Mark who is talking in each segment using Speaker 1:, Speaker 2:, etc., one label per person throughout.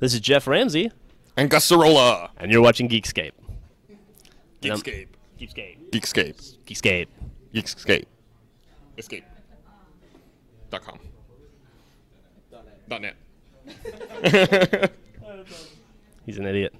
Speaker 1: This is Jeff Ramsey,
Speaker 2: and Gassarola.
Speaker 1: and you're watching Geekscape. Yep.
Speaker 2: Geekscape.
Speaker 1: Geekscape.
Speaker 2: Geekscape.
Speaker 1: Geekscape.
Speaker 2: Geekscape. Escape. Dot com. Dot net.
Speaker 1: He's an idiot.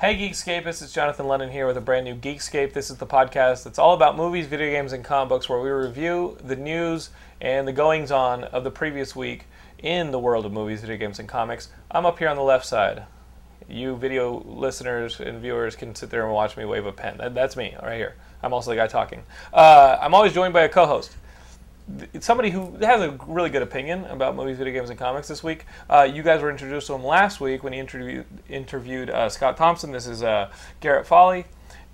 Speaker 3: Hey Geekscapists, it's Jonathan Lennon here with a brand new Geekscape. This is the podcast that's all about movies, video games, and comic books where we review the news and the goings on of the previous week in the world of movies, video games, and comics. I'm up here on the left side. You video listeners and viewers can sit there and watch me wave a pen. That- that's me right here. I'm also the guy talking. Uh, I'm always joined by a co host it's somebody who has a really good opinion about movies, video games, and comics this week. Uh, you guys were introduced to him last week when he interviewed interviewed uh, Scott Thompson. This is uh, Garrett Folly,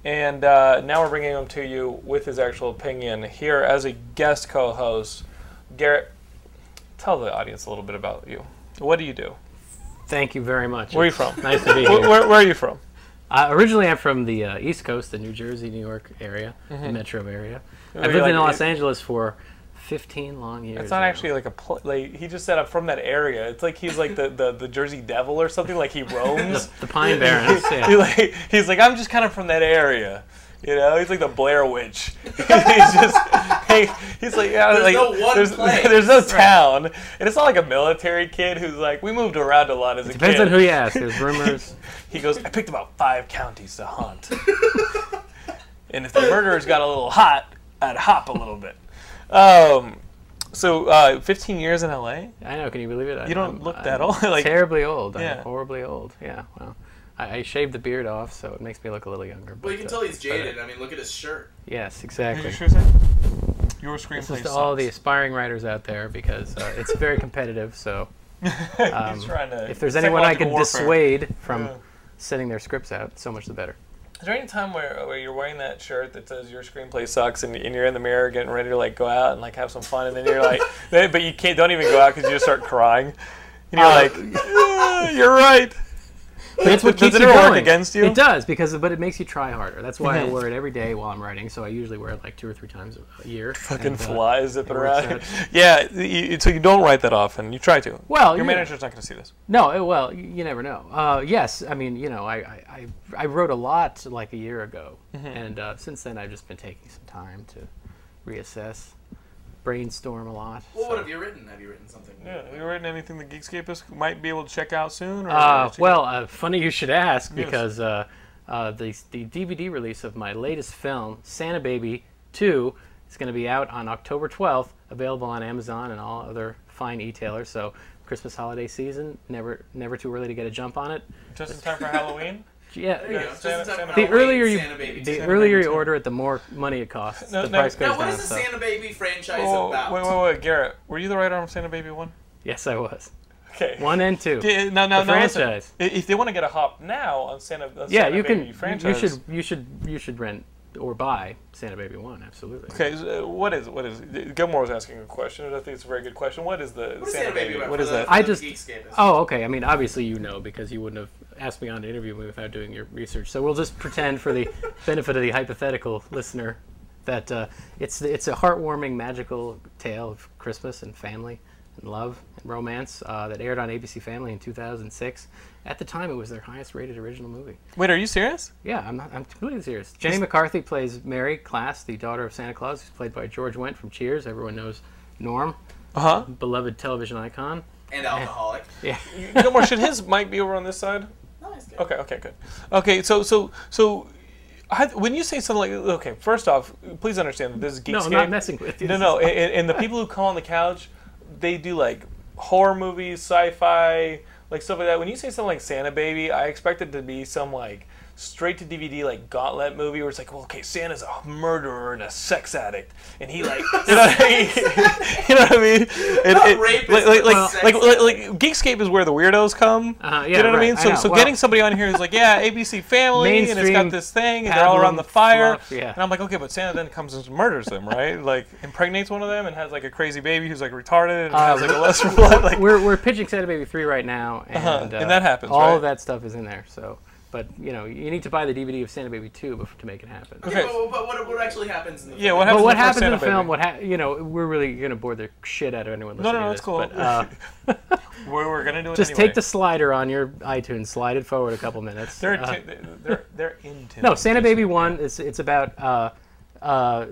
Speaker 3: and uh, now we're bringing him to you with his actual opinion here as a guest co-host. Garrett, tell the audience a little bit about you. What do you do?
Speaker 4: Thank you very much.
Speaker 3: Where are you
Speaker 4: It's
Speaker 3: from?
Speaker 4: Nice to be
Speaker 3: Where,
Speaker 4: here.
Speaker 3: where, where are you from?
Speaker 4: Uh, originally, I'm from the uh, East Coast, the New Jersey, New York area, the metro area. I've
Speaker 3: like
Speaker 4: lived in
Speaker 3: Mm-hmm. it-
Speaker 4: Los Angeles for 15 long years.
Speaker 3: It's not
Speaker 4: now.
Speaker 3: actually like a pl- like he just said I'm from that area. It's like he's like the, the, the Jersey Devil or something. Like he roams.
Speaker 4: the Pine Barrens.
Speaker 3: He
Speaker 4: yeah.
Speaker 3: like, he's like, I'm just kind of from that area. You know, he's like the Blair Witch. he's just, he, he's like, yeah, like,
Speaker 5: no one
Speaker 3: there's,
Speaker 5: place.
Speaker 3: there's no town, and it's not like a military kid who's like, we moved around a lot as a
Speaker 4: Depends
Speaker 3: kid.
Speaker 4: on who you ask. There's rumors.
Speaker 3: He goes, I picked about five counties to hunt, and if the murderers got a little hot, I'd hop a little bit. Um, so, uh, 15 years in LA.
Speaker 4: I know. Can you believe it? I,
Speaker 3: You don't look that old, like-
Speaker 4: terribly old.
Speaker 3: Yeah.
Speaker 4: I'm horribly old. Yeah. Well, I, I shaved the beard off, so it makes me look a little younger.
Speaker 5: Well, you can
Speaker 4: but,
Speaker 5: tell
Speaker 4: uh,
Speaker 5: he's jaded. I mean, look at his shirt.
Speaker 4: Yes, exactly.
Speaker 3: Your screenplay
Speaker 4: This is
Speaker 3: sucks.
Speaker 4: to all the aspiring writers out there because uh, it's very competitive. So
Speaker 3: He's trying to-
Speaker 4: um, if there's anyone I
Speaker 3: psychological
Speaker 4: could
Speaker 3: warfare.
Speaker 4: dissuade from sending their scripts out, so much the better.
Speaker 3: Is there any time where, where you're wearing that shirt that says your screenplay sucks and, and you're in the mirror getting ready to like go out and like have some fun and then you're like, then- but you can't, don't even go out because you just start crying and you're
Speaker 4: Uh,
Speaker 3: like, "Yeah, you're right.
Speaker 4: But it's what
Speaker 3: Does
Speaker 4: keeps
Speaker 3: it
Speaker 4: you
Speaker 3: ever work
Speaker 4: going.
Speaker 3: against you?
Speaker 4: It does because, but it makes you try harder. That's why I wear it every day while I'm writing. So I usually wear it like two or three times a year.
Speaker 3: Fucking
Speaker 4: And, uh,
Speaker 3: flies zipping
Speaker 4: works
Speaker 3: around.
Speaker 4: out.
Speaker 3: Yeah, you, so you don't write that often. You try to.
Speaker 4: Well,
Speaker 3: your
Speaker 4: yeah.
Speaker 3: manager's not going to see this.
Speaker 4: No, it- well, you, you never know. Uh, yes, I mean, you know, I, I, I, I wrote a lot like a year ago,
Speaker 3: Mm-hmm.
Speaker 4: and uh, since then I've just been taking some time to reassess, brainstorm a lot.
Speaker 5: Well,
Speaker 4: so-
Speaker 5: what have you written? Have you written something?
Speaker 3: Yeah, have you written anything that Geekscapists might be able to check out soon? Or
Speaker 4: Uh,
Speaker 3: check
Speaker 4: well, uh, funny you should ask because uh, uh, the, the DVD release of my latest film, Santa Baby 2, is going to be out on October 12th, available on Amazon and all other fine e-tailers. So Christmas holiday season, never never too early to get a jump on it.
Speaker 3: out? just in time for Halloween.
Speaker 5: There
Speaker 4: Yeah.
Speaker 5: you go. Just in time
Speaker 3: Santa-
Speaker 5: for
Speaker 4: The
Speaker 5: Halloween,
Speaker 4: earlier you
Speaker 5: Santa Baby
Speaker 4: the
Speaker 5: too.
Speaker 4: earlier you order it, the more money it costs.
Speaker 3: No,
Speaker 4: the
Speaker 3: no.
Speaker 4: price goes
Speaker 5: Now, what
Speaker 4: down.
Speaker 5: is the
Speaker 4: so-
Speaker 5: Santa Baby franchise
Speaker 3: Oh,
Speaker 5: about?
Speaker 3: wait, wait, wait, Garrett, were you the right arm of Santa Baby One?
Speaker 4: Yes, I was
Speaker 3: Okay.
Speaker 4: one and two.
Speaker 3: Yeah, no, no,
Speaker 4: The
Speaker 3: no, listen.
Speaker 4: franchise.
Speaker 3: I- If they want to get a hop now on Santa, on
Speaker 4: yeah,
Speaker 3: Santa
Speaker 4: you
Speaker 3: Baby
Speaker 4: can. You
Speaker 3: franchise.
Speaker 4: should you should you should rent or buy Santa Baby One. Absolutely.
Speaker 3: Okay, so, uh, what is what is? Gilmore was asking a question. and I think it's a very good question. What is the
Speaker 5: What is Santa Baby about?
Speaker 3: What
Speaker 5: for
Speaker 3: is
Speaker 5: the-
Speaker 3: that?
Speaker 5: for
Speaker 4: I
Speaker 5: the
Speaker 4: just-
Speaker 5: Geekscapists?
Speaker 4: Oh, okay. I mean, obviously you know because you wouldn't have asked me on to interview me without doing your research. So we'll just pretend, for the benefit of the hypothetical listener, that uh, it's it's a heartwarming, magical tale of Christmas and family and love and romance uh, that aired on ABC Family in 2006. At the time, it was their highest-rated original movie.
Speaker 3: Wait, are you serious?
Speaker 4: Yeah, I'm, not, I'm completely serious. Jenny McCarthy plays Mary Class, the daughter of Santa Claus, who's played by George Wendt from Cheers. Everyone knows Norm,
Speaker 3: Uh huh.
Speaker 4: beloved television icon.
Speaker 5: And alcoholic.
Speaker 3: no more shit. His might be over on this side.
Speaker 5: No, it's good.
Speaker 3: Okay, okay, good. Okay, so so so, I, when you say something like okay, first off, please understand that this is Geekscape.
Speaker 4: No, I'm not messing with you.
Speaker 3: No,
Speaker 4: This
Speaker 3: no,
Speaker 4: is-
Speaker 3: and, and and the people who come on the couch, they do like horror movies, sci-fi, like stuff like that. When you say something like Santa Baby, I expect it to be some like straight to DVD like Gauntlet movie where it's like, well, okay, Santa's a murderer and a sex addict, and he like, you know what I mean? you know what I mean? And,
Speaker 5: Not
Speaker 3: and-
Speaker 5: rapist,
Speaker 3: like,
Speaker 5: but
Speaker 3: like, like,
Speaker 5: sex
Speaker 3: like, like,
Speaker 5: addict.
Speaker 3: like, Geekscape is where the weirdos come.
Speaker 4: Uh-huh,
Speaker 3: Do
Speaker 4: yeah,
Speaker 3: you know what I
Speaker 4: right,
Speaker 3: mean?
Speaker 4: I
Speaker 3: So,
Speaker 4: know.
Speaker 3: so
Speaker 4: Well-
Speaker 3: getting somebody on here who's like, yeah, ABC Family, and it's
Speaker 4: Mainstream
Speaker 3: got this thing, and they're all around the
Speaker 4: pablum
Speaker 3: fire,
Speaker 4: fluff, yeah.
Speaker 3: and I'm like, okay, but Santa then comes and murders them, right? Like impregnates one of them and has like a crazy baby who's like retarded and
Speaker 4: Uh,
Speaker 3: has like a lesser blood, like
Speaker 4: We're, we're pitching Santa Baby 3 right now, and, uh,
Speaker 3: Uh-huh. and that happens,
Speaker 4: All
Speaker 3: right?
Speaker 4: of that stuff is in there. So, But, you know, you need to buy the DVD of Santa Baby 2 bef- to make it happen.
Speaker 3: Okay.
Speaker 5: Yeah, but, but what, what actually happens in the
Speaker 3: yeah.
Speaker 5: film?
Speaker 3: What
Speaker 4: But
Speaker 3: happens?
Speaker 4: what
Speaker 3: in the first
Speaker 4: happens in the
Speaker 3: Santa
Speaker 4: film,
Speaker 3: baby?
Speaker 4: what ha- you know, we're really going to bore the shit out of anyone
Speaker 3: no,
Speaker 4: listening
Speaker 3: no,
Speaker 4: to
Speaker 3: it's
Speaker 4: this,
Speaker 3: cool.
Speaker 4: But, uh,
Speaker 3: we're, we're gonna do it.
Speaker 4: just
Speaker 3: anyway.
Speaker 4: take the slider on your iTunes, slide it forward a couple minutes.
Speaker 3: They're
Speaker 4: Uh,
Speaker 3: inti- they're they're intimate.
Speaker 4: No, Santa Baby One. It's it's about uh, uh,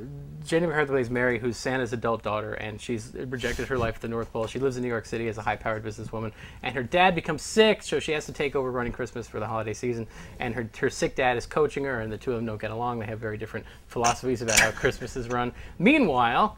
Speaker 4: Jenny McCarthy plays Mary, who's Santa's adult daughter, and she's rejected her life at the North Pole. She lives in New York City as a high-powered businesswoman, and her dad becomes sick, so she has to take over running Christmas for the holiday season. And her her sick dad is coaching her, and the two of them don't get along. They have very different philosophies about how Christmas is run. Meanwhile,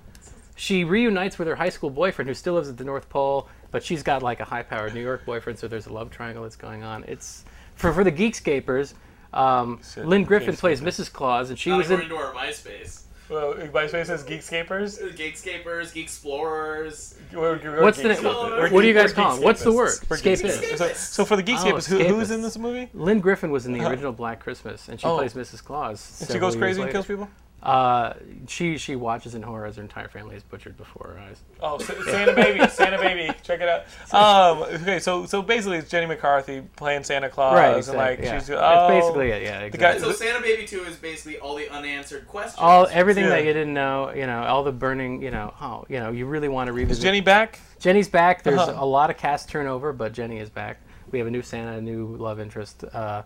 Speaker 4: she reunites with her high school boyfriend who still lives at the North Pole, but she's got like a high powered New York boyfriend, so there's a love triangle that's going on. It's for, for the Geekscapers. Um, Lynn Griffin plays Mrs. Claus, and she
Speaker 5: Not
Speaker 4: was
Speaker 5: according
Speaker 4: in.
Speaker 5: to our MySpace.
Speaker 3: Well, MySpace says Geekscapers.
Speaker 5: Geekscapers, Geeksplorers.
Speaker 3: We're, we're
Speaker 4: What's the
Speaker 3: Geekscapers.
Speaker 5: name?
Speaker 3: We're
Speaker 5: What
Speaker 4: do you
Speaker 3: Geek-
Speaker 4: guys
Speaker 3: we're
Speaker 4: call 'em? What's the word? Oh,
Speaker 3: Geekscapists. We're
Speaker 4: Escapists.
Speaker 3: Geekscapists. So, so for the Geekscapers, who, who's in
Speaker 4: escapists.
Speaker 3: this movie?
Speaker 4: Lynn Griffin was in the original Black Christmas, and she
Speaker 3: Uh-huh. Oh.
Speaker 4: plays Mrs. Claus.
Speaker 3: She goes crazy and
Speaker 4: and
Speaker 3: kills people.
Speaker 4: Uh, she she watches in horror as her entire family is butchered before her eyes.
Speaker 3: Oh, Sa- Santa Baby, Santa Baby, check it out. Um, okay, so so basically, it's Jenny McCarthy playing Santa Claus, and Oh, like
Speaker 4: yeah.
Speaker 3: she's oh,
Speaker 4: That's basically it. Yeah, exactly.
Speaker 5: So
Speaker 3: guy-
Speaker 5: Santa Baby 2 is basically all the unanswered questions.
Speaker 4: all everything that
Speaker 3: Yeah.
Speaker 4: you didn't know, you know, all the burning, you know, oh, you know, you really want to revisit.
Speaker 3: Is Jenny back?
Speaker 4: Jenny's back. There's
Speaker 3: Uh-huh.
Speaker 4: a lot of cast turnover, but Jenny is back. We have a new Santa, a new love interest. Uh,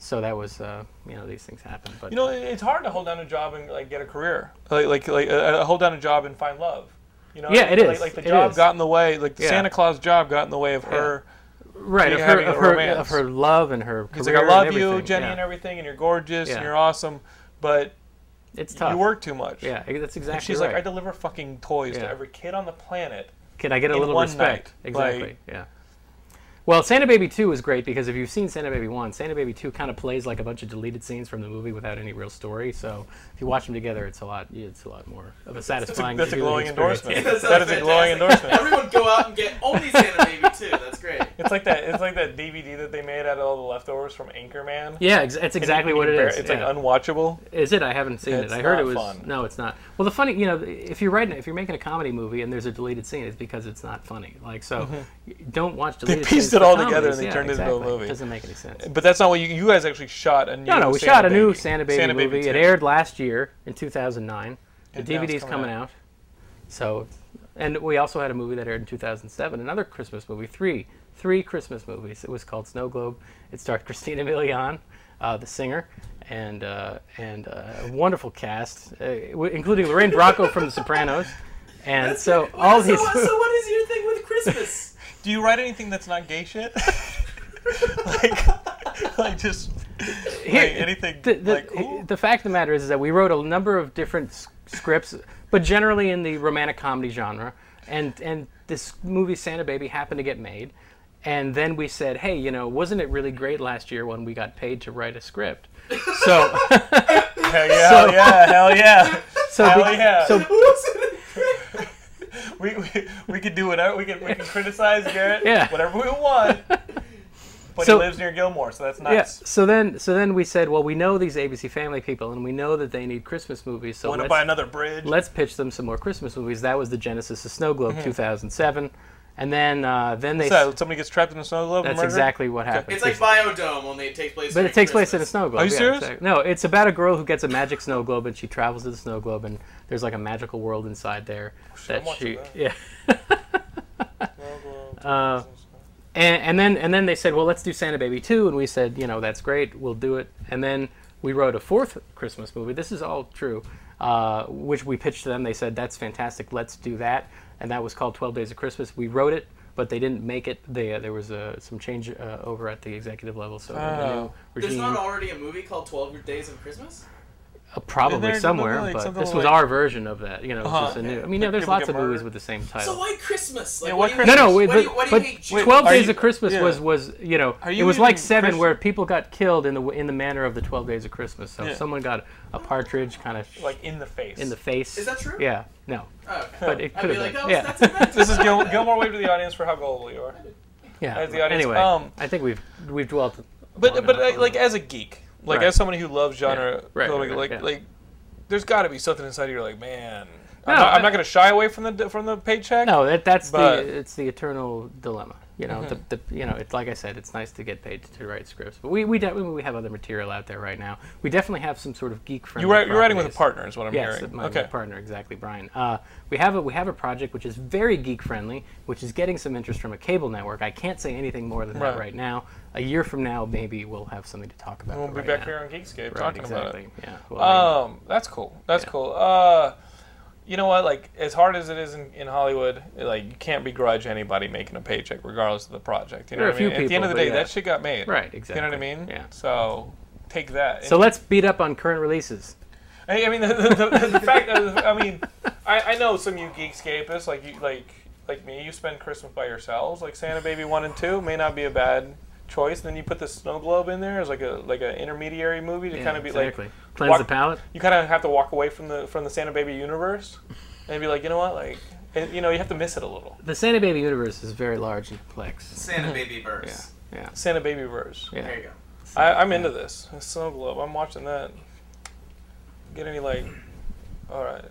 Speaker 4: so that was, uh, you know, these things happen. But
Speaker 3: You know, it- it's hard to hold down a job and like get a career, like like like uh, uh, hold down a job and find love. You know,
Speaker 4: Yeah, it
Speaker 3: Like,
Speaker 4: is.
Speaker 3: like the
Speaker 4: It
Speaker 3: job
Speaker 4: is.
Speaker 3: got in the way, like the
Speaker 4: Yeah.
Speaker 3: Santa Claus job got in the way of her.
Speaker 4: right? Of
Speaker 3: you're
Speaker 4: her,
Speaker 3: having
Speaker 4: of
Speaker 3: a
Speaker 4: her,
Speaker 3: romance.
Speaker 4: of her love and her.
Speaker 3: He's
Speaker 4: Career
Speaker 3: like, I love
Speaker 4: and
Speaker 3: you,
Speaker 4: everything,
Speaker 3: Jenny,
Speaker 4: yeah.
Speaker 3: and everything, and you're gorgeous and
Speaker 4: Yeah.
Speaker 3: you're awesome, but
Speaker 4: It's tough.
Speaker 3: you work too much.
Speaker 4: Yeah, I- that's exactly.
Speaker 3: She's
Speaker 4: right.
Speaker 3: like, I deliver fucking toys to
Speaker 4: Yeah.
Speaker 3: every kid on the planet.
Speaker 4: Can I get a
Speaker 3: in
Speaker 4: little
Speaker 3: one
Speaker 4: respect?
Speaker 3: night,
Speaker 4: exactly.
Speaker 3: like-
Speaker 4: yeah. Well, Santa Baby 2 is great because if you've seen Santa Baby 1, Santa Baby 2 kind of plays like a bunch of deleted scenes from the movie without any real story. So if you watch them together, it's a lot it's a lot more of a satisfying
Speaker 3: That's a
Speaker 4: viewing
Speaker 3: glowing
Speaker 4: experience.
Speaker 5: That
Speaker 3: endorsement. That is
Speaker 5: sounds
Speaker 3: a glowing
Speaker 5: fantastic.
Speaker 3: endorsement.
Speaker 5: Everyone go out and get only Santa Baby 2. That's great.
Speaker 3: It's like that. It's like that DVD that they made out of all the leftovers from Anchorman.
Speaker 4: Yeah, ex- that's exactly what it is.
Speaker 3: It's
Speaker 4: yeah.
Speaker 3: like unwatchable.
Speaker 4: Is it? I haven't seen
Speaker 3: It's
Speaker 4: it. I heard
Speaker 3: not
Speaker 4: it was.
Speaker 3: fun.
Speaker 4: No, it's not. Well, the funny, you know, if you're writing, if you're making a comedy movie and there's a deleted scene, it's because it's not funny. Like so, don't watch deleted.
Speaker 3: Mm-hmm. pieced
Speaker 4: scenes
Speaker 3: it
Speaker 4: for
Speaker 3: all together
Speaker 4: comedies.
Speaker 3: and they
Speaker 4: Yeah,
Speaker 3: turned it into a
Speaker 4: exactly.
Speaker 3: movie.
Speaker 4: It doesn't make any sense.
Speaker 3: But that's not what you, you guys actually shot a new.
Speaker 4: No, no, we
Speaker 3: Santa
Speaker 4: shot a new
Speaker 3: Baby.
Speaker 4: Santa Baby movie. it
Speaker 3: 2.
Speaker 4: aired last year in 2009. The
Speaker 3: And now it's
Speaker 4: DVD's
Speaker 3: coming
Speaker 4: coming, out. So, and we also had a movie that aired in 2007, another Christmas movie, three, three Christmas movies. It was called Snow Globe. It starred Christina Milian, uh, the singer, and uh, and uh, a wonderful cast, uh, w- including Lorraine Bracco from The Sopranos. And so all
Speaker 5: so,
Speaker 4: these.
Speaker 5: what- so what is your thing with Christmas?
Speaker 3: Do you write anything that's not gay shit? like, like just like anything
Speaker 4: the, the,
Speaker 3: like ooh.
Speaker 4: the fact of the matter is, is that we wrote a number of different s- scripts, but generally in the romantic comedy genre. And and this movie Santa Baby happened to get made, and then we said, hey, you know, wasn't it really great last year when we got paid to write a script? So
Speaker 3: hell yeah, hell yeah, hell yeah,
Speaker 4: so
Speaker 3: hell
Speaker 4: be-
Speaker 3: yeah.
Speaker 4: so
Speaker 3: we, we we could do whatever we can. We can criticize Garrett.
Speaker 4: Yeah.
Speaker 3: Whatever we want. But
Speaker 4: So-
Speaker 3: he lives near Gilmore, so that's
Speaker 4: yeah.
Speaker 3: nice.
Speaker 4: So then so then we said, well, we know these ABC Family people, and we know that they need Christmas movies. So
Speaker 3: Want to
Speaker 4: let's-
Speaker 3: buy another bridge?
Speaker 4: let's pitch them some more Christmas movies. That was the genesis of Snow Globe 2007, and then uh, then they.
Speaker 3: Mm-hmm. So somebody gets trapped in a snow globe. and
Speaker 4: that's
Speaker 3: murdered?
Speaker 4: exactly what happened.
Speaker 5: It's like Biodome, only it takes place
Speaker 4: But
Speaker 5: during
Speaker 4: it takes place in a
Speaker 5: Christmas.
Speaker 4: snow globe.
Speaker 3: Are you
Speaker 4: yeah,
Speaker 3: serious?
Speaker 4: exactly. No, it's about a girl who gets a magic snow globe and she travels to the snow globe and there's like a magical world inside there that
Speaker 3: watching
Speaker 4: she
Speaker 3: that.
Speaker 4: yeah. Uh, and, and then and then they said, well, let's do Santa Baby 2, and we said, you know, that's great, we'll do it. And then we wrote a fourth Christmas movie. This is all true, uh, which we pitched to them. They said, that's fantastic, let's do that. And that was called 12 Days of Christmas. We wrote it, but they didn't make it. They, uh, there was uh, some change uh, over at the executive level, so the new
Speaker 3: Oh.
Speaker 5: There's
Speaker 4: regime-
Speaker 5: not already a movie called Twelve Days of Christmas.
Speaker 4: uh, probably
Speaker 3: They're
Speaker 4: somewhere,
Speaker 3: literally
Speaker 4: but
Speaker 3: something
Speaker 4: this was
Speaker 3: like-
Speaker 4: our version of that. You know, it's just a new. I mean, yeah,
Speaker 3: Like
Speaker 4: there's
Speaker 3: people
Speaker 4: lots
Speaker 3: get
Speaker 4: of movies
Speaker 3: murdered.
Speaker 4: with the same
Speaker 5: So
Speaker 4: title.
Speaker 5: why Christmas? Like,
Speaker 3: Yeah,
Speaker 5: what
Speaker 3: why
Speaker 5: do you,
Speaker 4: No, no,
Speaker 5: what
Speaker 4: wait,
Speaker 5: do you,
Speaker 4: but-
Speaker 5: what do you
Speaker 4: but
Speaker 5: make Jew-
Speaker 4: Twelve
Speaker 3: Are
Speaker 4: Days
Speaker 3: you-
Speaker 4: of Christmas
Speaker 3: yeah.
Speaker 4: was was you know
Speaker 3: Are
Speaker 4: it
Speaker 3: you
Speaker 4: was like
Speaker 3: even
Speaker 4: seven
Speaker 3: Christian?
Speaker 4: where people got killed in the w- in the manner of the Twelve Days of Christmas. So
Speaker 3: Yeah.
Speaker 4: someone got a partridge kind of
Speaker 3: like in the face.
Speaker 4: in the face.
Speaker 5: Is that true?
Speaker 4: Yeah, no,
Speaker 5: Oh, okay.
Speaker 4: but it
Speaker 5: I'd
Speaker 4: could
Speaker 5: be
Speaker 4: have
Speaker 5: like,
Speaker 4: been.
Speaker 5: oh,
Speaker 4: yeah,
Speaker 5: that's invented.
Speaker 3: this is Gil- Gilmore. Wave to the audience for how gullible you are.
Speaker 4: yeah.
Speaker 3: as the audience-
Speaker 4: anyway,
Speaker 3: um,
Speaker 4: I think we've we've dwelt. long
Speaker 3: But but
Speaker 4: enough
Speaker 3: uh,
Speaker 4: on
Speaker 3: like
Speaker 4: that.
Speaker 3: as a geek, like
Speaker 4: Right.
Speaker 3: as somebody who loves genre,
Speaker 4: Yeah. Right,
Speaker 3: like
Speaker 4: right,
Speaker 3: like,
Speaker 4: yeah.
Speaker 3: like there's got to be something inside you. You're like, man,
Speaker 4: No,
Speaker 3: I'm, not,
Speaker 4: I-
Speaker 3: I'm not gonna shy away from the from the paycheck.
Speaker 4: No, that, that's
Speaker 3: But- Mm-hmm.
Speaker 4: the it's the eternal dilemma. You know, the, the, you know, it's like I said, it's nice to get paid to write scripts, but we we, de- we have other material out there right now. We definitely have some sort of geek friendly.
Speaker 3: you write, you're writing with a partner, is what I'm
Speaker 4: Yes,
Speaker 3: hearing.
Speaker 4: my, my
Speaker 3: okay,
Speaker 4: partner exactly, Brian. Uh, we have a we have a project which is very geek friendly, which is getting some interest from a cable network. I can't say anything more than that
Speaker 3: Right.
Speaker 4: right now. A year from now, maybe we'll have something to talk about.
Speaker 3: we'll
Speaker 4: but
Speaker 3: be
Speaker 4: right
Speaker 3: back
Speaker 4: now-
Speaker 3: here on Geekscape
Speaker 4: Right,
Speaker 3: talking
Speaker 4: exactly.
Speaker 3: about it.
Speaker 4: Yeah. Well, I mean,
Speaker 3: Um, that's cool. That's cool. Uh, you know what? Like as hard as it is in, in Hollywood, like you can't begrudge anybody making a paycheck, regardless of the project. You know
Speaker 4: There are
Speaker 3: what I
Speaker 4: a few
Speaker 3: mean? At the end
Speaker 4: people,
Speaker 3: of the
Speaker 4: but
Speaker 3: day,
Speaker 4: yeah.
Speaker 3: that shit got made.
Speaker 4: Right,
Speaker 3: You know
Speaker 4: exactly.
Speaker 3: what I mean?
Speaker 4: Yeah.
Speaker 3: So take that.
Speaker 4: so let's beat up on current releases.
Speaker 3: I, I mean, the, the, the, the fact. Of, I mean, I, I know some of you geekscapists like you like like me. You spend Christmas by yourselves. Like Santa Baby One and Two may not be a bad choice. Then you put the snow globe in there as like a like an intermediary movie to kind of be
Speaker 4: exactly.
Speaker 3: like
Speaker 4: Cleanse
Speaker 3: walk-
Speaker 4: the palate.
Speaker 3: You kind of have to walk away from the from the Santa Baby universe and be like, you know what, like. And, you know, you have to miss it a little.
Speaker 4: The Santa Baby universe is very large and complex.
Speaker 5: Santa baby verse.
Speaker 4: Yeah.
Speaker 3: Santa Baby verse.
Speaker 4: Yeah.
Speaker 5: There you go.
Speaker 3: I, I'm into this. Snow Globe. I'm watching that. Get any like? All right.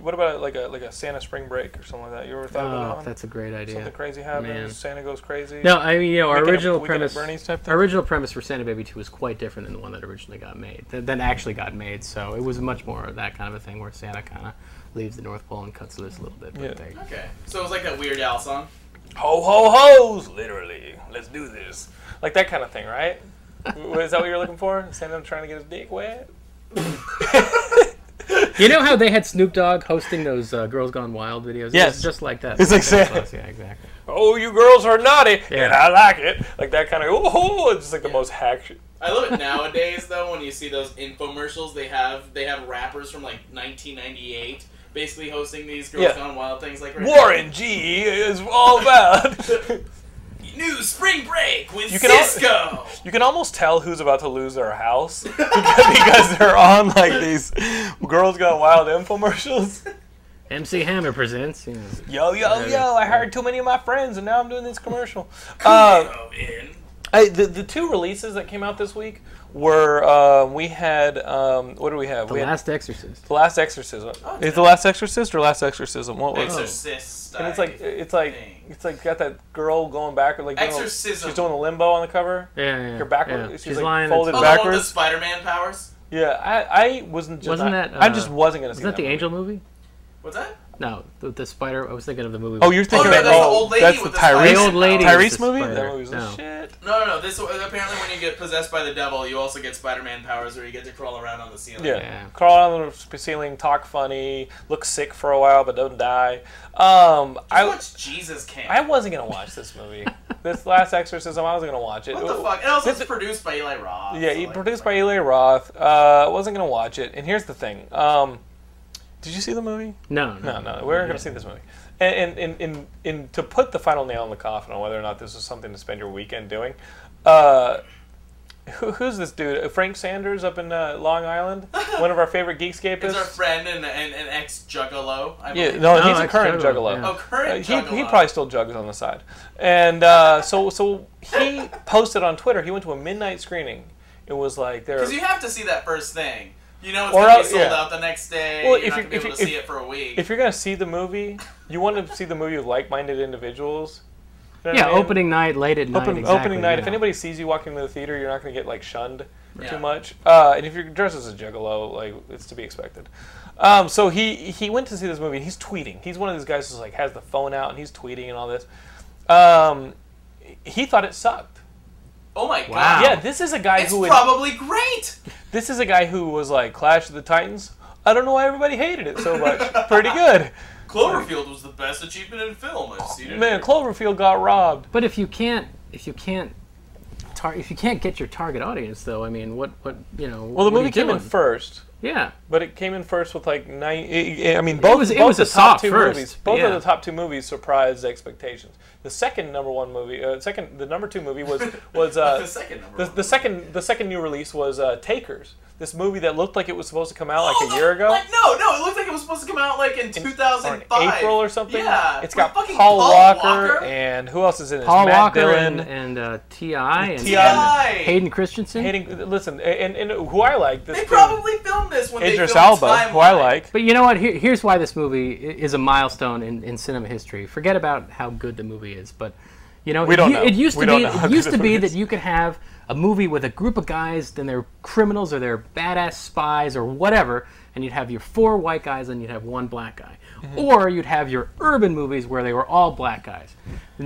Speaker 3: What about like a like a Santa Spring Break or something like that? You ever thought about that?
Speaker 4: Oh,
Speaker 3: one?
Speaker 4: that's a great idea.
Speaker 3: Something crazy happens.
Speaker 4: Man.
Speaker 3: Santa goes crazy.
Speaker 4: No, I mean, you know, our
Speaker 3: Weekend at-
Speaker 4: original
Speaker 3: Weekend at
Speaker 4: premise,
Speaker 3: Bernie's type thing?
Speaker 4: our original premise for Santa Baby 2 was quite different than the one that originally got made, that, that actually got made. So it was much more of that kind of a thing where Santa kind of leaves the North Pole and cuts loose a little bit. But
Speaker 3: Yeah.
Speaker 4: they-
Speaker 5: Okay. So it was like that Weird Al song.
Speaker 3: Ho ho ho's literally. Let's do this. Like that kind of thing, right? W- Is that what you're looking for? Santa trying to get his dick wet.
Speaker 4: You know how they had Snoop Dogg hosting those uh, Girls Gone Wild videos? It
Speaker 3: Yes.
Speaker 4: was just like that.
Speaker 3: It's like
Speaker 4: Santa
Speaker 3: Santa-
Speaker 4: Claus, Yeah, exactly.
Speaker 3: Oh, you girls are naughty, and
Speaker 4: Yeah.
Speaker 3: I like it. Like that kind of. Oh, it's just like the most hack. shit.
Speaker 5: I love it nowadays though when you see those infomercials they have they have rappers from like 1998 basically hosting these Girls
Speaker 3: Yeah.
Speaker 5: Gone Wild things like right now.
Speaker 3: Warren G is all about.
Speaker 5: New Spring Break with
Speaker 3: You can al-
Speaker 5: Cisco.
Speaker 3: You can almost tell who's about to lose their house because, because they're on like these girls gone wild infomercials.
Speaker 4: MC Hammer presents. You
Speaker 3: Yo,
Speaker 4: know,
Speaker 3: yo, yo! I hired too many of my friends, and now I'm doing this commercial. Uh,
Speaker 5: Oh, in.
Speaker 3: I, the the two releases that came out this week were uh, we had um, what do we have?
Speaker 4: the
Speaker 3: we
Speaker 4: Last Exorcist.
Speaker 3: had the Last Exorcism. Is the Last Exorcist or Last Exorcism? What was? it?
Speaker 5: Exorcist.
Speaker 3: And it's like it's like
Speaker 5: Dang.
Speaker 3: it's like got that girl going backward, like doing a-
Speaker 5: Exorcism.
Speaker 3: she's doing a limbo on the cover.
Speaker 4: Yeah, yeah. yeah.
Speaker 3: You're backward-
Speaker 4: Yeah.
Speaker 3: she's,
Speaker 4: She's,
Speaker 3: like,
Speaker 4: lying.
Speaker 3: folded
Speaker 5: oh,
Speaker 4: it's-
Speaker 3: back.
Speaker 5: the one with
Speaker 3: uh, backwards?
Speaker 5: the Spider-Man powers.
Speaker 3: Yeah, I, I wasn't just
Speaker 4: Wasn't
Speaker 3: I,
Speaker 4: that,
Speaker 3: I
Speaker 4: uh,
Speaker 3: just wasn't gonna see
Speaker 4: Isn't that the
Speaker 3: movie.
Speaker 4: Angel movie?
Speaker 5: What's that?
Speaker 4: No, the, the spider. I was thinking of the movie.
Speaker 3: Oh, you're
Speaker 5: Oh no,
Speaker 3: thinking
Speaker 5: that's
Speaker 3: of
Speaker 5: the old lady
Speaker 3: that's
Speaker 5: with the
Speaker 3: the
Speaker 5: spider.
Speaker 3: Tyrese
Speaker 4: The old lady.
Speaker 5: Tyrese
Speaker 4: with
Speaker 3: Tyrese
Speaker 4: the
Speaker 3: movie.
Speaker 4: spider.
Speaker 3: That movie was the
Speaker 4: No.
Speaker 3: shit.
Speaker 5: No, no, no. This apparently when you get possessed by the devil, you also get Spider-Man powers, where you get to crawl around on the ceiling.
Speaker 3: Yeah.
Speaker 4: Yeah.
Speaker 3: crawl on the ceiling, talk funny, look sick for a while, but don't die. Um,
Speaker 5: I
Speaker 3: I
Speaker 5: watched Jesus Camp.
Speaker 3: I wasn't gonna watch this movie. this last Exorcism, I wasn't gonna watch it.
Speaker 5: what the fuck? And also, it's produced by Eli Roth.
Speaker 3: Yeah,
Speaker 5: so,
Speaker 3: he
Speaker 5: like,
Speaker 3: produced by Eli Roth. Uh, I wasn't gonna watch it. And here's the thing. Um, did you see the movie?
Speaker 4: No,
Speaker 3: No, no, we're not going to see this movie. And, and, and, and, and to put the final nail in the coffin on whether or not this is something to spend your weekend doing, uh, who, who's this dude? Frank Sanders up in uh, Long Island? One of our favorite
Speaker 5: It's our
Speaker 3: Geekscapists?
Speaker 5: friend and and, and ex juggalo. I
Speaker 3: Yeah,
Speaker 5: believe.
Speaker 3: no,
Speaker 4: No,
Speaker 3: he's a
Speaker 4: it's
Speaker 3: current
Speaker 4: Juggalo,
Speaker 3: juggalo.
Speaker 4: yeah.
Speaker 5: Oh, current
Speaker 3: Uh, he,
Speaker 5: juggalo.
Speaker 3: he probably still jugs on the side. And uh, so, so he posted on Twitter, he went to a midnight screening. It was like there.
Speaker 5: because you have to see that first thing. You know it's
Speaker 3: Or
Speaker 5: gonna be
Speaker 3: else-
Speaker 5: sold
Speaker 3: yeah.
Speaker 5: out the next day.
Speaker 3: Well,
Speaker 5: you're
Speaker 3: if
Speaker 5: not
Speaker 3: you-
Speaker 5: gonna be
Speaker 3: if
Speaker 5: able
Speaker 3: you-
Speaker 5: to see
Speaker 3: if-
Speaker 5: it for a week.
Speaker 3: If you're going to see the movie, you want to see the movie with like minded individuals. You know what
Speaker 4: Yeah,
Speaker 3: I mean?
Speaker 4: opening night, late at night.
Speaker 3: Open,
Speaker 4: exactly,
Speaker 3: opening night.
Speaker 4: yeah.
Speaker 3: If anybody sees you walking into the theater, you're not going to get like shunned
Speaker 5: Yeah.
Speaker 3: too much. Uh, and if you're dressed as a juggalo, like it's to be expected. Um, so he he went to see this movie. and He's tweeting. He's one of these guys who's like has the phone out and he's tweeting and all this. Um, he thought it sucked.
Speaker 5: Oh my
Speaker 4: Wow.
Speaker 5: god.
Speaker 3: Yeah, this is a guy
Speaker 5: It's
Speaker 3: who in-
Speaker 5: probably great.
Speaker 3: this is a guy who was like Clash of the Titans. I don't know why everybody hated it so much. Pretty good.
Speaker 5: Cloverfield was the best achievement in film. I've seen it.
Speaker 3: Man, Cloverfield got robbed.
Speaker 4: But if you can't, if you can't, tar- if you can't get your target audience, though, I mean, what, what, you know?
Speaker 3: Well, the movie came in
Speaker 4: first.
Speaker 3: first,
Speaker 4: Yeah,
Speaker 3: but it came in first with like nine. i- i- I mean, both
Speaker 4: was- it
Speaker 3: both
Speaker 4: was
Speaker 3: the
Speaker 4: a
Speaker 3: top
Speaker 4: soft
Speaker 3: two
Speaker 4: first,
Speaker 3: movies. Both
Speaker 4: yeah.
Speaker 3: of the top two movies surprised expectations. The second number one movie, uh, second the number two movie was was uh,
Speaker 5: The second number
Speaker 3: The,
Speaker 5: one
Speaker 3: the second the second new release was uh, Takers. This movie that looked like it was supposed to come out like
Speaker 5: Oh,
Speaker 3: a year ago.
Speaker 5: Like, no, no, it looked like it was supposed to come out like in,
Speaker 3: or in
Speaker 5: 2005.
Speaker 3: April or something.
Speaker 5: Yeah.
Speaker 3: It's
Speaker 5: with
Speaker 3: got Paul,
Speaker 5: fucking
Speaker 3: Walker, and who else is in it?
Speaker 4: Paul
Speaker 3: Matt
Speaker 4: Walker
Speaker 3: Dillon.
Speaker 4: and, and uh, Ti and
Speaker 3: T.I..
Speaker 4: Hayden Christensen.
Speaker 3: Hayden- listen, and, and who I like this
Speaker 5: They
Speaker 3: dude,
Speaker 5: probably filmed this when they
Speaker 3: Idris
Speaker 5: filmed
Speaker 3: Alba,
Speaker 5: Timeline.
Speaker 3: who I like.
Speaker 4: But you know what? Here, here's why this movie i- is a milestone in, in cinema history. Forget about how good the movie is, but you know,
Speaker 3: We
Speaker 4: it,
Speaker 3: don't
Speaker 4: u-
Speaker 3: know.
Speaker 4: it used
Speaker 3: We
Speaker 4: to
Speaker 3: don't
Speaker 4: be
Speaker 3: know how
Speaker 4: it
Speaker 3: good
Speaker 4: used
Speaker 3: the
Speaker 4: to be
Speaker 3: movie
Speaker 4: that
Speaker 3: is.
Speaker 4: you could have a movie with a group of guys, then they're criminals or they're badass spies or whatever, and you'd have your four white guys and you'd have one black guy,
Speaker 3: Mm-hmm.
Speaker 4: or you'd have your urban movies where they were all black guys.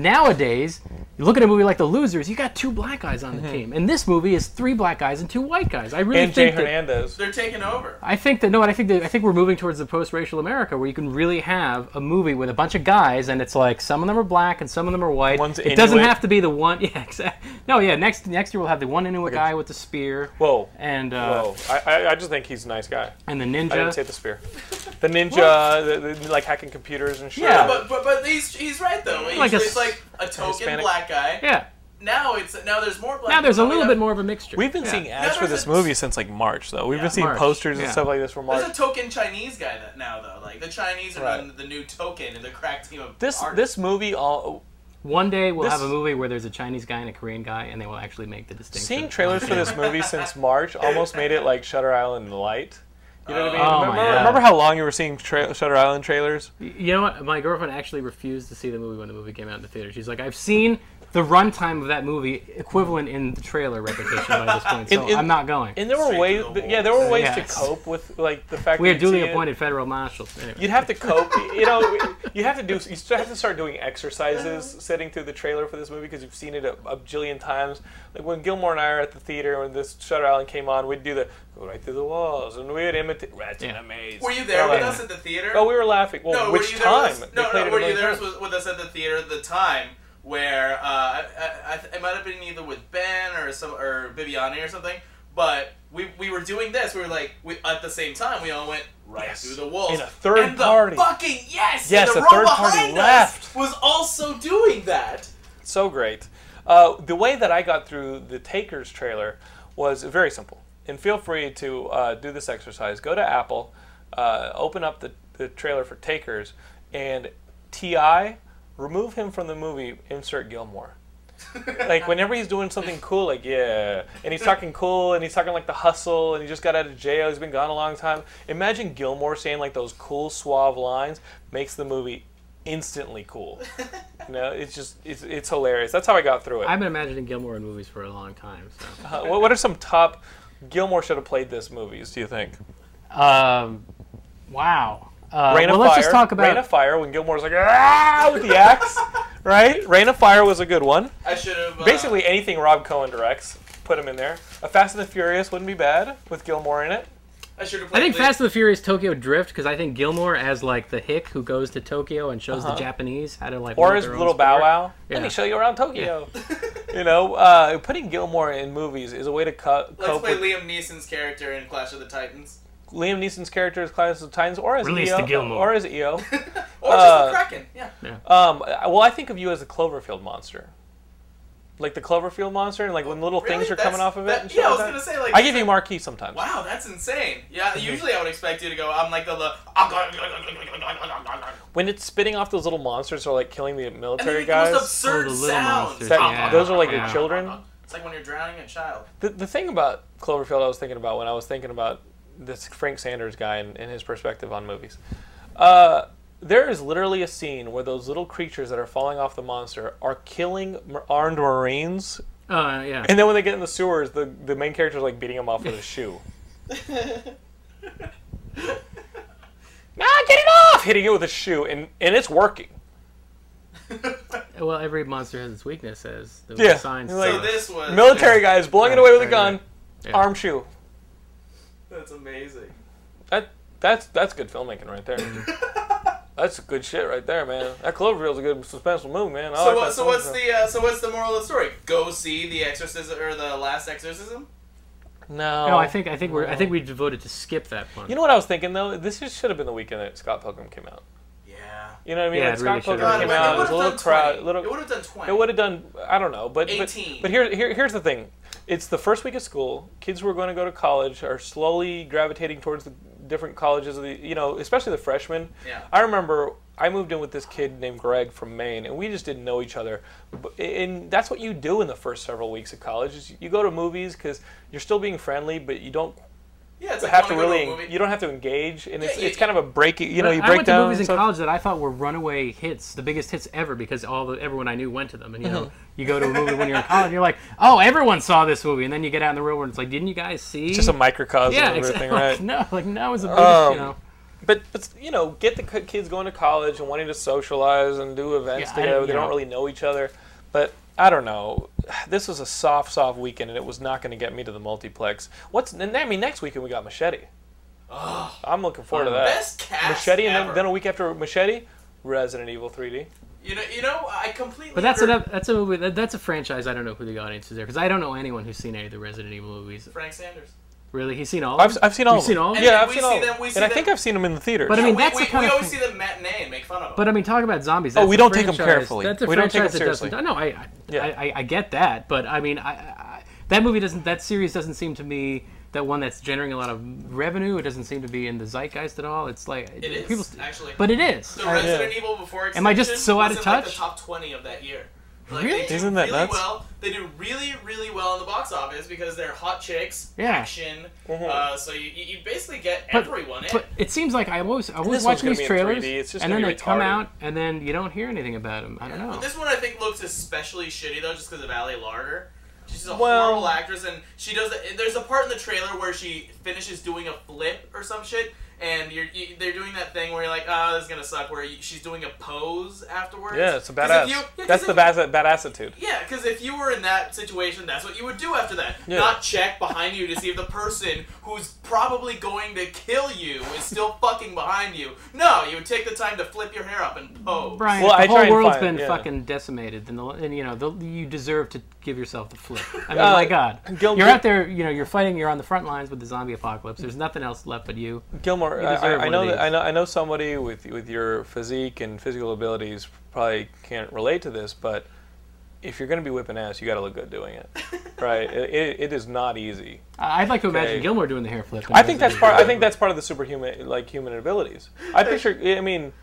Speaker 4: Nowadays, you look at a movie like The Losers, you got two black guys on the team, and this movie is three black guys and two white guys. I really
Speaker 3: Mm-hmm. and Jay
Speaker 4: think that-
Speaker 3: Hernandez.
Speaker 5: They're taking over.
Speaker 4: I think that no, I think that I think we're moving towards the post-racial America where you can really have a movie with a bunch of guys, and it's like some of them are black and some of them are white.
Speaker 3: One's
Speaker 4: it doesn't
Speaker 3: Inuit.
Speaker 4: have to be the one. Yeah, exactly. No, yeah. Next next year we'll have the one Inuit guy with the spear.
Speaker 3: Whoa.
Speaker 4: And uh,
Speaker 3: Whoa, I, I, I just think he's a nice guy.
Speaker 4: and the
Speaker 3: I didn't say
Speaker 4: ninja.
Speaker 3: the spear. The ninja, the, the, like hacking computers and shit.
Speaker 4: Yeah,
Speaker 5: But but, but he's, he's right though. Usually
Speaker 4: Like a
Speaker 5: it's like a token
Speaker 3: Hispanic-
Speaker 5: black guy.
Speaker 4: Yeah.
Speaker 5: Now it's now there's more black.
Speaker 4: Now there's a
Speaker 5: people. We
Speaker 4: little
Speaker 5: have-
Speaker 4: bit more of a mixture.
Speaker 3: Oh, We've been
Speaker 4: Yeah.
Speaker 3: seeing
Speaker 5: Now
Speaker 3: ads for
Speaker 5: there's
Speaker 3: this
Speaker 5: a-
Speaker 3: movie since like March, though. We've been seeing
Speaker 4: March,
Speaker 3: posters and
Speaker 4: yeah.
Speaker 3: stuff like this for March.
Speaker 5: There's a token Chinese guy that now though. Like the Chinese are
Speaker 3: Right.
Speaker 5: the, the new token and the crack team of
Speaker 3: this
Speaker 5: artists.
Speaker 3: this movie, all,
Speaker 4: One day we'll
Speaker 3: this-
Speaker 4: have a movie where there's a Chinese guy and a Korean guy, and they will actually make the distinction.
Speaker 3: seeing trailers for this movie since March almost made it like Shutter Island light. You know what I mean?
Speaker 4: Oh my
Speaker 3: remember,
Speaker 4: God.
Speaker 3: remember how long you were seeing tra- Shutter Island trailers?
Speaker 4: You know what? My girlfriend actually refused to see the movie when the movie came out in the theater. She's like, I've seen the runtime of that movie equivalent in the trailer replication by this point, so
Speaker 3: In- in-
Speaker 4: I'm not going.
Speaker 3: And there were
Speaker 5: Straight to
Speaker 3: ways,
Speaker 5: the
Speaker 3: th-
Speaker 5: wall.
Speaker 3: yeah, there were ways to
Speaker 4: Yes.
Speaker 3: cope with like the fact
Speaker 4: we
Speaker 3: that
Speaker 4: are
Speaker 3: you'd
Speaker 4: duly
Speaker 3: see it.
Speaker 4: appointed federal marshals. Anyway.
Speaker 3: You'd have to cope. You know, you have to do. You still have to start doing exercises sitting through the trailer for this movie because you've seen it a, a bajillion times. Like when Gilmore and I are at the theater when this Shutter Island came on, we'd do the go right through the walls and we'd imitate rats in
Speaker 4: Yeah.
Speaker 3: a maze.
Speaker 5: Were you there with
Speaker 3: Yeah.
Speaker 5: us at the theater?
Speaker 3: Oh, we were laughing. Well,
Speaker 5: No, were
Speaker 3: which
Speaker 5: you there
Speaker 3: time?
Speaker 5: With us,
Speaker 3: They
Speaker 5: no,
Speaker 3: played
Speaker 5: no,
Speaker 3: it
Speaker 5: were
Speaker 3: a
Speaker 5: you
Speaker 3: million
Speaker 5: there
Speaker 3: times.
Speaker 5: with, with us at the theater at the time where uh, I, I, I, it might have been either with Ben or some or Viviani or something, but we, we were doing this. We were like we, at the same time. We all went right
Speaker 3: Yes.
Speaker 5: through the walls.
Speaker 3: In a third
Speaker 5: and the
Speaker 3: party.
Speaker 5: fucking yes.
Speaker 3: Yes,
Speaker 5: and the
Speaker 3: a
Speaker 5: row
Speaker 3: third party
Speaker 5: behind
Speaker 3: left.
Speaker 5: us was also doing that.
Speaker 3: so great. Uh, the way that I got through the Takers trailer was very simple. And feel free to uh, do this exercise. Go to Apple, uh, open up the, the trailer for Takers, and T.I., remove him from the movie, insert Gilmore. like whenever he's doing something cool, like yeah, and he's talking cool, and he's talking like the hustle, and he just got out of jail, he's been gone a long time. Imagine Gilmore saying like those cool, suave lines makes the movie instantly cool. you know, it's just it's, it's hilarious. That's how I got through it.
Speaker 4: I've been imagining Gilmore in movies for a long time. So.
Speaker 3: Uh, what, what are some top Gilmore should have played this movies? Do you think?
Speaker 4: Um, wow. Uh,
Speaker 3: Rain
Speaker 4: well,
Speaker 3: of
Speaker 4: let's
Speaker 3: Fire.
Speaker 4: just talk about
Speaker 3: Rain of Fire when Gilmore's like ah with the axe, right? Rain of Fire was a good one.
Speaker 5: I should have uh,
Speaker 3: Basically anything Rob Cohen directs, put him in there. A Fast and the Furious wouldn't be bad with Gilmore in it.
Speaker 5: I should have.
Speaker 4: I think Fast and the Furious Tokyo Drift because I think Gilmore as like the hick who goes to Tokyo and
Speaker 3: Uh-huh.
Speaker 4: shows the Japanese how to like
Speaker 3: or
Speaker 4: work
Speaker 3: his
Speaker 4: their own
Speaker 3: little Bow
Speaker 4: sport.
Speaker 3: Wow.
Speaker 4: Yeah.
Speaker 3: Let me show you around Tokyo. you know, uh, putting Gilmore in movies is a way to co-
Speaker 5: Let's
Speaker 3: cope
Speaker 5: play
Speaker 3: with
Speaker 5: Liam Neeson's character in Clash of the Titans,
Speaker 3: Liam Neeson's character as Clash of the Titans, or as
Speaker 4: Release
Speaker 3: EO,
Speaker 4: the Gilmore.
Speaker 3: or as EO. Uh,
Speaker 5: or just the Kraken. Yeah.
Speaker 3: Um, I- well, I think of you as the Cloverfield monster, like the Cloverfield monster, and like when little
Speaker 5: Really?
Speaker 3: things are
Speaker 5: That's-
Speaker 3: coming off of it.
Speaker 5: that-
Speaker 3: and shit
Speaker 5: yeah, I was
Speaker 3: like
Speaker 5: gonna
Speaker 3: that.
Speaker 5: say like
Speaker 3: I give you marquee sometimes.
Speaker 5: Wow, that's insane. Yeah, usually I would expect you to go. I'm like the. the I'm going-
Speaker 3: When it's spitting off those little monsters, or like killing the
Speaker 5: And they
Speaker 3: military
Speaker 5: make the most
Speaker 3: guys.
Speaker 5: absurd
Speaker 4: Oh, the little
Speaker 5: sounds.
Speaker 4: monsters,
Speaker 3: That-
Speaker 4: Yeah.
Speaker 3: Those are like
Speaker 4: Yeah.
Speaker 3: the children.
Speaker 5: It's like when you're drowning a child.
Speaker 3: The, the thing about Cloverfield, I was thinking about when I was thinking about this Frank Sanders guy and, and his perspective on movies. Uh, there is literally a scene where those little creatures that are falling off the monster are killing mar- armed Marines,
Speaker 4: Uh, yeah.
Speaker 3: and then when they get in the sewers, the, the main character is like beating them off with a shoe. ah, get it off! Hitting it with a shoe, and, and it's working.
Speaker 4: Well, every monster has its weakness, as the
Speaker 3: Yeah,
Speaker 4: signs.
Speaker 3: like-
Speaker 5: So
Speaker 4: say.
Speaker 5: this was
Speaker 3: Military guys blowing it away with a gun,
Speaker 4: Yeah.
Speaker 3: arm shoe.
Speaker 5: That's amazing.
Speaker 3: That that's that's good filmmaking right there. that's good shit right there, man. That Cloverfield's a good suspenseful movie, man. I
Speaker 5: So
Speaker 3: like
Speaker 5: what?
Speaker 3: that
Speaker 5: So what's
Speaker 3: Cloverfield.
Speaker 5: the uh, so what's the moral of the story? Go see the exorcism or the last exorcism.
Speaker 3: no?
Speaker 4: No, Oh, I think I think we're I think we devoted to skip that one.
Speaker 3: You know what I was thinking though? This just should have been the weekend that Scott Pilgrim came out.
Speaker 5: Yeah.
Speaker 3: You know what I mean?
Speaker 4: Yeah,
Speaker 3: Like,
Speaker 4: it really
Speaker 3: Scott
Speaker 4: should have.
Speaker 3: Pilgrim
Speaker 4: It
Speaker 3: came out. It was a little crowd. Little,
Speaker 5: It would have done twenty.
Speaker 3: It would have done. I don't know, but but,
Speaker 5: 18.
Speaker 3: but here, here here's the thing. It's the first week of school. Kids who are going to go to college are slowly gravitating towards the different colleges of the you know, especially the freshmen.
Speaker 5: Yeah.
Speaker 3: I remember I moved in with this kid named Greg from Maine, and we just didn't know each other. But- And that's what you do in the first several weeks of college. Is you go to movies because you're still being friendly, but you don't
Speaker 5: Yeah, it's like
Speaker 3: have to
Speaker 5: wanna go
Speaker 3: really
Speaker 5: a movie.
Speaker 3: you don't have to engage, and it's,
Speaker 5: Yeah, yeah,
Speaker 3: it's kind of a break. You know, you
Speaker 4: I
Speaker 3: break
Speaker 4: went
Speaker 3: down.
Speaker 4: to movies in
Speaker 3: and stuff.
Speaker 4: college that I thought were runaway hits, the biggest hits ever, because all the everyone I knew went to them. And you
Speaker 3: Uh-huh.
Speaker 4: know, you go to a movie when you're in college, you're like, oh, everyone saw this movie, and then you get out in the real world, and it's like, didn't you guys see?
Speaker 3: It's just a microcosm
Speaker 4: yeah,
Speaker 3: of everything,
Speaker 4: exactly.
Speaker 3: right? Um,
Speaker 4: Like, no, like no, it's the biggest, you know.
Speaker 3: But, but you know, get the k- kids going to college and wanting to socialize and do events
Speaker 4: Yeah, I
Speaker 3: together.
Speaker 4: don't-
Speaker 3: They
Speaker 4: yeah.
Speaker 3: don't really know each other. But I don't know. This was a soft, soft weekend, and it was not going to get me to the multiplex. What's and I mean, next weekend we got Machete. I'm looking forward to that.
Speaker 5: Best cast
Speaker 3: Machete, and
Speaker 5: ever.
Speaker 3: then, then a week after Machete, Resident Evil 3D.
Speaker 5: You know, you know, I completely.
Speaker 4: But that's
Speaker 5: agree.
Speaker 4: a that's a movie that, that's a franchise. I don't know who the audience is there because I don't know anyone who's seen any of the Resident Evil movies.
Speaker 5: Frank Sanders.
Speaker 4: Really, he's seen all. of
Speaker 3: I've,
Speaker 4: them?
Speaker 3: I've seen all.
Speaker 4: You've
Speaker 3: of
Speaker 4: seen
Speaker 3: them.
Speaker 4: all of them?
Speaker 3: Yeah,
Speaker 5: And
Speaker 3: I've
Speaker 5: we
Speaker 3: seen
Speaker 5: see
Speaker 3: all. of
Speaker 5: them-
Speaker 3: them.
Speaker 5: we see
Speaker 3: and I
Speaker 5: them-
Speaker 3: think I've seen them in the theaters.
Speaker 4: But I mean,
Speaker 5: we,
Speaker 4: that's
Speaker 5: we,
Speaker 4: the kind
Speaker 5: we
Speaker 4: of
Speaker 5: always
Speaker 4: thing-
Speaker 5: see the matinee and make fun of them.
Speaker 4: But I mean, talk about zombies.
Speaker 3: Oh,
Speaker 4: that's
Speaker 3: we
Speaker 4: a
Speaker 3: don't take 'em
Speaker 4: franchise-
Speaker 3: carefully.
Speaker 4: That's a
Speaker 3: We don't take 'em
Speaker 4: franchise that doesn't-
Speaker 3: seriously.
Speaker 4: No, I, I,
Speaker 3: Yeah.
Speaker 4: I, I, I get that, but I mean, I, I, that movie doesn't. That series doesn't seem to me that one that's generating a lot of revenue. It doesn't seem to be in the zeitgeist at all. It's like
Speaker 5: it is
Speaker 4: people,
Speaker 5: actually.
Speaker 4: but it is.
Speaker 5: the
Speaker 4: I-
Speaker 5: Resident Evil before extinction
Speaker 4: Am I just so out of
Speaker 5: was in, like,
Speaker 4: touch?
Speaker 5: the top twenty of that year. Like,
Speaker 4: Really?
Speaker 5: They do
Speaker 3: Isn't that
Speaker 5: really
Speaker 3: nuts?
Speaker 5: well. They do really, really well in the box office because they're hot chicks,
Speaker 4: Yeah.
Speaker 5: action.
Speaker 3: Mm-hmm.
Speaker 5: Uh, so you, you you basically get
Speaker 4: But-
Speaker 5: everyone eh? in.
Speaker 4: But it seems like I always, I always
Speaker 3: this one's
Speaker 4: watch
Speaker 3: gonna
Speaker 4: these
Speaker 3: be in 3D.
Speaker 4: trailers,
Speaker 3: It's just
Speaker 4: and then
Speaker 3: gonna
Speaker 4: they
Speaker 3: be
Speaker 4: come
Speaker 3: retarded.
Speaker 4: out, and then you don't hear anything about them. I don't know.
Speaker 5: This one I think looks especially shitty though, just because of Ali Larder. She's a
Speaker 3: Well-
Speaker 5: horrible actress, and she does. The, there's a part in the trailer where she finishes doing a flip or some shit, and you're you, they're doing that thing where you're like, "Oh, this is gonna suck." Where you, she's doing a pose afterwards.
Speaker 3: yeah, it's a
Speaker 5: 'Cause
Speaker 3: badass.
Speaker 5: if you- yeah, 'cause
Speaker 3: that's
Speaker 5: if
Speaker 3: the
Speaker 5: you-
Speaker 3: badass badassitude.
Speaker 5: Yeah, because if you were in that situation, that's what you would do after that. Not check behind you to see if the person who's probably going to kill you is still fucking behind you. No, you would take the time to flip your hair up and oh, pose.
Speaker 4: Brian,
Speaker 3: Well,
Speaker 4: if
Speaker 3: I
Speaker 4: the
Speaker 3: try
Speaker 4: whole
Speaker 3: and
Speaker 4: world's
Speaker 3: find-
Speaker 4: been
Speaker 3: yeah.
Speaker 4: fucking decimated, then the, and you know the, you deserve to give yourself the flip. I mean,
Speaker 3: Uh,
Speaker 4: my God,
Speaker 3: Gil-
Speaker 4: you're out there, you know, you're fighting, you're on the front lines with the zombie apocalypse. There's nothing else left but you.
Speaker 3: Gilmore,
Speaker 4: You
Speaker 3: I,
Speaker 4: deserve
Speaker 3: I- I
Speaker 4: one
Speaker 3: know
Speaker 4: of
Speaker 3: that
Speaker 4: these.
Speaker 3: I know I know somebody with with your physique and physical abilities probably can't relate to this, but if you're going to be whipping ass, you got to look good doing it, right? it, it, it is not easy.
Speaker 4: I- I'd like to imagine
Speaker 3: Okay.
Speaker 4: Gilmore doing the hair flip.
Speaker 3: I think that's part. I think that's part of the superhuman like human abilities. I picture. I mean,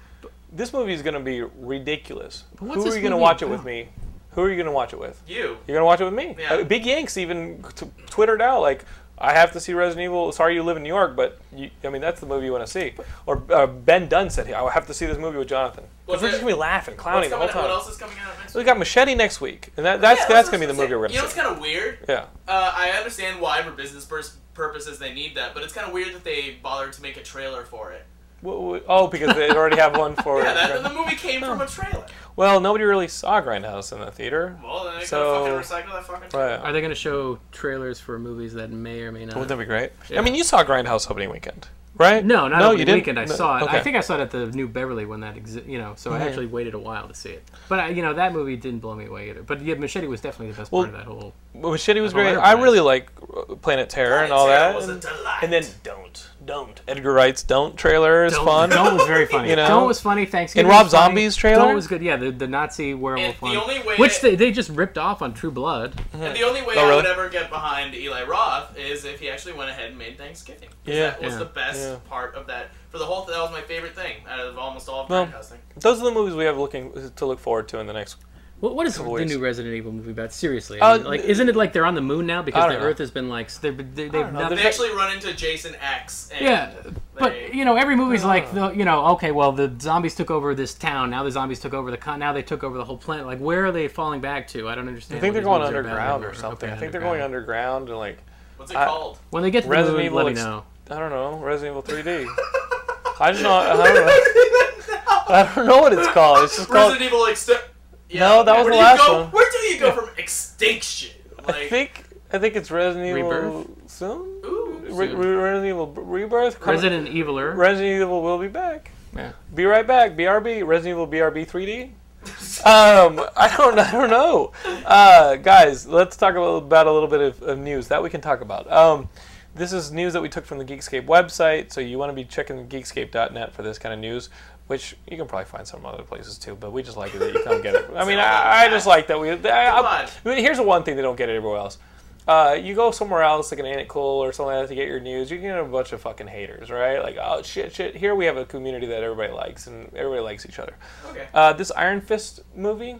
Speaker 3: this movie is going to be ridiculous.
Speaker 4: what's
Speaker 3: Who
Speaker 4: this
Speaker 3: are you going to
Speaker 4: movie
Speaker 3: watch it with
Speaker 4: about?
Speaker 3: me? Who are you going to watch it with?
Speaker 5: You.
Speaker 3: You're gonna watch it with me.
Speaker 5: Yeah.
Speaker 3: Uh, Big Yanks even t- twittered out like, "I have to see Resident Evil." Sorry, you live in New York, but you, I mean that's the movie you want to see. Or uh, Ben Dunn said, "I have to see this movie with Jonathan." 'Cause
Speaker 5: What's
Speaker 3: we're
Speaker 5: it-
Speaker 3: just gonna be laughing,
Speaker 5: What's
Speaker 3: clowning the
Speaker 5: coming
Speaker 3: whole
Speaker 5: out- what else
Speaker 3: time.
Speaker 5: is coming out next
Speaker 3: We
Speaker 5: week?
Speaker 3: got Machete next week, and that, that's
Speaker 5: Yeah,
Speaker 3: that's
Speaker 5: what
Speaker 3: gonna be
Speaker 5: I
Speaker 3: the
Speaker 5: was
Speaker 3: movie we're
Speaker 5: say. You know
Speaker 3: gonna
Speaker 5: what's
Speaker 3: see.
Speaker 5: kind of weird?
Speaker 3: Yeah.
Speaker 5: Uh, I understand why for business pers- purposes they need that, but it's kind of weird that they bothered to make a trailer for it.
Speaker 3: W- w- Oh, because they already have one for.
Speaker 5: Yeah, that, the movie came from a trailer.
Speaker 3: well, nobody really saw Grindhouse in the theater.
Speaker 5: Well, then they
Speaker 3: So-
Speaker 5: gotta fucking recycle that fucking trailer.
Speaker 3: Right.
Speaker 4: Are they going to show trailers for movies that may or may not?
Speaker 3: Wouldn't that be great? I mean, you saw Grindhouse opening weekend, right?
Speaker 4: no, not
Speaker 3: no,
Speaker 4: over
Speaker 3: you
Speaker 4: the
Speaker 3: didn't?
Speaker 4: weekend. I
Speaker 3: No,
Speaker 4: saw it. I
Speaker 3: okay.
Speaker 4: think I saw it at the New Beverly when that exi- you know. So I actually waited a while to see it. But I, you know, that movie didn't blow me away either. But yeah, Machete was definitely the best part of that whole.
Speaker 3: Well, Machete was
Speaker 4: Well,
Speaker 3: great. I
Speaker 4: everybody-
Speaker 3: really like uh, Planet Terror and all
Speaker 5: Terror
Speaker 3: that.
Speaker 5: was a
Speaker 3: and-
Speaker 5: delight.
Speaker 3: And then don't, don't. Edgar Wright's don't trailer is fun.
Speaker 4: Don't was very funny.
Speaker 3: You know?
Speaker 4: Don't was funny.
Speaker 3: In
Speaker 4: Thanksgiving.
Speaker 3: Rob
Speaker 4: was funny.
Speaker 3: Zombie's trailer?
Speaker 4: Don't was good. Yeah, the, the Nazi werewolf
Speaker 5: And the
Speaker 4: one,
Speaker 5: only way-
Speaker 4: which they, they just ripped off on True Blood.
Speaker 5: And the only way
Speaker 3: Oh,
Speaker 5: I
Speaker 3: really?
Speaker 5: would ever get behind Eli Roth is if he actually went ahead and made Thanksgiving. 'Cause
Speaker 3: Yeah.
Speaker 5: that was
Speaker 4: Yeah.
Speaker 5: the best
Speaker 3: Yeah.
Speaker 5: part of that. For the whole, that was my favorite thing out of almost all of
Speaker 3: Well,
Speaker 5: Grindhouse thing.
Speaker 3: Those are the movies we have looking to look forward to in the next.
Speaker 4: What, what is the
Speaker 3: ways.
Speaker 4: new Resident Evil movie about? Seriously,
Speaker 3: Uh,
Speaker 4: I mean, like isn't it like they're on the moon now because
Speaker 3: don't
Speaker 4: the
Speaker 3: know.
Speaker 4: Earth has been like s- they've been- they, they've
Speaker 3: know.
Speaker 4: nothing.
Speaker 5: They actually run into Jason X. And
Speaker 4: Yeah,
Speaker 5: They-
Speaker 4: but you know every movie's like the, you know okay well the zombies took over this town now the zombies took over the con now they took over the whole planet like where are they falling back to I don't understand.
Speaker 3: I think
Speaker 4: what
Speaker 3: they're
Speaker 4: these
Speaker 3: going
Speaker 4: movies are about
Speaker 3: underground
Speaker 4: anymore.
Speaker 3: or something.
Speaker 4: Okay,
Speaker 3: I think they're going underground and like
Speaker 5: What's it
Speaker 3: I-
Speaker 5: called?
Speaker 4: When they get to
Speaker 3: Resident
Speaker 4: the moon,
Speaker 3: Evil
Speaker 4: let me
Speaker 3: ex-
Speaker 4: know.
Speaker 3: I don't know Resident Evil 3D. I just know I don't know. I don't know what it's called. It's just called
Speaker 5: Resident Evil Exter- Yeah.
Speaker 3: No, that was
Speaker 5: where
Speaker 3: the
Speaker 5: do you
Speaker 3: last
Speaker 5: go-
Speaker 3: one.
Speaker 5: Where do you go from extinction? Like,
Speaker 3: I think I think it's Resident Evil
Speaker 4: Rebirth?
Speaker 3: soon.
Speaker 5: ooh,
Speaker 3: Re- Re- Resident Evil B- Rebirth. Come-
Speaker 4: Resident Eviler.
Speaker 3: Resident Evil will be back.
Speaker 4: Yeah.
Speaker 3: Be right back. BRB. Resident Evil BRB 3D. um, I don't, I don't know, uh, guys. Let's talk about, about a little bit of, of news that we can talk about. Um, this is news that we took from the Geekscape website, so you want to be checking Geekscape.net for this kind of news, which you can probably find some other places too. But we just like it that you come get it. I mean, I, I just like that we. I, I, I mean, here's the one thing they don't get it everywhere else. Uh, you go somewhere else, like an Ain't It Cool or something like that, to get your news, you get a bunch of fucking haters, right? Like, oh shit, shit. Here we have a community that everybody likes, and everybody likes each other.
Speaker 5: Okay.
Speaker 3: Uh, this Iron Fist movie,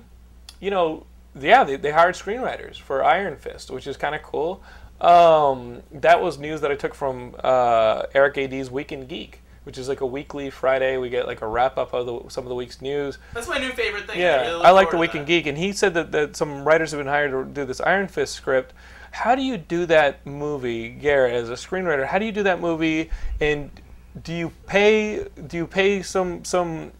Speaker 3: you know, yeah, they, they hired screenwriters for Iron Fist, which is kind of cool. Um, that was news that I took from uh, Eric Ad's Weekend Geek, which is like a weekly Friday. We get like a wrap up of the, some of the week's news.
Speaker 5: That's my new favorite thing.
Speaker 3: Yeah,
Speaker 5: really look
Speaker 3: I like the
Speaker 5: forward to
Speaker 3: Weekend
Speaker 5: that.
Speaker 3: Geek, and he said that, that some writers have been hired to do this Iron Fist script. How do you do that movie, Garrett, as a screenwriter? How do you do that movie, and do you pay do you pay some some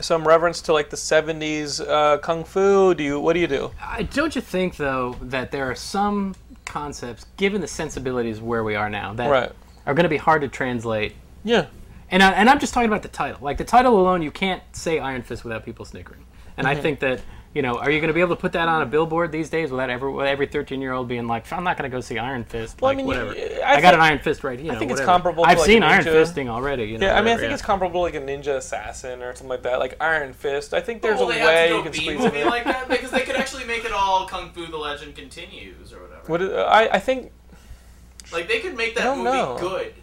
Speaker 3: some reverence to like the '70s uh, kung fu? Do you what do you do?
Speaker 4: I, don't you think though that there are some concepts, given the sensibilities where we are now, that
Speaker 3: Right.
Speaker 4: are going to be hard to translate.
Speaker 3: Yeah,
Speaker 4: And I, and I'm just talking about the title. Like the title alone, you can't say Iron Fist without people snickering. And
Speaker 3: Mm-hmm.
Speaker 4: I think that you know, are you going to be able to put that on a billboard these days without every with every 13 year old being like, I'm not going to go see Iron Fist.
Speaker 3: Well, I
Speaker 4: like
Speaker 3: mean,
Speaker 4: whatever.
Speaker 3: you-
Speaker 4: I,
Speaker 3: I
Speaker 4: got
Speaker 3: think-
Speaker 4: an Iron Fist right here.
Speaker 3: I think it's
Speaker 4: whatever.
Speaker 3: comparable to,
Speaker 4: I've
Speaker 3: like,
Speaker 4: seen
Speaker 3: a
Speaker 4: Iron
Speaker 3: Ninja-
Speaker 4: Fisting already. You know,
Speaker 3: yeah. I mean, I
Speaker 4: whatever,
Speaker 3: think it's
Speaker 4: yeah.
Speaker 3: comparable to like a ninja assassin or something like that, like Iron Fist. I think there's
Speaker 5: Well,
Speaker 3: a
Speaker 5: they have to
Speaker 3: way
Speaker 5: go
Speaker 3: you can
Speaker 5: B
Speaker 3: squeeze it
Speaker 5: movie
Speaker 3: in.
Speaker 5: like that because they could actually make it all Kung Fu: The Legend Continues or whatever.
Speaker 3: What is, I I think
Speaker 5: Like they could make that
Speaker 3: don't
Speaker 5: movie
Speaker 3: know.
Speaker 5: good.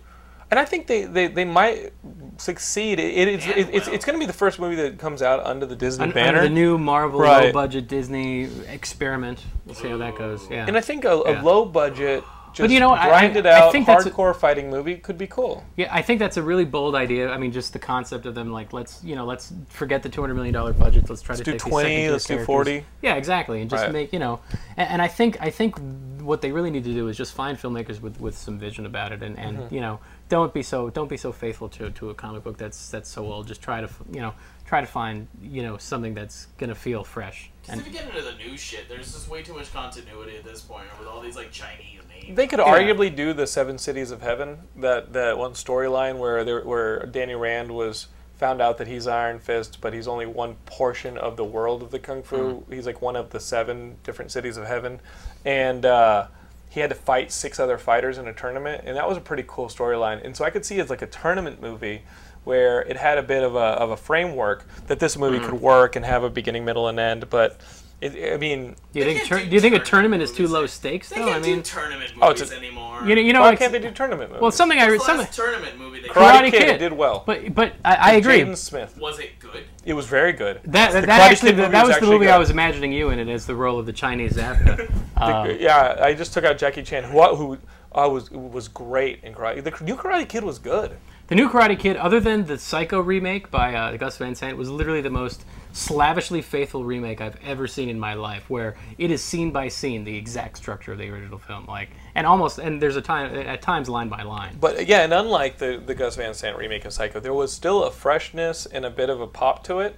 Speaker 3: and I think they, they, they might succeed. It, it, it's,
Speaker 5: And
Speaker 3: it, it's
Speaker 5: will.
Speaker 3: it's going to be the first movie that comes out under the Disney
Speaker 4: Un- under
Speaker 3: banner.
Speaker 4: the new Marvel
Speaker 3: Right.
Speaker 4: low budget Disney experiment. We'll see how that goes. Yeah.
Speaker 3: and I think a, a
Speaker 4: Yeah.
Speaker 3: low budget, just
Speaker 4: you know what? I-
Speaker 3: grinded
Speaker 4: I- I
Speaker 3: out
Speaker 4: think that's a-
Speaker 3: hardcore fighting movie could be cool.
Speaker 4: Yeah, I think that's a really bold idea. I mean, just the concept of them like let's you know let's forget the two hundred million dollar budget. Let's try to
Speaker 3: do
Speaker 4: take
Speaker 3: 20,
Speaker 4: These second-tier
Speaker 3: let's do
Speaker 4: characters.
Speaker 3: 40.
Speaker 4: Yeah, exactly, and just
Speaker 3: Right.
Speaker 4: make you know. And, and I think I think what they really need to do is just find filmmakers with, with some vision about it, and, and
Speaker 3: Mm-hmm.
Speaker 4: you know don't be so don't be so faithful to, to a comic book that's that's so old. Just try to f- you know try to find you know something that's gonna feel fresh.
Speaker 5: Because
Speaker 4: And
Speaker 5: if you get into the new shit, there's just way too much continuity at this point with all these like Chinese names.
Speaker 3: They could arguably do the Seven Cities of Heaven, that, that one storyline where there, where Danny Rand was found out that he's Iron Fist, but he's only one portion of the world of the kung fu. He's like one of the seven different cities of heaven, and uh, he had to fight six other fighters in a tournament, and that was a pretty cool storyline. And so I could see it's like a tournament movie. Where it had a bit of a, of a framework that this movie could work and have a beginning, middle, and end, but it, I mean,
Speaker 4: do you think
Speaker 5: can't
Speaker 4: tur-
Speaker 5: do
Speaker 4: do you think a
Speaker 5: tournament
Speaker 4: tournament is too
Speaker 5: movies.
Speaker 4: low stakes
Speaker 5: They
Speaker 4: though?
Speaker 5: can't
Speaker 4: I mean,
Speaker 5: do tournament
Speaker 3: Oh, it's
Speaker 5: movies
Speaker 3: a-
Speaker 5: anymore.
Speaker 4: you know you know
Speaker 3: why
Speaker 4: like-
Speaker 3: can't they do tournament movies?
Speaker 4: well something I read
Speaker 5: What's the
Speaker 4: something.
Speaker 5: last tournament movie they
Speaker 3: Karate
Speaker 5: did?
Speaker 3: Kid did well.
Speaker 4: but but I, I agree.
Speaker 3: Jaden Smith.
Speaker 5: was it good?
Speaker 3: It was very good.
Speaker 4: That,
Speaker 3: The
Speaker 4: that,
Speaker 3: Karate
Speaker 4: actually
Speaker 3: Kid
Speaker 4: that,
Speaker 3: movie
Speaker 4: was the
Speaker 3: actually
Speaker 4: movie
Speaker 3: good.
Speaker 4: I was imagining you in it as the role of the Chinese actor. Um,
Speaker 3: yeah, I just took out Jackie Chan, who who uh, was was great in Karate. The new Karate Kid was good.
Speaker 4: the new Karate Kid, other than the Psycho remake by uh, Gus Van Sant, was literally the most slavishly faithful remake I've ever seen in my life. Where it is scene by scene the exact structure of the original film, like and almost and there's a time at times line by line.
Speaker 3: But yeah, and unlike the the Gus Van Sant remake of Psycho, there was still a freshness and a bit of a pop to it.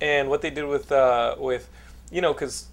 Speaker 3: And what they did with uh, with you know because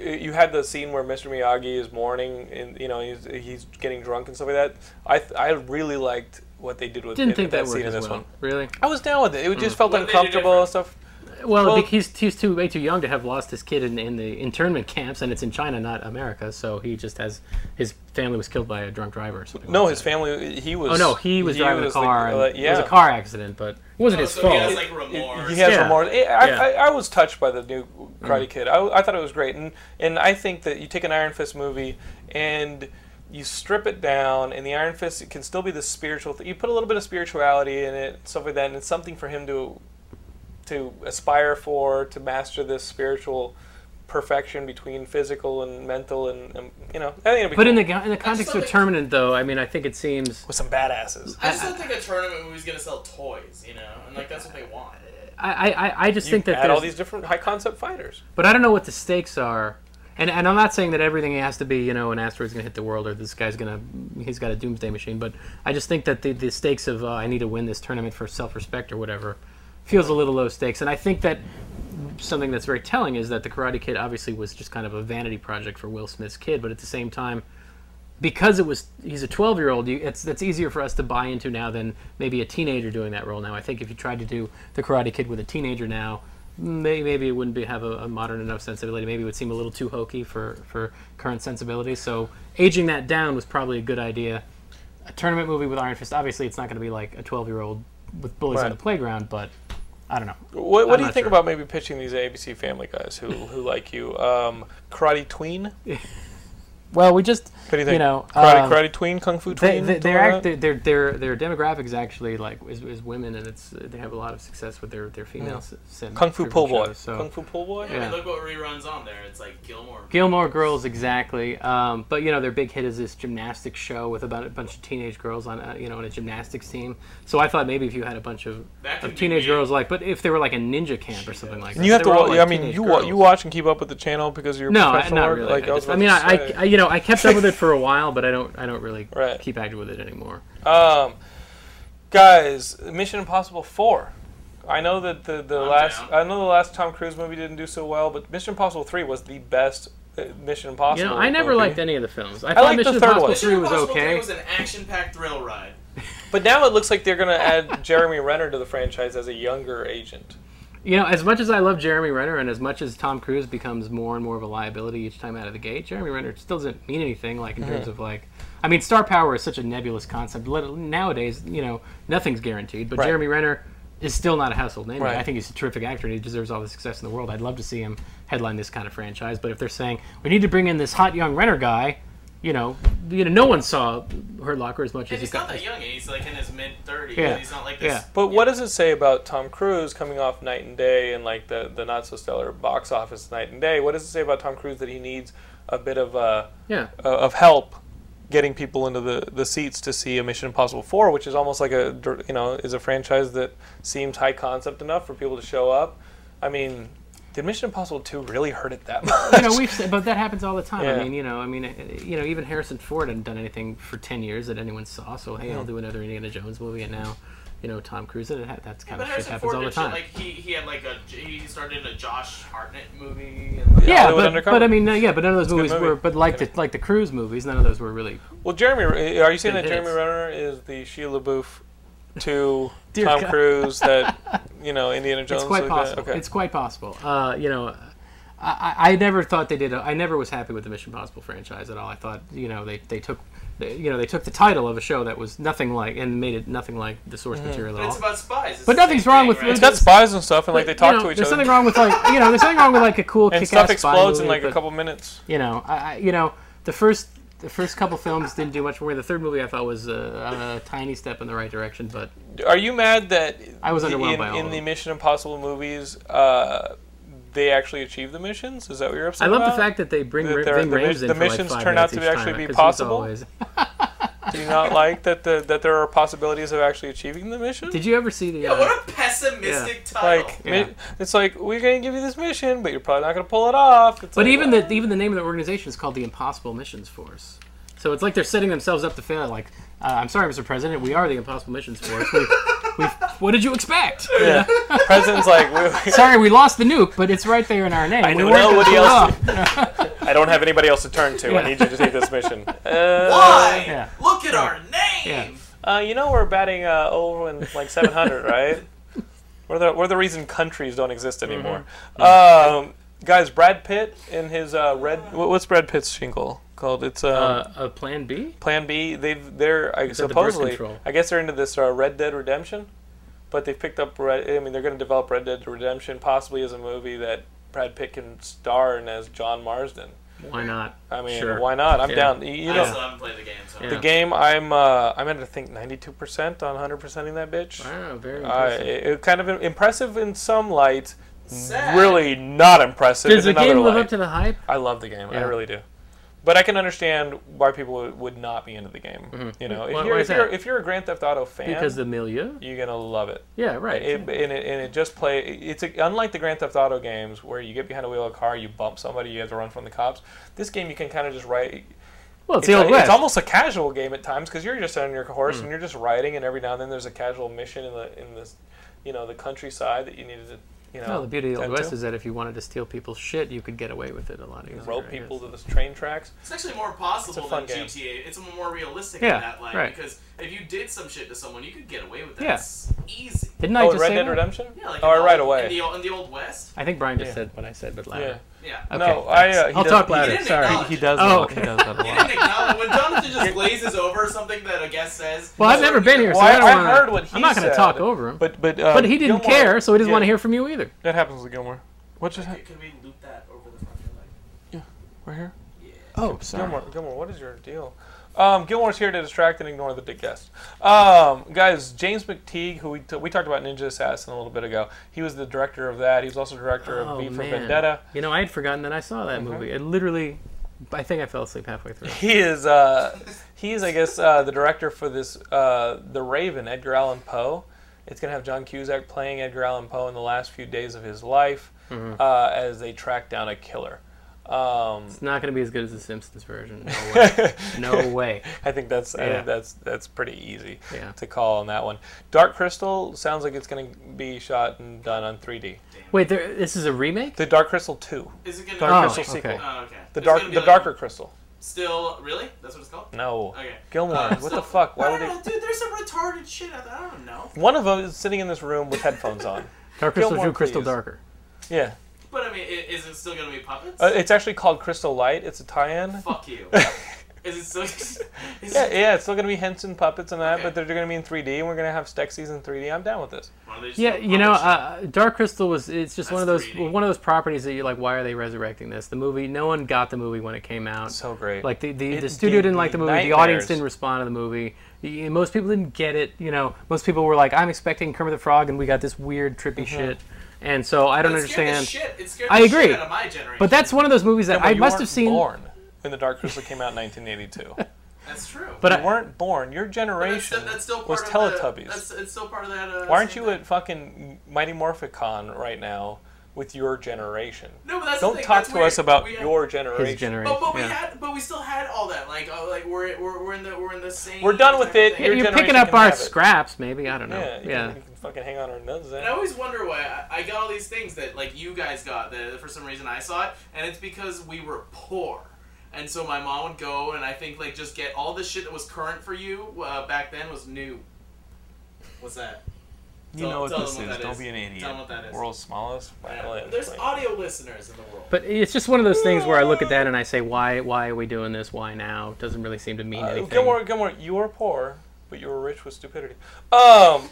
Speaker 3: you had the scene where Mr. Miyagi is mourning and you know he's, he's getting drunk and stuff like that. I th- I really liked what they did with
Speaker 4: Didn't
Speaker 3: it-
Speaker 4: think that,
Speaker 3: scene
Speaker 4: worked
Speaker 3: in
Speaker 4: as
Speaker 3: this
Speaker 4: well.
Speaker 3: one.
Speaker 4: Really?
Speaker 3: I was down with it. It just felt
Speaker 5: Hmm. What did they do
Speaker 3: uncomfortable and stuff.
Speaker 4: Well,
Speaker 3: Well-
Speaker 4: bec- he's he's too way too young to have lost his kid in, in the internment camps, and it's in China, not America. So he just has his family was killed by a drunk driver or something.
Speaker 3: No,
Speaker 4: like
Speaker 3: his
Speaker 4: that.
Speaker 3: family. He was.
Speaker 4: Oh no, he was driving
Speaker 3: was
Speaker 4: a car.
Speaker 3: uh,
Speaker 4: and
Speaker 3: yeah.
Speaker 4: It was a car accident, but it wasn't his
Speaker 5: Oh, so
Speaker 4: fault.
Speaker 5: he has like remorse.
Speaker 3: He has
Speaker 4: Yeah.
Speaker 3: remorse. I, I,
Speaker 4: Yeah. Mm-hmm.
Speaker 3: I, I was touched by the new Karate Kid. I, I thought it was great, and and I think that you take an Iron Fist movie and you strip it down, and the Iron Fist can still be the spiritual. Th- you put a little bit of spirituality in it, stuff like that, and it's something for him to to aspire for, to master this spiritual perfection between physical and mental, and, and you know, I think it'll be.
Speaker 4: but in
Speaker 3: cool.
Speaker 4: the in the context of
Speaker 5: think-
Speaker 4: Terminant, though, I mean, I think it seems.
Speaker 3: with some badasses.
Speaker 5: I just don't think a tournament movie's gonna sell toys, you know, and like that's what they want.
Speaker 4: I I, I just
Speaker 3: You
Speaker 4: think that
Speaker 3: add all
Speaker 4: there's,
Speaker 3: these different high concept fighters.
Speaker 4: but I don't know what the stakes are, and and I'm not saying that everything has to be you know an asteroid's gonna hit the world or this guy's gonna he's got a doomsday machine, but I just think that the the stakes of uh, I need to win this tournament for self respect or whatever feels a little low stakes, and I think that something that's very telling is that the Karate Kid obviously was just kind of a vanity project for Will Smith's kid, but at the same time, because it was he's a 12 year old, it's that's easier for us to buy into now than maybe a teenager doing that role. Now, I think if you tried to do the Karate Kid with a teenager now. Maybe, maybe it wouldn't be, have a, a modern enough sensibility. Maybe it would seem a little too hokey for, for current sensibilities. So aging that down was probably a good idea a tournament movie with Iron Fist. Obviously, it's not going to be like a 12 year old with bullies on
Speaker 3: Right.
Speaker 4: the playground, but I don't know.
Speaker 3: What, what
Speaker 4: I'm
Speaker 3: do you
Speaker 4: not
Speaker 3: think
Speaker 4: sure.
Speaker 3: about maybe pitching these ABC Family guys who, who like you? Um, karate tween? What
Speaker 4: Well, we just,
Speaker 3: do you
Speaker 4: you,
Speaker 3: think?
Speaker 4: know,
Speaker 3: karate,
Speaker 4: um,
Speaker 3: karate tween, kung fu
Speaker 4: They,
Speaker 3: tween.
Speaker 4: they,
Speaker 3: something
Speaker 4: their,
Speaker 3: like
Speaker 4: act,
Speaker 3: that?
Speaker 4: their, their, their, their demographics actually like is, is women, and it's they have a lot of success with their, their female s sin-
Speaker 3: Kung fu
Speaker 4: driven
Speaker 3: pull boy.
Speaker 4: shows, so.
Speaker 3: Kung fu pull boy.
Speaker 5: I mean,
Speaker 4: Yeah.
Speaker 5: look what reruns on there. It's like Gilmore.
Speaker 4: Gilmore Girls, exactly. Um, but you know, their big hit is this gymnastics show with about a bunch of teenage girls on, a, you know, on a gymnastics team. So I thought maybe if you had a bunch of,
Speaker 5: That could
Speaker 4: of
Speaker 5: be
Speaker 4: teenage
Speaker 5: me.
Speaker 4: girls, like, but if they were like a ninja camp or something like that,
Speaker 3: And you have to.
Speaker 4: They were all,
Speaker 3: Wa-
Speaker 4: like,
Speaker 3: I mean,
Speaker 4: teenage
Speaker 3: you wa-
Speaker 4: girls.
Speaker 3: you watch and keep up with the channel because you're
Speaker 4: No, I-
Speaker 3: professional.
Speaker 4: not
Speaker 3: or-
Speaker 4: really.
Speaker 3: Like,
Speaker 4: I,
Speaker 3: I, was
Speaker 4: just- I
Speaker 3: about
Speaker 4: mean,
Speaker 3: to
Speaker 4: I,
Speaker 3: say.
Speaker 4: I- I- you know I kept up with it for a while, but I don't I don't really
Speaker 3: Right.
Speaker 4: keep active with it anymore.
Speaker 3: Um, guys, Mission Impossible Four. I know that the, the
Speaker 5: I'm
Speaker 3: last
Speaker 5: down.
Speaker 3: I know the last Tom Cruise movie didn't do so well, but Mission Impossible Three was the best uh, Mission
Speaker 4: You
Speaker 3: Impossible.
Speaker 4: know, I never
Speaker 3: movie.
Speaker 4: liked any of the films. I, thought
Speaker 3: liked the
Speaker 4: Mission
Speaker 3: third
Speaker 4: Impossible
Speaker 3: one.
Speaker 4: Three was
Speaker 5: Impossible three
Speaker 4: okay.
Speaker 5: was an action-packed thrill ride.
Speaker 3: But now it looks like they're gonna add Jeremy Renner to the franchise as a younger agent.
Speaker 4: You know, as much as I love Jeremy Renner, and as much as Tom Cruise becomes more and more of a liability each time out of the gate, Jeremy Renner still doesn't mean anything. Like in
Speaker 3: Mm-hmm.
Speaker 4: terms of like, I mean, star power is such a nebulous concept. Let- Nowadays, you know, nothing's guaranteed. But
Speaker 3: Right.
Speaker 4: Jeremy Renner is still not a household name.
Speaker 3: Right.
Speaker 4: I think he's a terrific actor, and he deserves all the success in the world. I'd love to see him headline this kind of franchise. But if they're saying we need to bring in this hot young Renner guy, you know, you know, no one saw Hurt Locker as
Speaker 5: And
Speaker 4: much as he
Speaker 5: he's not
Speaker 4: got.
Speaker 5: that young. and He's like in his mid 30s.
Speaker 4: Yeah.
Speaker 5: He's not like this.
Speaker 4: Yeah.
Speaker 3: But what does it say about Tom Cruise coming off Night and Day and like the, the not so stellar box office Night and Day? What does it say about Tom Cruise that he needs a bit of uh,
Speaker 4: Yeah.
Speaker 3: uh, of help getting people into the, the seats to see a Mission Impossible Four, which is almost like a dir- you know is a franchise that seems high concept enough for people to show up. I mean, did Mission Impossible Two really hurt it that much?
Speaker 4: you know, we've said, but that happens all the time.
Speaker 3: Yeah.
Speaker 4: I mean, you know, I mean, uh, you know, even Harrison Ford hadn't done anything for ten years that anyone saw. So hey, I'll do another Indiana Jones movie, and now, you know, Tom Cruise. And it ha- that's kind
Speaker 5: But
Speaker 4: of shit
Speaker 5: Harrison
Speaker 4: happens
Speaker 5: Ford
Speaker 4: all the
Speaker 5: did shit,
Speaker 4: time.
Speaker 5: like he, he had like a he started in a Josh Hartnett movie. And like,
Speaker 4: yeah,
Speaker 3: Hollywood
Speaker 4: but,
Speaker 3: Undercover.
Speaker 4: but I mean, no, yeah, but none of those movies
Speaker 3: movie.
Speaker 4: were. But like the like the Cruise movies, none of those were really.
Speaker 3: Well, Jeremy, are you saying that
Speaker 4: Big
Speaker 3: Jeremy
Speaker 4: hits.
Speaker 3: Renner is the Sheila LaBeouf to
Speaker 4: Dear
Speaker 3: Tom
Speaker 4: God.
Speaker 3: Cruise that you know Indiana Jones?
Speaker 4: It's quite
Speaker 3: like that?
Speaker 4: possible.
Speaker 3: Okay.
Speaker 4: It's quite possible. Uh, you know, I, I I never thought they did. A, I never was happy with the Mission Impossible franchise at all. I thought you know they they took. They, you know, they took the title of a show that was nothing like, and made it nothing like the source
Speaker 3: Mm-hmm.
Speaker 4: material at
Speaker 5: But
Speaker 4: all.
Speaker 5: it's about spies. It's the
Speaker 4: But
Speaker 5: same
Speaker 4: nothing's wrong
Speaker 5: thing,
Speaker 4: with-
Speaker 5: right?
Speaker 3: it's got spies and stuff, and like they
Speaker 4: But,
Speaker 3: talk
Speaker 4: you know,
Speaker 3: to each
Speaker 4: there's
Speaker 3: other.
Speaker 4: something wrong with like you know, there's something wrong with like a cool
Speaker 3: and
Speaker 4: kick-ass
Speaker 3: stuff
Speaker 4: spy
Speaker 3: explodes in
Speaker 4: movie,
Speaker 3: like a
Speaker 4: but,
Speaker 3: couple minutes.
Speaker 4: You know, I, I you know the first the first couple films didn't do much for me. The third movie I thought was uh, a tiny step in the right direction, but
Speaker 3: Are you mad that
Speaker 4: I was
Speaker 3: in,
Speaker 4: underwhelmed by all
Speaker 3: in
Speaker 4: of
Speaker 3: the
Speaker 4: them.
Speaker 3: Mission Impossible movies? Uh, they actually achieve the missions. Is that what you're
Speaker 4: I
Speaker 3: upset
Speaker 4: love the
Speaker 3: about?
Speaker 4: fact that they bring
Speaker 3: That
Speaker 4: Ving
Speaker 3: there- the
Speaker 4: Rhames
Speaker 3: mis-
Speaker 4: in
Speaker 3: the
Speaker 4: for like
Speaker 3: missions
Speaker 4: five
Speaker 3: turn out
Speaker 4: minutes
Speaker 3: to
Speaker 4: each
Speaker 3: be-
Speaker 4: time,
Speaker 3: actually be
Speaker 4: 'cause he's
Speaker 3: possible?
Speaker 4: always-
Speaker 3: Do you not like that the that there are possibilities of actually achieving the mission?
Speaker 4: Did you ever see the?
Speaker 5: Yeah,
Speaker 4: Uh,
Speaker 5: what a pessimistic title.
Speaker 3: like
Speaker 4: Yeah.
Speaker 3: mi- it's like we're gonna give you this mission, but you're probably not gonna pull it off. It's
Speaker 4: but
Speaker 3: like,
Speaker 4: even
Speaker 3: well,
Speaker 4: the even the name of the organization is called the Impossible Missions Force. So it's like they're setting themselves up to fail. Like, uh, I'm sorry, Mr. President, we are the Impossible Missions Force. We, we, what did you expect?
Speaker 3: yeah. president's like we,
Speaker 4: Sorry, we lost the nuke, but it's right there in our name. I
Speaker 3: know nobody else- I don't have anybody else to turn to. I
Speaker 4: Yeah.
Speaker 3: need you to take this mission. Uh,
Speaker 5: Why?
Speaker 4: Yeah.
Speaker 5: Look at our name.
Speaker 3: uh, you know we're batting uh, over in like 700, right? We're the we're the reason countries don't exist anymore. Um, guys, Brad Pitt in his uh, red what- what's Brad Pitt's shingle called? It's um,
Speaker 4: Uh, a plan B?
Speaker 3: Plan B. They've they're I
Speaker 4: that the birth
Speaker 3: supposedly
Speaker 4: control?
Speaker 3: I guess they're into this uh, Red Dead Redemption, but they've picked up Red. I mean, they're going to develop Red Dead Redemption possibly as a movie that Brad Pitt can star in as John Marsden.
Speaker 4: Why not?
Speaker 3: I mean,
Speaker 4: Sure.
Speaker 3: why not? I'm
Speaker 4: Yeah.
Speaker 3: down. You you
Speaker 5: I still
Speaker 3: know,
Speaker 5: haven't played the game. So.
Speaker 3: the game. I'm uh, I'm at I think 92 percent on 100 percenting that bitch.
Speaker 4: Wow, very
Speaker 3: Uh,
Speaker 4: impressive.
Speaker 3: it, it kind of impressive in some lights.
Speaker 5: Sad.
Speaker 3: Really not impressive.
Speaker 4: Does
Speaker 3: in
Speaker 4: the game
Speaker 3: another
Speaker 4: live
Speaker 3: light.
Speaker 4: up to the hype?
Speaker 3: I love the game. I
Speaker 4: Yeah.
Speaker 3: really do. But I can understand why people would- would not be into the game. You know, if
Speaker 4: Mm-hmm. Why-
Speaker 3: you're
Speaker 4: why
Speaker 3: if
Speaker 4: is
Speaker 3: you're,
Speaker 4: that?
Speaker 3: if you're a Grand Theft Auto fan,
Speaker 4: Because the milieu?
Speaker 3: you're gonna love it.
Speaker 4: Yeah, right.
Speaker 3: It, and, it, and it just play. It's a, unlike the Grand Theft Auto games where you get behind a wheel of a car, you bump somebody, you have to run from the cops. This game you can kind of just ride.
Speaker 4: well, it's,
Speaker 3: It's,
Speaker 4: the old
Speaker 3: a-
Speaker 4: west. Mm.
Speaker 3: it's almost a casual game at times because you're just on your horse and you're just riding, and every now and then there's a casual mission in the in this, you know, the countryside that you needed to you know.
Speaker 4: No, the beauty of the Old
Speaker 3: tend
Speaker 4: West
Speaker 3: to.
Speaker 4: is that if you wanted to steal people's shit, you could get away with it a lot easier. I
Speaker 3: rope
Speaker 4: guess.
Speaker 3: people to the train tracks.
Speaker 5: It's actually more possible
Speaker 3: fun
Speaker 5: than
Speaker 3: game.
Speaker 5: GTA. It's more realistic
Speaker 4: Yeah,
Speaker 5: in that light
Speaker 4: right.
Speaker 5: because if you did some shit to someone, you could get away with that.
Speaker 4: Yeah.
Speaker 5: It's easy.
Speaker 4: Didn't I
Speaker 3: Oh,
Speaker 4: just
Speaker 3: Red
Speaker 4: say
Speaker 3: Dead
Speaker 4: that?
Speaker 3: Redemption.
Speaker 5: Yeah, like
Speaker 3: oh,
Speaker 5: in the
Speaker 3: right
Speaker 5: old-
Speaker 3: away.
Speaker 5: In the, old- in the old west.
Speaker 4: I think Brian just
Speaker 3: Yeah.
Speaker 4: said what I said, but louder.
Speaker 3: yeah.
Speaker 5: Yeah.
Speaker 4: Okay,
Speaker 3: no, I. Uh,
Speaker 4: thanks.
Speaker 3: he
Speaker 4: I'll
Speaker 3: does-
Speaker 4: talk
Speaker 3: he-
Speaker 4: louder.
Speaker 5: didn't
Speaker 4: Sorry.
Speaker 5: acknowledge
Speaker 3: He does.
Speaker 4: Oh,
Speaker 3: that.
Speaker 4: okay.
Speaker 3: He does that a
Speaker 5: You
Speaker 3: lot.
Speaker 5: didn't acknowledge when Jonathan just glazes over something that a guest says.
Speaker 4: Well, I've
Speaker 5: so
Speaker 4: never
Speaker 5: you
Speaker 4: been
Speaker 5: go,
Speaker 4: here, so
Speaker 3: Well,
Speaker 4: I don't
Speaker 3: I, I
Speaker 4: wanna,
Speaker 3: heard what he
Speaker 4: I'm not gonna
Speaker 3: said,
Speaker 4: talk over him.
Speaker 3: But but uh,
Speaker 4: but he didn't
Speaker 3: Gilmore-
Speaker 4: care, so he doesn't
Speaker 3: yeah,
Speaker 4: want to hear from you either.
Speaker 3: That happens with Gilmore. What just happened?
Speaker 5: Could we loop that over the front of your leg?
Speaker 3: We're here.
Speaker 4: Oh, sorry.
Speaker 3: Gilmore, Gilmore, what is your deal? Um, Gilmore's here to distract and ignore the dick guest. Um, guys, James McTeague, who we, t- we talked about Ninja Assassin a little bit ago, he was the director of that. He was also director
Speaker 4: Oh,
Speaker 3: of V for Vendetta. Mm-hmm.
Speaker 4: You know, I had forgotten that I saw that movie. I literally, I think I fell asleep halfway through.
Speaker 3: He is, uh, he is, I guess, uh, the director for this, uh, The Raven, Edgar Allan Poe. It's going to have John Cusack playing Edgar Allan Poe in the last few days of his life
Speaker 4: Mm-hmm.
Speaker 3: uh, as they track down a killer. Um,
Speaker 4: It's not going to be as good as the Simpsons version. No way. no way.
Speaker 3: I think that's I
Speaker 4: Yeah.
Speaker 3: think that's that's pretty easy
Speaker 4: Yeah.
Speaker 3: to call on that one. Dark Crystal sounds like it's going to be shot and done on 3D.
Speaker 4: Wait, there, this is a remake?
Speaker 3: The Dark Crystal 2,
Speaker 5: Is it gonna?
Speaker 3: Dark
Speaker 4: Oh,
Speaker 3: Crystal
Speaker 4: okay.
Speaker 3: sequel.
Speaker 5: Oh, okay.
Speaker 3: The
Speaker 5: It's
Speaker 3: dark
Speaker 5: gonna be
Speaker 3: the
Speaker 5: like-
Speaker 3: darker crystal.
Speaker 5: Still, really? That's what it's called.
Speaker 3: No.
Speaker 5: Okay.
Speaker 3: Gilmore,
Speaker 5: Uh,
Speaker 3: what
Speaker 5: still-
Speaker 3: the fuck? Why
Speaker 5: I
Speaker 3: would
Speaker 5: don't
Speaker 3: they?
Speaker 5: know, Dude, there's some retarded shit out there. I don't know.
Speaker 3: One of them is sitting in this room with headphones on.
Speaker 4: Dark Crystal
Speaker 3: Gilmore,
Speaker 4: drew Crystal
Speaker 3: please.
Speaker 4: Darker.
Speaker 3: Yeah.
Speaker 5: But I mean, i- is it still gonna be puppets?
Speaker 3: Uh, it's actually called Crystal Light. It's a tie-in.
Speaker 5: fuck you. is it still? Is
Speaker 3: Yeah,
Speaker 5: it,
Speaker 3: yeah, it's still going to be Henson puppets and that,
Speaker 5: Okay.
Speaker 3: but they're going to be in 3D, and we're going to have Stexies in 3D. I'm down with this.
Speaker 5: Why don't they just
Speaker 4: Yeah,
Speaker 5: do
Speaker 4: you know,
Speaker 5: puppet
Speaker 4: uh, Dark Crystal was it's just one of those
Speaker 5: That's 3D.
Speaker 4: one of those properties that you're like, why are they resurrecting this? The movie, no one got the movie when it came out.
Speaker 3: So great.
Speaker 4: Like the the,
Speaker 3: It
Speaker 4: the studio
Speaker 3: gave
Speaker 4: didn't like
Speaker 3: me
Speaker 4: the movie. The audience
Speaker 3: nightmares.
Speaker 4: didn't respond to the movie. The- most people didn't get it. You know, most people were like, I'm expecting Kermit the Frog, and we got this weird trippy
Speaker 3: Mm-hmm.
Speaker 4: shit. And so I don't
Speaker 5: shit? It scared the
Speaker 4: understand.
Speaker 5: shit- it scared
Speaker 4: I
Speaker 5: the
Speaker 4: agree.
Speaker 5: Shit out of my generation.
Speaker 4: But that's one of those movies that
Speaker 3: But
Speaker 4: I
Speaker 3: you
Speaker 4: must have
Speaker 3: weren't
Speaker 4: seen.
Speaker 3: born when the Dark Crystal came out in 1982.
Speaker 5: that's true.
Speaker 4: But
Speaker 3: you
Speaker 4: I,
Speaker 3: weren't born. Your
Speaker 5: that's,
Speaker 3: generation
Speaker 5: still- that's still part
Speaker 3: was
Speaker 5: of The,
Speaker 3: Teletubbies.
Speaker 5: that's it's still part of that. Uh,
Speaker 3: Why aren't
Speaker 5: same
Speaker 3: you
Speaker 5: thing.
Speaker 3: at fucking Mighty Morphicon right now with your generation?
Speaker 5: No, but that's the
Speaker 3: Don't
Speaker 5: thing,
Speaker 3: talk
Speaker 5: that's
Speaker 3: to
Speaker 5: weird.
Speaker 3: us about
Speaker 5: We had-
Speaker 3: your generation.
Speaker 4: his generation.
Speaker 5: But, but we
Speaker 4: yeah.
Speaker 5: had, but we still had all that. Like, oh, like we're, we're, we're in the we're in the same.
Speaker 3: We're done with
Speaker 5: type of
Speaker 3: it.
Speaker 5: thing.
Speaker 3: Your
Speaker 4: you're
Speaker 3: generation
Speaker 4: picking up
Speaker 3: can
Speaker 4: our
Speaker 3: have it.
Speaker 4: scraps, maybe. I don't know.
Speaker 3: Yeah,
Speaker 4: Yeah.
Speaker 3: you, Can, you can fucking hang on our nuts.
Speaker 5: And I
Speaker 3: Then.
Speaker 5: always wonder why I, I got all these things that like you guys got that for some reason I saw it, and it's because we were poor. And so my mom would go and I think like just get all the shit that was current for you uh, back then was new. What's that?
Speaker 3: You know what
Speaker 5: Tell them
Speaker 3: this
Speaker 5: what
Speaker 3: is.
Speaker 5: that
Speaker 3: Don't
Speaker 5: is.
Speaker 3: be an idiot.
Speaker 5: Tell them what that is.
Speaker 3: World's smallest violin.
Speaker 5: There's
Speaker 3: Like,
Speaker 5: audio listeners in the world.
Speaker 4: But it's just one of those things where I look at that and I say, why? Why are we doing this? Why now? Doesn't really seem to mean
Speaker 3: uh,
Speaker 4: anything.
Speaker 3: Gilmore, Gilmore, you were poor, but you were rich with stupidity. Um,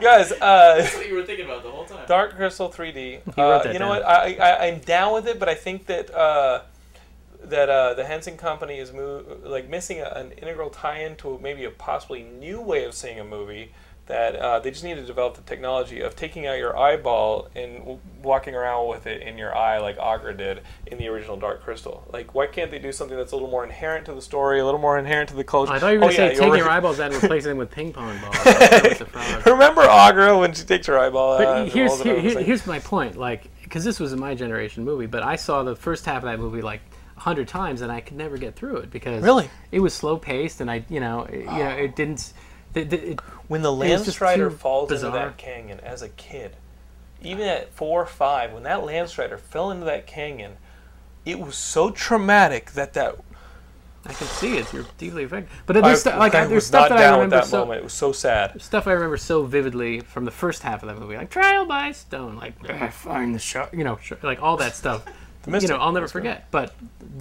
Speaker 3: guys, uh,
Speaker 5: That's what you were thinking about the whole time.
Speaker 3: Dark Crystal 3D.
Speaker 4: He wrote
Speaker 3: Uh,
Speaker 4: that
Speaker 3: you know
Speaker 4: down.
Speaker 3: what? I, I I'm down with it, but I think that uh, that uh, the Henson Company is mo- like missing a, an integral tie-in to maybe a possibly new way of seeing a movie. That uh, they just need to develop the technology of taking out your eyeball and w- walking around with it in your eye, like Agra did in the original Dark Crystal. Like, why can't they do something that's a little more inherent to the story, a little more inherent to the culture?
Speaker 4: I thought you were going
Speaker 3: Oh,
Speaker 4: to
Speaker 3: yeah,
Speaker 4: say
Speaker 3: you're
Speaker 4: taking
Speaker 3: right.
Speaker 4: your eyeballs out and replacing them with ping pong balls. That was the frog.
Speaker 3: Remember Agra when she takes her eyeball out?
Speaker 4: But
Speaker 3: and
Speaker 4: here's
Speaker 3: rolls it
Speaker 4: here,
Speaker 3: over? It's
Speaker 4: here-
Speaker 3: uh, like-
Speaker 4: here's my point, like, because this was a my generation movie, but I saw the first half of that movie like a hundred times, and I could never get through it because
Speaker 3: Really?
Speaker 4: it was slow paced, and I, you know, it, you know, it didn't. The, the, it,
Speaker 3: When the
Speaker 4: was
Speaker 3: land
Speaker 4: just
Speaker 3: strider
Speaker 4: too
Speaker 3: falls into
Speaker 4: bizarre.
Speaker 3: that canyon as a kid, even at four or five, when that land strider fell into that canyon, it was so traumatic that that
Speaker 4: I can see it. You're deeply affected. But there's stu- like I, there's
Speaker 3: was
Speaker 4: stuff
Speaker 3: not
Speaker 4: that I
Speaker 3: down with
Speaker 4: remember
Speaker 3: that
Speaker 4: so
Speaker 3: moment. It was so sad.
Speaker 4: stuff I remember so vividly from the first half of that movie, like Trial by Stone, like I find the shark, you know, sh- like all that stuff. you know,
Speaker 3: Mystic
Speaker 4: I'll never
Speaker 3: was great.
Speaker 4: forget. But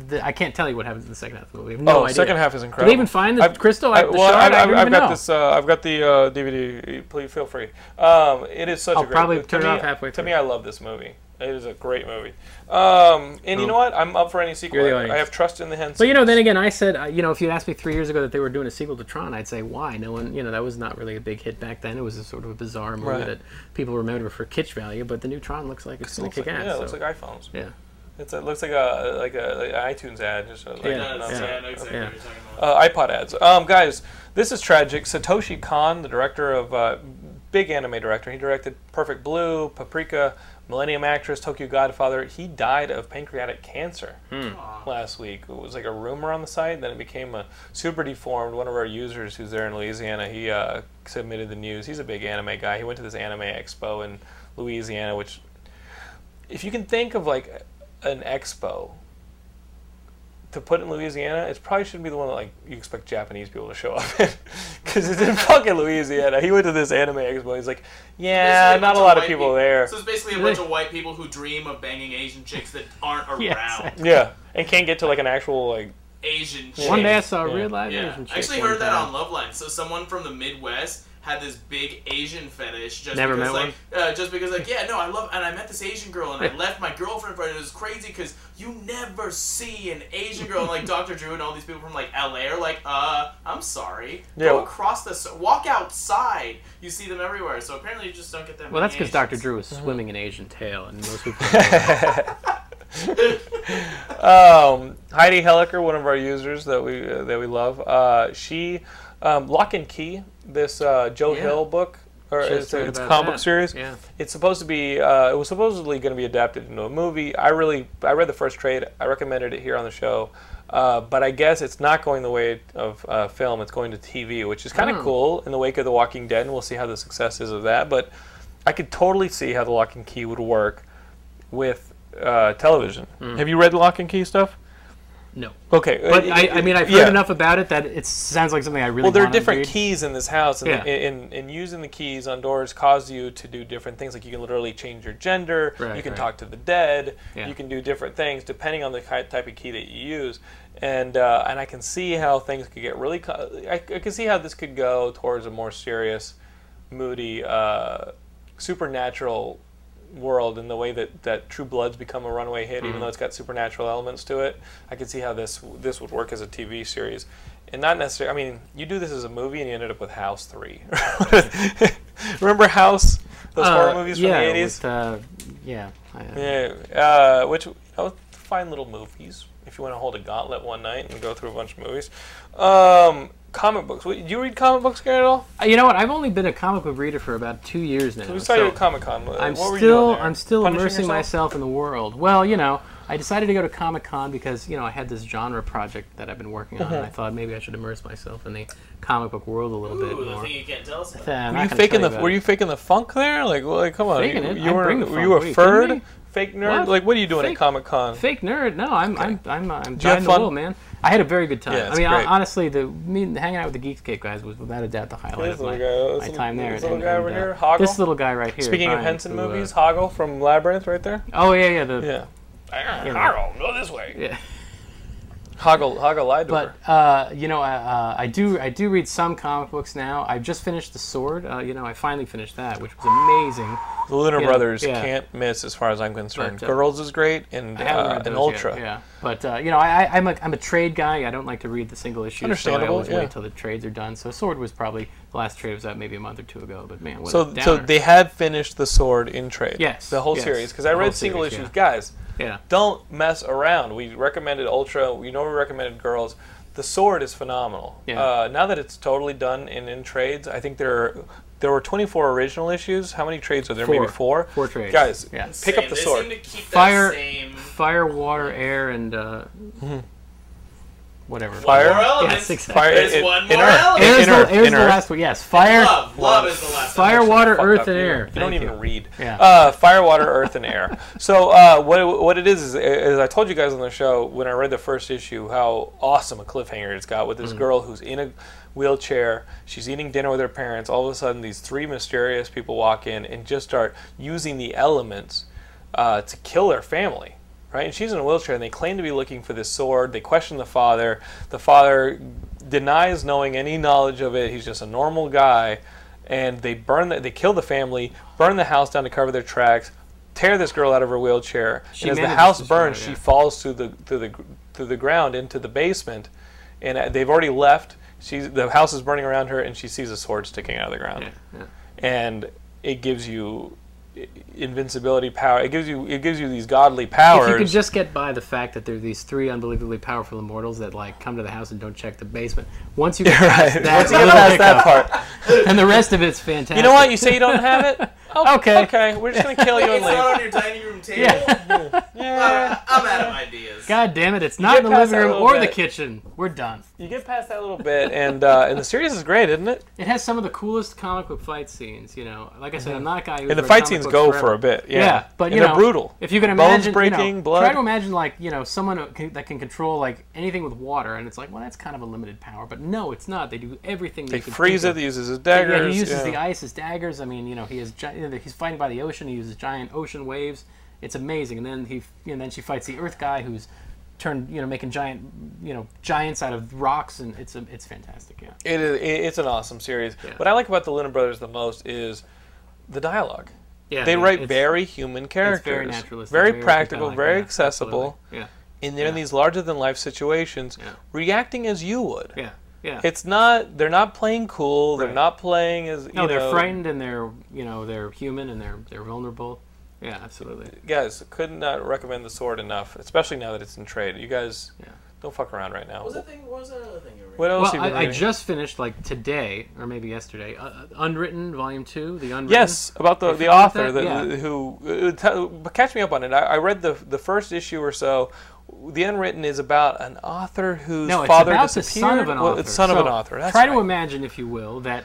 Speaker 4: the, I can't tell you what happens in the second half of the movie. I have no
Speaker 3: oh,
Speaker 4: idea.
Speaker 3: second half is incredible.
Speaker 4: Did they even find the
Speaker 3: I've-
Speaker 4: crystal?
Speaker 3: I,
Speaker 4: the
Speaker 3: well, I've,
Speaker 4: shard? I
Speaker 3: I've,
Speaker 4: don't
Speaker 3: I've
Speaker 4: even
Speaker 3: got
Speaker 4: know.
Speaker 3: this. Uh, I've got the uh, DVD. Please feel free. Um, it is such
Speaker 4: I'll
Speaker 3: a great.
Speaker 4: probably
Speaker 3: to
Speaker 4: turn it
Speaker 3: me-
Speaker 4: off halfway
Speaker 3: To
Speaker 4: through.
Speaker 3: me, I love this movie. It is a great movie. Um, and you know what? I'm up for any sequel.
Speaker 4: Oh. You're the
Speaker 3: I- I
Speaker 4: audience.
Speaker 3: have trust in the Henson.
Speaker 4: But you know, then again, I said, uh, you know, if you asked me three years ago that they were doing a sequel to Tron, I'd say why? No one, you know, that was not really a big hit back then. It was a sort of a bizarre movie
Speaker 3: Right.
Speaker 4: that people remember for kitsch value. But the new Tron looks like it's
Speaker 3: It
Speaker 4: going
Speaker 3: looks
Speaker 4: to kick
Speaker 3: like,
Speaker 4: ass.
Speaker 3: yeah, it
Speaker 4: so-
Speaker 3: looks like iPhones.
Speaker 4: yeah.
Speaker 3: It's, it looks like a like a like an iTunes ad, just uh, like
Speaker 4: Yeah.
Speaker 5: That's-
Speaker 3: no,
Speaker 5: yeah,
Speaker 3: no,
Speaker 5: I know exactly
Speaker 4: yeah.
Speaker 5: what you're talking about.
Speaker 3: uh, iPod ads. Um, guys, this is tragic. Satoshi Kon, the director of uh, big anime director, he directed Perfect Blue, Paprika, Millennium Actress, Tokyo Godfather. He died of pancreatic cancer last week. It was like a rumor on the site, then it became a super deformed. One of our users who's there in Louisiana, he uh, submitted the news. He's a big anime guy. He went to this anime expo in Louisiana, which if you can think of like an expo to put in Louisiana, it probably shouldn't be the one that like you expect Japanese people to show up at, because it's in fucking Louisiana. He went to this anime expo. He's like, yeah,
Speaker 5: Basically,
Speaker 3: not
Speaker 5: bunch
Speaker 3: a lot of
Speaker 5: white
Speaker 3: people there.
Speaker 5: So it's basically a bunch of white people who dream of banging Asian chicks that aren't around.
Speaker 4: Yes.
Speaker 3: Yeah, and can't get to like an actual like
Speaker 5: Asian chicks.
Speaker 4: One day I saw
Speaker 3: Yeah.
Speaker 4: a real live
Speaker 5: Yeah,
Speaker 4: Asian chick.
Speaker 5: I actually
Speaker 4: one
Speaker 5: heard that
Speaker 4: time.
Speaker 5: on Love Line. So someone from the Midwest had this big Asian fetish. Just
Speaker 4: Never
Speaker 5: because,
Speaker 4: met
Speaker 5: like, Uh, just because, like, yeah, no, I love, and I met this Asian girl, and I left my girlfriend, but it was crazy because you never see an Asian girl, and like Dr. Drew and all these people from like LA are like, uh, I'm sorry,
Speaker 3: Yeah.
Speaker 5: go across the, s- walk outside. You see them everywhere. So apparently, you just don't get that.
Speaker 4: Well, that's
Speaker 5: many
Speaker 4: because Dr.
Speaker 5: Asians.
Speaker 4: Drew was swimming in Asian tail, and most people. don't know.
Speaker 3: um, Heidi Helliker, one of our users that we uh, that we love, uh, she um, Lock and Key, this uh, Joe
Speaker 4: Yeah.
Speaker 3: Hill book, or
Speaker 4: Just
Speaker 3: it's,
Speaker 4: heard
Speaker 3: it's a
Speaker 4: about
Speaker 3: comic book
Speaker 4: that.
Speaker 3: series.
Speaker 4: Yeah.
Speaker 3: It's supposed to be. Uh, it was supposedly going to be adapted into a movie. I really, I read the first trade. I recommended it here on the show. Uh, but I guess it's not going the way of uh, film. It's going to TV, which is kind of
Speaker 4: Oh.
Speaker 3: cool in the wake of The Walking Dead, and we'll see how the success is of that. But I could totally see how The Lock and Key would work with uh, television.
Speaker 4: Hmm.
Speaker 3: Have you read the Lock and Key stuff?
Speaker 4: No,
Speaker 3: Okay,
Speaker 4: but
Speaker 3: uh,
Speaker 4: I, I mean, I've heard
Speaker 3: yeah.
Speaker 4: enough about it that it sounds like something I really.
Speaker 3: Well, there are
Speaker 4: wanna
Speaker 3: different
Speaker 4: read.
Speaker 3: keys in this house, and,
Speaker 4: Yeah.
Speaker 3: and, and using the keys on doors cause you to do different things. Like you can literally change your gender,
Speaker 4: Right,
Speaker 3: you can
Speaker 4: right.
Speaker 3: talk to the dead,
Speaker 4: Yeah.
Speaker 3: you can do different things depending on the ki- type of key that you use. And uh, and I can see how things could get really. Co- I, I can see how this could go towards a more serious, moody, uh, supernatural world in the way that, that True Blood's become a runaway hit,
Speaker 4: Mm-hmm.
Speaker 3: even though it's got supernatural elements to it. I could see how this this would work as a TV series, and not necessarily. I mean, you do this as a movie, and you ended up with House Three. Remember House, those
Speaker 4: Uh,
Speaker 3: horror movies from
Speaker 4: yeah,
Speaker 3: the eighties.
Speaker 4: with, uh, yeah, I-
Speaker 3: Yeah, uh, which oh, fine little movies. If you want to hold a gauntlet one night and go through a bunch of movies, um, comic books. Wait, Do you read comic books, Gary? At all?
Speaker 4: Uh, You know what? I've only been a comic book reader for about two years now.
Speaker 3: We saw you at Comic Con.
Speaker 4: I'm
Speaker 3: what Were you
Speaker 4: still
Speaker 3: doing there?
Speaker 4: I'm still
Speaker 3: Punishing
Speaker 4: immersing
Speaker 3: yourself?
Speaker 4: myself in the world. Well, you know, I decided to go to Comic Con because you know I had this genre project that I've been working on,
Speaker 3: Mm-hmm.
Speaker 4: and I thought maybe I should immerse myself in the comic book world a little bit
Speaker 5: Ooh, the
Speaker 4: more.
Speaker 5: thing you can't tell us about.
Speaker 4: Uh, I'm
Speaker 3: Were
Speaker 4: not
Speaker 3: you
Speaker 4: gonna
Speaker 3: faking
Speaker 4: tell
Speaker 3: the
Speaker 4: about
Speaker 3: Were
Speaker 4: it.
Speaker 3: you faking the funk there? Like, well, like come on,
Speaker 4: Faking it?
Speaker 3: you, you
Speaker 4: I'd
Speaker 3: were
Speaker 4: bring the
Speaker 3: were
Speaker 4: funk.
Speaker 3: you a
Speaker 4: Are you kidding
Speaker 3: furred
Speaker 4: me?
Speaker 3: fake nerd?
Speaker 4: What?
Speaker 3: Like, what are you doing at
Speaker 4: Fake-
Speaker 3: Comic Con?
Speaker 4: Fake nerd? No, I'm I'm I'm uh, I'm
Speaker 3: have
Speaker 4: trying the
Speaker 3: fun?
Speaker 4: wool, man. I had a very good time.
Speaker 3: Yeah,
Speaker 4: I
Speaker 3: it's
Speaker 4: mean, hon-
Speaker 3: great.
Speaker 4: honestly, the me hanging out with the Geekscape guys was without a doubt the highlight
Speaker 3: This
Speaker 4: of my,
Speaker 3: little guy- this
Speaker 4: my
Speaker 3: little-
Speaker 4: time there.
Speaker 3: this little
Speaker 4: And-
Speaker 3: guy
Speaker 4: and,
Speaker 3: over
Speaker 4: uh,
Speaker 3: here, Hoggle.
Speaker 4: This little guy right here.
Speaker 3: Speaking of
Speaker 4: Brian,
Speaker 3: Henson
Speaker 4: who, uh,
Speaker 3: movies, Hoggle from Labyrinth, right there.
Speaker 4: oh yeah, yeah, the
Speaker 3: Yeah,
Speaker 4: Harold,
Speaker 3: go this way.
Speaker 4: Yeah.
Speaker 3: Hoggle, Hoggle lied to her.
Speaker 4: But uh, you know, uh, uh, I do I do read some comic books now. I've just finished The Sword. Uh, you know, I finally finished that, which was amazing.
Speaker 3: The Lunar
Speaker 4: yeah,
Speaker 3: Brothers
Speaker 4: yeah.
Speaker 3: can't miss, as far as I'm concerned.
Speaker 4: But, uh,
Speaker 3: Girls is great, and
Speaker 4: I haven't read
Speaker 3: uh, and
Speaker 4: those
Speaker 3: Ultra.
Speaker 4: Yet, yeah, but uh, you know, I, I- I'm a I'm a trade guy. I don't like to read the single issues. So I
Speaker 3: Understandable,
Speaker 4: always
Speaker 3: yeah.
Speaker 4: wait till the trades are done. So Sword was probably the last trade was out maybe a month or two ago. But man, what a
Speaker 3: So, so
Speaker 4: downer.
Speaker 3: they had finished the sword in trade.
Speaker 4: Yes,
Speaker 3: the whole
Speaker 4: yes.
Speaker 3: series because I
Speaker 4: The whole
Speaker 3: read single
Speaker 4: series,
Speaker 3: issues.
Speaker 4: yeah.
Speaker 3: Guys,
Speaker 4: Yeah.
Speaker 3: don't mess around. We recommended Ultra. We know we recommended Girls. The sword is phenomenal.
Speaker 4: Yeah.
Speaker 3: Uh, now that it's totally done and in trades, I think there are, there were 24 original issues. How many trades are there? Maybe four.
Speaker 4: Four. Four trades.
Speaker 3: Guys,
Speaker 4: Yeah.
Speaker 3: pick up
Speaker 5: Same.
Speaker 3: the
Speaker 5: they
Speaker 3: sword.
Speaker 5: Seem to keep that
Speaker 4: fire,
Speaker 5: same
Speaker 4: fire, water, air, and uh, whatever.
Speaker 3: Mm-hmm. Fire.
Speaker 5: More elements.
Speaker 4: Yes, exactly.
Speaker 3: Fire-
Speaker 5: There's
Speaker 3: it-
Speaker 5: one
Speaker 3: it-
Speaker 5: more
Speaker 3: inert.
Speaker 5: element.
Speaker 4: Air is
Speaker 3: Inert,
Speaker 4: the, air is the
Speaker 3: inert.
Speaker 4: last one. Yes, fire,
Speaker 5: love. Love is the last. element.
Speaker 4: fire, water,
Speaker 3: Fucked
Speaker 4: earth,
Speaker 3: up.
Speaker 4: and
Speaker 3: You-
Speaker 4: air.
Speaker 3: You don't
Speaker 4: Thank
Speaker 3: even
Speaker 4: you.
Speaker 3: read.
Speaker 4: Yeah.
Speaker 3: Uh, fire, water, earth, and air. So uh, what it- what it is is, is I told you guys on the show when I read the first issue how awesome a cliffhanger it's got with
Speaker 4: Mm.
Speaker 3: this girl who's in a wheelchair. She's eating dinner with her parents. All of a sudden, these three mysterious people walk in and just start using the elements uh, to kill her family. Right, and she's in a wheelchair, and they claim to be looking for this sword. They question the father. The father denies knowing any knowledge of it. He's just a normal guy, and they burn the, they kill the family, burn the house down to cover their tracks, tear this girl out of her wheelchair. and as the
Speaker 4: manages
Speaker 3: house
Speaker 4: to survive,
Speaker 3: burns, she
Speaker 4: yeah.
Speaker 3: falls through the through the gr- through the ground into the basement, and uh, they've already left. She's the house is burning around her, and she sees a sword sticking out of the ground,
Speaker 4: yeah.
Speaker 3: and it gives you i- invincibility power. It gives you it gives you these godly powers.
Speaker 4: If you could just get by the fact that there are these three unbelievably powerful immortals that like come to the house and don't check the basement. Once you get past
Speaker 3: right.
Speaker 4: that,
Speaker 3: Once you get
Speaker 4: little
Speaker 3: past that
Speaker 4: hiccup,
Speaker 3: part,
Speaker 4: and the rest of it's fantastic.
Speaker 3: you know what? You say you don't have it. Oh,
Speaker 4: Okay.
Speaker 3: Okay. We're just gonna kill you and
Speaker 5: It's
Speaker 3: leave.
Speaker 5: not on your dining room table. I'm out of ideas.
Speaker 4: God damn it! It's not
Speaker 3: get
Speaker 4: in the
Speaker 3: past
Speaker 4: living
Speaker 3: that
Speaker 4: room
Speaker 3: little
Speaker 4: or the
Speaker 3: bit.
Speaker 4: kitchen. We're done.
Speaker 3: you get past that little bit, and uh, and the series is great, isn't it?
Speaker 4: It has some of the coolest comic book fight scenes. You know, like I said, I'm not a guy. Who's
Speaker 3: And the
Speaker 4: read
Speaker 3: fight
Speaker 4: comic
Speaker 3: scenes
Speaker 4: books
Speaker 3: go
Speaker 4: forever.
Speaker 3: for a bit. Yeah,
Speaker 4: Yeah, but
Speaker 3: And
Speaker 4: you
Speaker 3: they're
Speaker 4: know,
Speaker 3: brutal.
Speaker 4: If you can
Speaker 3: bones
Speaker 4: imagine,
Speaker 3: breaking,
Speaker 4: you know,
Speaker 3: blood.
Speaker 4: try to imagine like you know someone who can- that can control like anything with water, and it's like, well, that's kind of a limited power. But no, it's not. They do everything.
Speaker 3: He
Speaker 4: you can
Speaker 3: frees
Speaker 4: think
Speaker 3: it.
Speaker 4: of.
Speaker 3: He uses his
Speaker 4: Yeah,
Speaker 3: daggers.
Speaker 4: he uses
Speaker 3: yeah.
Speaker 4: the ice as daggers. I mean, you know, he has gi- you know, he's fighting by the ocean. He uses giant ocean waves. It's amazing. And then he and then she fights the Earth guy who's turned you know making giant you know giants out of rocks, and it's a, it's fantastic. Yeah.
Speaker 3: It is. it- It's an awesome series. What I like about the Lennon Brothers the most is the dialogue.
Speaker 4: Yeah.
Speaker 3: They write
Speaker 4: it's-
Speaker 3: very human characters.
Speaker 4: It's very naturalistic.
Speaker 3: very practical.
Speaker 4: compelling,
Speaker 3: very
Speaker 4: yeah,
Speaker 3: accessible.
Speaker 4: absolutely. Yeah.
Speaker 3: And they're in these larger than life situations,
Speaker 4: Yeah.
Speaker 3: reacting as you would.
Speaker 4: Yeah. Yeah.
Speaker 3: It's not. They're not playing cool. They're
Speaker 4: Right.
Speaker 3: not playing as.
Speaker 4: no,
Speaker 3: you
Speaker 4: they're
Speaker 3: know,
Speaker 4: frightened and they're you know they're human and they're they're vulnerable. Yeah, absolutely.
Speaker 3: Guys, could not recommend the sword enough, especially now that it's in trade. You guys,
Speaker 4: Yeah.
Speaker 3: don't fuck around right now.
Speaker 5: What was that thing? What was that other thing you were?
Speaker 3: What else?
Speaker 4: Well,
Speaker 3: have you been
Speaker 4: I, I
Speaker 3: reading?
Speaker 4: just finished like today or maybe yesterday, uh, uh, Unwritten Volume Two, the Unwritten.
Speaker 3: Yes, about the,
Speaker 4: You
Speaker 3: the
Speaker 4: familiar with
Speaker 3: author that,
Speaker 4: that? Yeah.
Speaker 3: who uh, tell- but catch me up on it. I, I read the the first issue or so. The unwritten is about an author whose
Speaker 4: No, it's
Speaker 3: father
Speaker 4: about the
Speaker 3: disappeared.
Speaker 4: son of an author.
Speaker 3: Well, it's son of
Speaker 4: So
Speaker 3: an author. That's
Speaker 4: try
Speaker 3: right.
Speaker 4: to imagine, if you will, that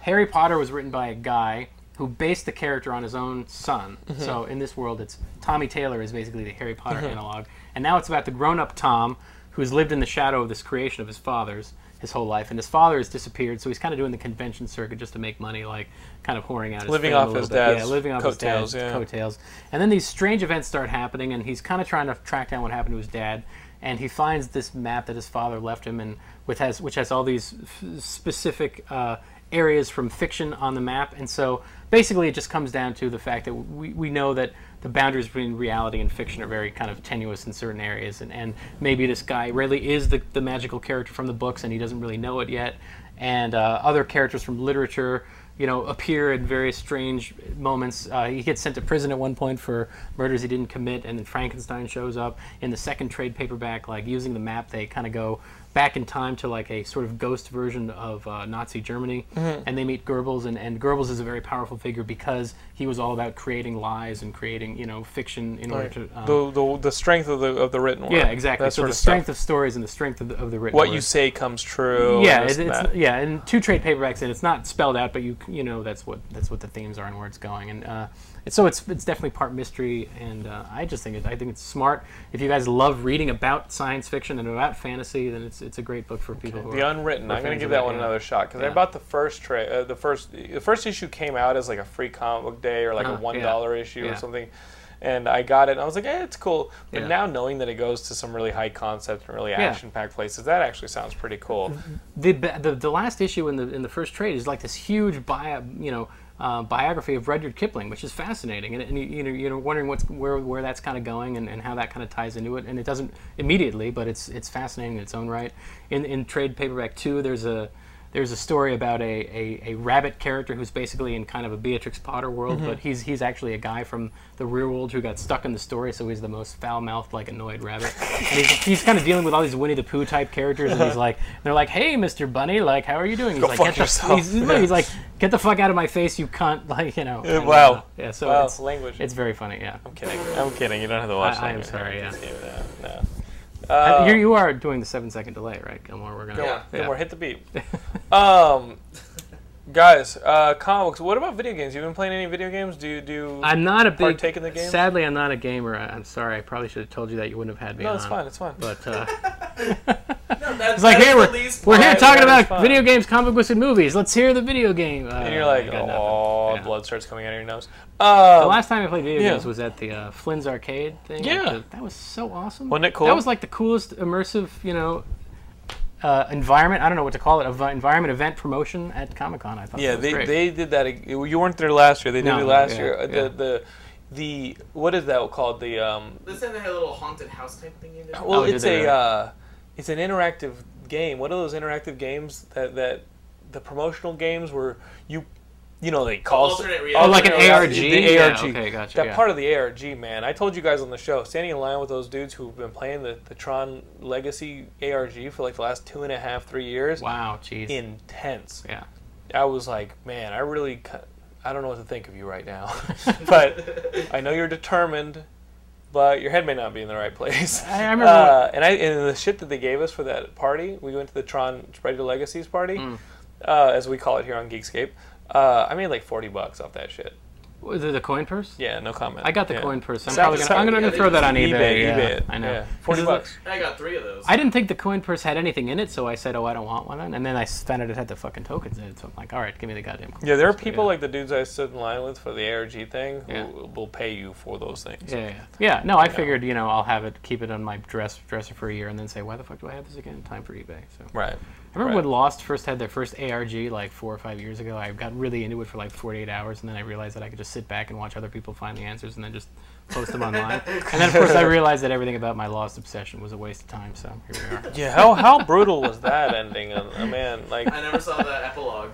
Speaker 4: Harry Potter was written by a guy who based the character on his own son.
Speaker 3: Mm-hmm.
Speaker 4: So in this world, it's Tommy Taylor is basically the Harry Potter analog, and now it's about the grown-up Tom who's lived in the shadow of this creation of his father's his whole life, and his father has disappeared. So he's kind of doing the convention circuit just to make money, like kind of whoring out his
Speaker 3: Living
Speaker 4: fame a
Speaker 3: off
Speaker 4: little
Speaker 3: his
Speaker 4: bit.
Speaker 3: dad's
Speaker 4: yeah, living off
Speaker 3: coattails,
Speaker 4: his dad's
Speaker 3: yeah.
Speaker 4: coattails. And then these strange events start happening, and he's kind of trying to track down what happened to his dad. And he finds this map that his father left him, and with has which has all these f- specific uh, areas from fiction on the map. And so basically, it just comes down to the fact that we, we know that the boundaries between reality and fiction are very kind of tenuous in certain areas, and, and maybe this guy really is the, the magical character from the books, and he doesn't really know it yet. And uh, other characters from literature you know, appear in various strange moments. Uh, he gets sent to prison at one point for murders he didn't commit, and then Frankenstein shows up in the second trade paperback. Like using the map, they kind of go back in time to like a sort of ghost version of uh, Nazi Germany,
Speaker 3: Mm-hmm.
Speaker 4: and they meet Goebbels, and, and Goebbels is a very powerful figure because he was all about creating lies and creating you know fiction in order to. Um,
Speaker 3: the, the the strength of the of the written word.
Speaker 4: yeah, exactly.
Speaker 3: That
Speaker 4: So
Speaker 3: sort
Speaker 4: the
Speaker 3: of stuff.
Speaker 4: strength of stories and the strength of the, of the written
Speaker 3: what
Speaker 4: word
Speaker 3: you say comes true.
Speaker 4: yeah,
Speaker 3: and
Speaker 4: it,
Speaker 3: this and
Speaker 4: it's
Speaker 3: that.
Speaker 4: yeah, and two trade paperbacks, and it's not spelled out, but you you know that's what that's what the themes are and where it's going, and uh, it's, so it's it's definitely part mystery, and uh, I just think it, I think it's smart. If you guys love reading about science fiction and about fantasy, then it's it's a great book for people who
Speaker 3: The
Speaker 4: are
Speaker 3: unwritten. I'm going to
Speaker 4: fans
Speaker 3: give
Speaker 4: of
Speaker 3: that
Speaker 4: it,
Speaker 3: one
Speaker 4: yeah.
Speaker 3: another shot because I
Speaker 4: Yeah.
Speaker 3: bought the first tra- uh, the first the first issue came out as like a free comic book day or like a
Speaker 4: Uh-huh,
Speaker 3: one
Speaker 4: yeah.
Speaker 3: dollar issue or
Speaker 4: Yeah.
Speaker 3: something, and I got it. and I was like, eh, it's cool. But
Speaker 4: Yeah.
Speaker 3: now knowing that it goes to some really high concept and really action packed places, that actually sounds pretty cool.
Speaker 4: the, ba- the the last issue in the in the first trade is like this huge bio, you know uh, biography of Rudyard Kipling, which is fascinating, and, and you, you know you're wondering what's where where that's kind of going and, and how that kind of ties into it, and it doesn't immediately, but it's it's fascinating in its own right. In in trade paperback two, there's a there's a story about a, a, a rabbit character who's basically in kind of a Beatrix Potter world, but
Speaker 3: Mm-hmm.
Speaker 4: he's he's actually a guy from the real world who got stuck in the story, so he's the most foul mouthed, like annoyed rabbit. and he's, he's kind of dealing with all these Winnie the Pooh type characters, and he's like, they're like, hey, Mr. Bunny, like, how are you doing? He's
Speaker 3: Go
Speaker 4: like,
Speaker 3: fuck
Speaker 4: "Get the-
Speaker 3: yourself."
Speaker 4: He's, he's like, get the fuck out of my face, you cunt! Like, you know. and,
Speaker 3: wow.
Speaker 4: uh, yeah. So
Speaker 3: Wow,
Speaker 4: it's
Speaker 3: language.
Speaker 4: It's very funny. Yeah.
Speaker 3: I'm kidding. I'm kidding. You don't have to watch that.
Speaker 4: I- I am sorry, yeah.
Speaker 3: No. Uh,
Speaker 4: you you are doing the seven second delay, right, Gilmore? We're gonna.
Speaker 3: Don't worry,
Speaker 4: yeah.
Speaker 3: don't worry, hit the beep. um, guys, uh, comics. What about video games? You been playing any video games? Do you do? You
Speaker 4: I'm not a big.
Speaker 3: Partake in the game?
Speaker 4: Sadly, I'm not a gamer. I, I'm sorry. I probably should have told you that. You wouldn't have had me.
Speaker 3: no,
Speaker 4: on.
Speaker 3: it's fine. It's fine.
Speaker 4: But uh,
Speaker 5: That's,
Speaker 4: it's like,
Speaker 5: that's
Speaker 4: hey,
Speaker 5: the
Speaker 4: we're,
Speaker 5: least
Speaker 4: we're here
Speaker 3: part
Speaker 4: talking
Speaker 3: that was
Speaker 4: about
Speaker 3: fun.
Speaker 4: video games, comic books, and movies. Let's hear the video game. Uh,
Speaker 3: and you're like,
Speaker 4: I got nothing.
Speaker 3: oh,
Speaker 4: Yeah.
Speaker 3: blood starts coming out of your nose. Um,
Speaker 4: The last time I played video
Speaker 3: Yeah.
Speaker 4: games was at the uh, Flynn's arcade thing.
Speaker 3: Yeah.
Speaker 4: Like the- that was so awesome.
Speaker 3: Wasn't it cool?
Speaker 4: That was like the coolest immersive, you know, uh, environment. I don't know what to call it. Of environment event promotion at Comic Con. I thought.
Speaker 3: Yeah,
Speaker 4: that was
Speaker 3: they,
Speaker 4: great.
Speaker 3: they did that. ag- You weren't there last year. They did
Speaker 4: No,
Speaker 3: it
Speaker 4: no,
Speaker 3: last
Speaker 4: yeah,
Speaker 3: year. Uh,
Speaker 4: yeah.
Speaker 3: The the the what is that called? The um.
Speaker 5: This thing that had a little haunted house type thing in it.
Speaker 3: Well,
Speaker 4: Oh, did
Speaker 3: it's
Speaker 4: they,
Speaker 3: a
Speaker 4: uh,
Speaker 3: uh, it's an interactive game. What are those interactive games that that the promotional games where you you know they call
Speaker 5: Alternate reality.
Speaker 4: Oh, like an
Speaker 3: alternate reality,
Speaker 4: ARG?
Speaker 3: The
Speaker 4: Yeah,
Speaker 3: ARG.
Speaker 4: okay, gotcha,
Speaker 3: That
Speaker 4: yeah.
Speaker 3: part of the ARG, man. I told you guys on the show, standing in line with those dudes who've been playing the, the Tron Legacy ARG for like the last two and a half, three years.
Speaker 4: Wow, jeez.
Speaker 3: Intense.
Speaker 4: Yeah.
Speaker 3: I was like, man, I really, c- I don't know what to think of you right now. but I know you're determined, but your head may not be in the right place.
Speaker 4: I remember
Speaker 3: Uh, and I and the shit that they gave us for that party, we went to the Tron Ready to Legacies party, uh, as we call it here on Geekscape. Uh, I made like forty bucks off that shit.
Speaker 4: Was it the coin purse?
Speaker 3: Yeah, no comment.
Speaker 4: I got the
Speaker 3: Yeah.
Speaker 4: coin purse. I'm
Speaker 3: Sal-
Speaker 4: probably gonna,
Speaker 3: Sal-
Speaker 4: I'm gonna
Speaker 5: yeah,
Speaker 4: throw that on
Speaker 3: eBay,
Speaker 4: eBay. yeah,
Speaker 3: eBay it.
Speaker 4: I know.
Speaker 3: Yeah, 40
Speaker 4: 'Cause
Speaker 3: bucks.
Speaker 5: I got three of those.
Speaker 4: I didn't think the coin purse had anything in it, so I said, "Oh, I don't want one." And then I s- found out it had the fucking tokens in it. So I'm like, "All right, give me the goddamn." Coin
Speaker 3: Yeah, there are
Speaker 4: purse."
Speaker 3: people like the dudes I stood in line with for the ARG thing
Speaker 4: Yeah.
Speaker 3: who will pay you for those things.
Speaker 4: Yeah, yeah, yeah. No, I figured you know I'll have it, keep it on my dress dresser for a year, and then say, "Why the fuck do I have this again?" Time for eBay. So
Speaker 3: Right.
Speaker 4: I remember
Speaker 3: Right.
Speaker 4: when Lost first had their first ARG like four or five years ago. I got really into it for like 48 hours, and then I realized that I could just sit back and watch other people find the answers, and then just post them online. And then of course I realized that everything about my Lost obsession was a waste of time. So here we are.
Speaker 3: Yeah, how how brutal was that ending? Uh, uh, man, like
Speaker 5: I never saw the epilogue.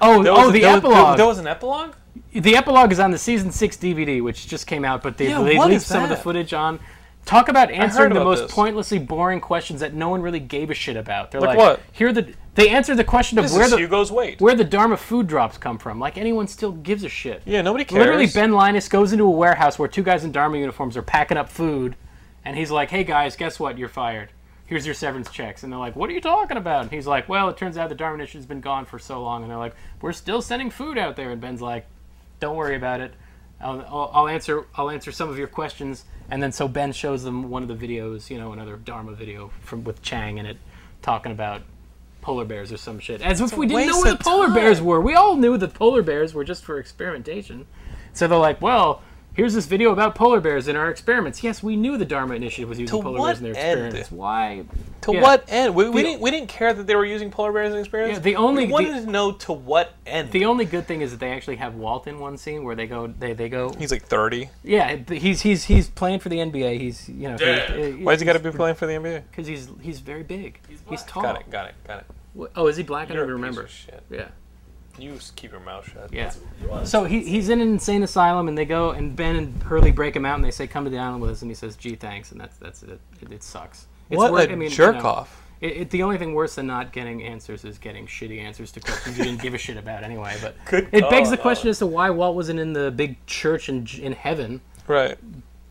Speaker 4: Oh,
Speaker 3: There was
Speaker 4: oh,
Speaker 3: a-
Speaker 4: the
Speaker 3: there was- there-
Speaker 4: epilogue.
Speaker 3: There was an epilogue.
Speaker 4: the epilogue is on the season six DVD, which just came out, but they,
Speaker 3: Yeah,
Speaker 4: they
Speaker 3: what
Speaker 4: leaked
Speaker 3: is
Speaker 4: some of the
Speaker 3: that?
Speaker 4: footage on. Talk about answering the
Speaker 3: about
Speaker 4: most
Speaker 3: this.
Speaker 4: pointlessly boring questions that no one really gave a shit about. They're
Speaker 3: Like
Speaker 4: like,
Speaker 3: what?
Speaker 4: Here are the they answered the question of
Speaker 3: This
Speaker 4: where
Speaker 3: is
Speaker 4: the
Speaker 3: Hugo's weight.
Speaker 4: where the Dharma food drops come from. Like anyone still gives a shit.
Speaker 3: Yeah, nobody cares.
Speaker 4: Literally, Ben Linus goes into a warehouse where two guys in Dharma uniforms are packing up food, and he's like, "Hey guys, guess what? You're fired. Here's your severance checks." And they're like, "What are you talking about?" And he's like, "Well, it turns out the Dharma Initiative's been gone for so long." And they're like, "We're still sending food out there." And Ben's like, "Don't worry about it. I'll, I'll, I'll answer. I'll answer some of your questions." And then so Ben shows them one of the videos, you know, another Dharma video from with Chang in it, talking about polar bears or some shit. As if we didn't know
Speaker 3: waste
Speaker 4: where the
Speaker 3: of
Speaker 4: polar
Speaker 3: time.
Speaker 4: bears were. We all knew that polar bears were just for experimentation. So they're like, well, here's this video about polar bears in our experiments. Yes, we knew the Dharma Initiative was using
Speaker 3: To
Speaker 4: polar
Speaker 3: what
Speaker 4: bears in their
Speaker 3: end?
Speaker 4: experiments. Why?
Speaker 3: To
Speaker 4: Yeah.
Speaker 3: what end? We, we
Speaker 4: The-
Speaker 3: didn't we didn't care that they were using polar bears in experience.
Speaker 4: Yeah, the only-
Speaker 3: we wanted
Speaker 4: the-
Speaker 3: to know to what end.
Speaker 4: The only good thing is that they actually have Walt in one scene where they go, they, they go,
Speaker 3: He's like thirty.
Speaker 4: yeah, he's he's he's playing for the NBA. He's you know,
Speaker 5: Dad.
Speaker 3: Why's he got to be playing for the NBA?
Speaker 4: Because he's he's very big. He's,
Speaker 5: black.
Speaker 4: tall.
Speaker 3: Got it. Got it. Got it.
Speaker 4: Oh, is he black? I
Speaker 3: You're
Speaker 4: don't
Speaker 3: a piece
Speaker 4: remember.
Speaker 3: of shit.
Speaker 4: Yeah.
Speaker 3: You s- keep your mouth shut.
Speaker 4: Yeah. So he, he's in an insane asylum, and they go and Ben and Hurley break him out, and they say, "Come to the island with us," and he says, "Gee, thanks," and that's that's it. It, it sucks. It's
Speaker 3: What
Speaker 4: wor-
Speaker 3: a jerk off.
Speaker 4: It, it, the only thing worse than not getting answers is getting shitty answers to questions you didn't give a shit about anyway. But
Speaker 3: Good
Speaker 4: it
Speaker 3: call,
Speaker 4: begs the
Speaker 3: Alan.
Speaker 4: question as to why Walt wasn't in the big church in in heaven.
Speaker 3: Right.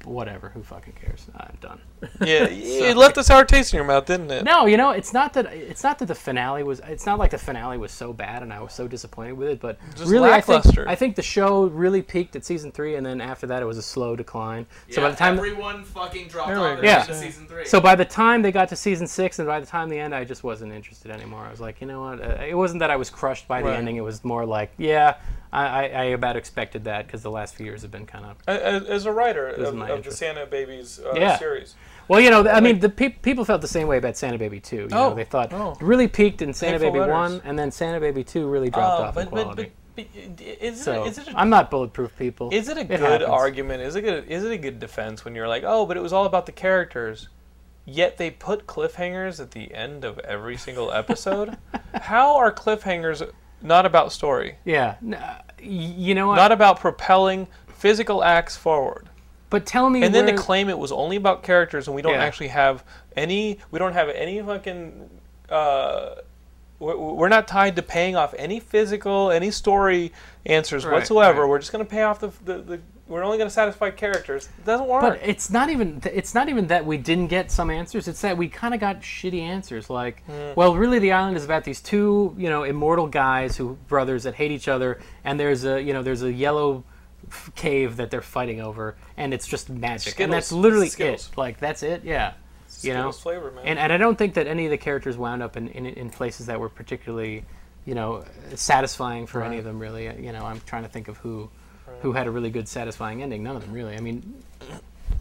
Speaker 4: Whatever. Who fucking cares? I'm done.
Speaker 3: Yeah. it left a sour taste in your mouth, didn't it?
Speaker 4: No, you know, it's not that it's not that the finale was it's not like the finale was so bad and I was so disappointed with it, but
Speaker 3: Just
Speaker 4: really I think,
Speaker 3: lackluster.
Speaker 4: I think the show really peaked at season 3 and then after that it was a slow decline. so by the time
Speaker 5: everyone fucking dropped
Speaker 3: There we
Speaker 5: off
Speaker 3: go.
Speaker 5: at
Speaker 4: Yeah.
Speaker 5: the end of season three.
Speaker 4: so by the time they got to season 6 and by the time the end I just wasn't interested anymore. I was like, you know what? Uh, it wasn't that I was crushed by the
Speaker 3: Right.
Speaker 4: ending, it was more like, yeah, I, I, I about expected that cuz the last few years have been kind of
Speaker 3: As, as a writer
Speaker 4: Losing
Speaker 3: of,
Speaker 4: my
Speaker 3: of the
Speaker 4: interest.
Speaker 3: Santa Babies uh,
Speaker 4: Yeah.
Speaker 3: series,
Speaker 4: Well, you know, th- I mean, the peop people felt the same way about Santa Baby 2. You know,
Speaker 3: Oh,
Speaker 4: they thought
Speaker 3: oh.
Speaker 4: it really peaked in Santa
Speaker 3: Hateful
Speaker 4: Baby
Speaker 3: Letters. Oh,
Speaker 4: 1 and then Santa Baby 2 really dropped
Speaker 3: Uh,
Speaker 4: off in quality.
Speaker 3: is
Speaker 4: So
Speaker 3: it, is it a,
Speaker 4: I'm not bulletproof, people.
Speaker 3: is it a good
Speaker 4: happens.
Speaker 3: argument? Is it good, is it a good defense when you're like, oh, but it was all about the characters, yet they put cliffhangers at the end of every single episode? How are cliffhangers not about story?
Speaker 4: Yeah. N- uh, y- You know what?
Speaker 3: Not about propelling physical acts forward?
Speaker 4: but tell me
Speaker 3: And then
Speaker 4: where,
Speaker 3: to claim it was only about characters, and we don't
Speaker 4: Yeah.
Speaker 3: actually have any. We don't have any fucking. Uh, we're, we're not tied to paying off any physical, any story answers
Speaker 4: Right,
Speaker 3: whatsoever.
Speaker 4: right.
Speaker 3: We're just gonna pay off the, the, the We're only gonna satisfy characters. It doesn't work.
Speaker 4: But it's not even th- it's not even that we didn't get some answers. It's that we kind of got shitty answers. Like,
Speaker 3: Mm.
Speaker 4: well, really, the island is about these two you know immortal guys who brothers that hate each other, and there's a you know there's a yellow f- cave that they're fighting over, and it's just magic, and that's
Speaker 3: Skittles.
Speaker 4: literally
Speaker 3: Skittles.
Speaker 4: it. Like that's it. Yeah. You know,
Speaker 3: Skittles flavor, man.
Speaker 4: And, and I don't think that any of the characters wound up in, in, in places that were particularly, you know, satisfying for any of them. Really, Uh, you know, I'm trying to think of who, who had a really good satisfying ending. None of them really. I mean,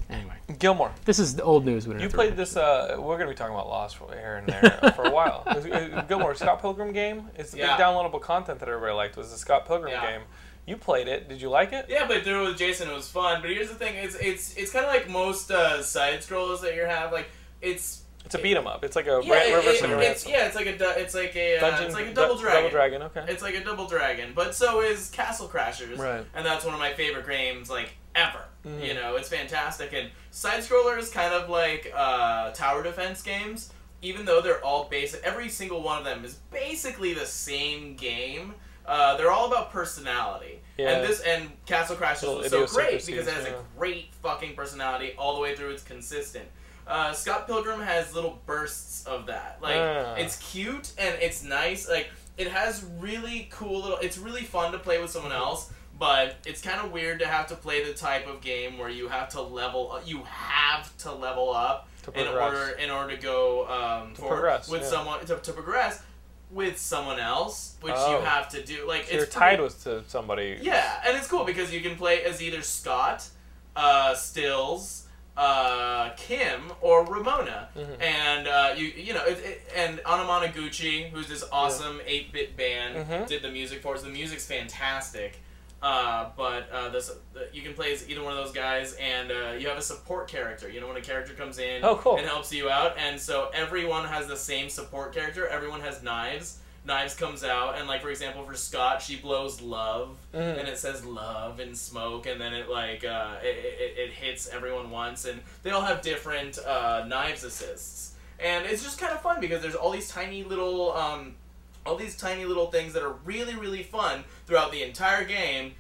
Speaker 4: anyway,
Speaker 3: Gilmore,
Speaker 4: this is the old news. We don't
Speaker 3: you
Speaker 4: have to
Speaker 3: played
Speaker 4: repeat.
Speaker 3: this. Uh, we're gonna be talking about Lost for- here and there for a while. Uh, Gilmore, Scott Pilgrim game. It's the
Speaker 5: Yeah.
Speaker 3: big downloadable content that everybody liked. Was the Scott Pilgrim
Speaker 5: Yeah.
Speaker 3: game? You played it. Did you like it?
Speaker 5: Yeah, but through with Jason, it was fun. But here's the thing: it's it's it's kind of like most uh, side scrollers that you have. Like it's
Speaker 3: It's a beat 'em up. It's like a
Speaker 5: yeah,
Speaker 3: Ra-
Speaker 5: it-
Speaker 3: Reverse
Speaker 5: it-
Speaker 3: and
Speaker 5: it's
Speaker 3: Ransom.
Speaker 5: yeah, it's like a du- it's like a uh,
Speaker 3: Dungeon-
Speaker 5: it's like a
Speaker 3: du-
Speaker 5: double dragon.
Speaker 3: Double Dragon. Okay.
Speaker 5: It's like a double dragon, but so is Castle Crashers,
Speaker 3: Right. Mm-hmm.
Speaker 5: and that's one of my favorite games like ever. You know, it's fantastic. And side scrollers, kind of like uh, tower defense games, even though they're all basic, every single one of them is basically the same game. Uh, they're all about personality.
Speaker 3: Yeah.
Speaker 5: And this and Castle Crashers
Speaker 3: Little
Speaker 5: was so great
Speaker 3: idiosyncrasies,
Speaker 5: because it has
Speaker 3: yeah.
Speaker 5: a great fucking personality all the way through. It's consistent. Uh, Scott Pilgrim has little bursts of that. Like
Speaker 3: Ah.
Speaker 5: it's cute and it's nice. Like it has really cool little. It's really fun to play with someone else. But it's kind of weird to have to play the type of game where you have to level. up- You have to level up
Speaker 3: To
Speaker 5: in
Speaker 3: progress.
Speaker 5: order in order to go um, forward
Speaker 3: progress,
Speaker 5: with
Speaker 3: yeah.
Speaker 5: someone to, to progress with someone else, which
Speaker 3: Oh.
Speaker 5: you have to do. Like
Speaker 3: You're
Speaker 5: it's
Speaker 3: tied
Speaker 5: pretty-
Speaker 3: with to somebody.
Speaker 5: yeah, and it's cool because you can play as either Scott, uh, Stills, uh, Kim, or Ramona, and uh, you you know it, it, and Anamanaguchi, who's this awesome eight bit band, did the music for us. The music's fantastic. Uh, but uh, this, you can play as either one of those guys, and uh, you have a support character. You know, when a character comes in
Speaker 3: Oh, cool.
Speaker 5: and helps you out, and so everyone has the same support character. Everyone has knives. Knives comes out, and like for example, for Scott, she blows love,
Speaker 3: Mm-hmm.
Speaker 5: and it says love and smoke, and then it like uh, it, it, it hits everyone once, and they all have different uh, knives assists, and it's just kind of fun because there's all these tiny little. Um, all these tiny little things that are really really fun throughout the entire game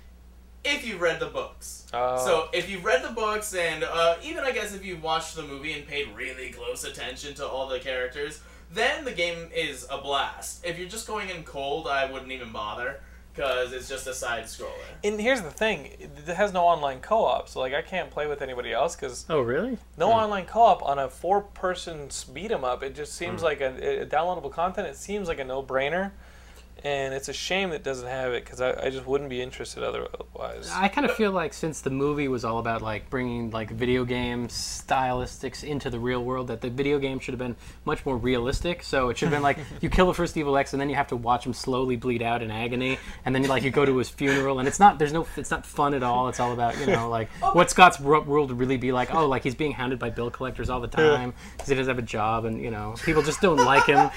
Speaker 5: if you've read the books
Speaker 3: Oh.
Speaker 5: so if you've read the books and uh, even i guess if you've watched the movie and paid really close attention to all the characters then the game is a blast if you're just going in cold i wouldn't even bother because it's just a side scroller
Speaker 3: And here's the thing: it has no online co-op, so like I can't play with anybody else because
Speaker 4: Oh, really?
Speaker 3: no online co-op on a four-person beat 'em up. It just seems like a, a downloadable content. It seems like a no-brainer, and it's a shame that it doesn't have it because I, I just wouldn't be interested otherwise.
Speaker 4: I kind of feel like since the movie was all about like bringing like video game stylistics into the real world, that the video game should have been much more realistic. So it should have been like you kill the first evil X, and then you have to watch him slowly bleed out in agony, and then like you go to his funeral, and it's not there's no it's not fun at all. It's all about you know like what Scott's ru- world would really be like. Oh, like he's being hounded by bill collectors all the time because he doesn't have a job, and you know people just don't like him.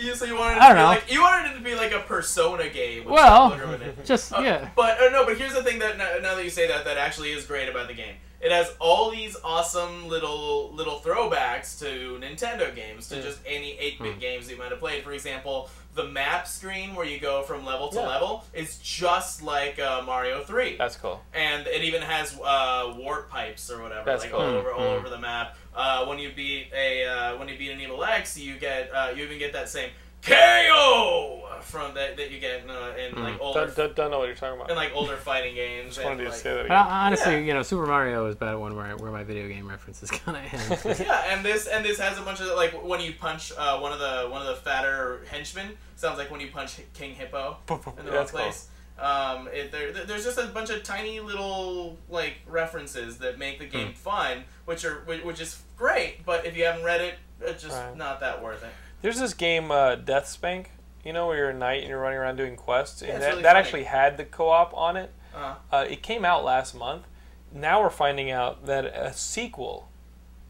Speaker 5: you, so you wanted it to
Speaker 4: I don't
Speaker 5: be
Speaker 4: know.
Speaker 5: like you wanted it to be like a persona game with
Speaker 4: Well,
Speaker 5: Scott Pilgrim in it.
Speaker 4: Just yeah.
Speaker 5: But uh, no, but here's the thing that now, now that you say that, that actually is great about the game. It has all these awesome little little throwbacks to Nintendo games, to just any
Speaker 3: Hmm.
Speaker 5: 8-bit games that you might have played. For example, the map screen where you go from level to
Speaker 3: Yeah.
Speaker 5: level is just like uh, Mario Three
Speaker 3: That's cool.
Speaker 5: and it even has uh, warp pipes or whatever,
Speaker 3: That's
Speaker 5: like
Speaker 3: cool. Hmm.
Speaker 5: all over all over the map. Uh, when you beat a uh, when you beat an evil X, you get uh, you even get that same KO from that that you get in, uh, in
Speaker 3: Hmm.
Speaker 5: like older
Speaker 3: Don't, don't, don't know what you're talking about.
Speaker 5: in like older fighting games.
Speaker 3: I
Speaker 5: and,
Speaker 3: wanted you to
Speaker 5: like-
Speaker 3: say that
Speaker 4: But
Speaker 3: again.
Speaker 4: I- honestly,
Speaker 5: Yeah.
Speaker 4: you know, Super Mario is about one where, I- where my video game reference is gonna end.
Speaker 5: yeah, and this and this has a bunch of like when you punch uh, one of the one of the fatter henchmen sounds like when you punch King Hippo in the wrong
Speaker 3: That's cool.
Speaker 5: place. Um, it, there, there- there's just a bunch of tiny little like references that make the
Speaker 3: Hmm.
Speaker 5: game fun, which are which, which is great. But if you haven't read it, it's just
Speaker 3: Right.
Speaker 5: not that worth it.
Speaker 3: There's this game, uh, Death Spank. You know, where you're a knight and you're running around doing quests, and
Speaker 5: it's
Speaker 3: that,
Speaker 5: really
Speaker 3: that
Speaker 5: funny.
Speaker 3: actually had the co-op on it.
Speaker 5: Uh,
Speaker 3: Uh, it came out last month. Now we're finding out that a sequel,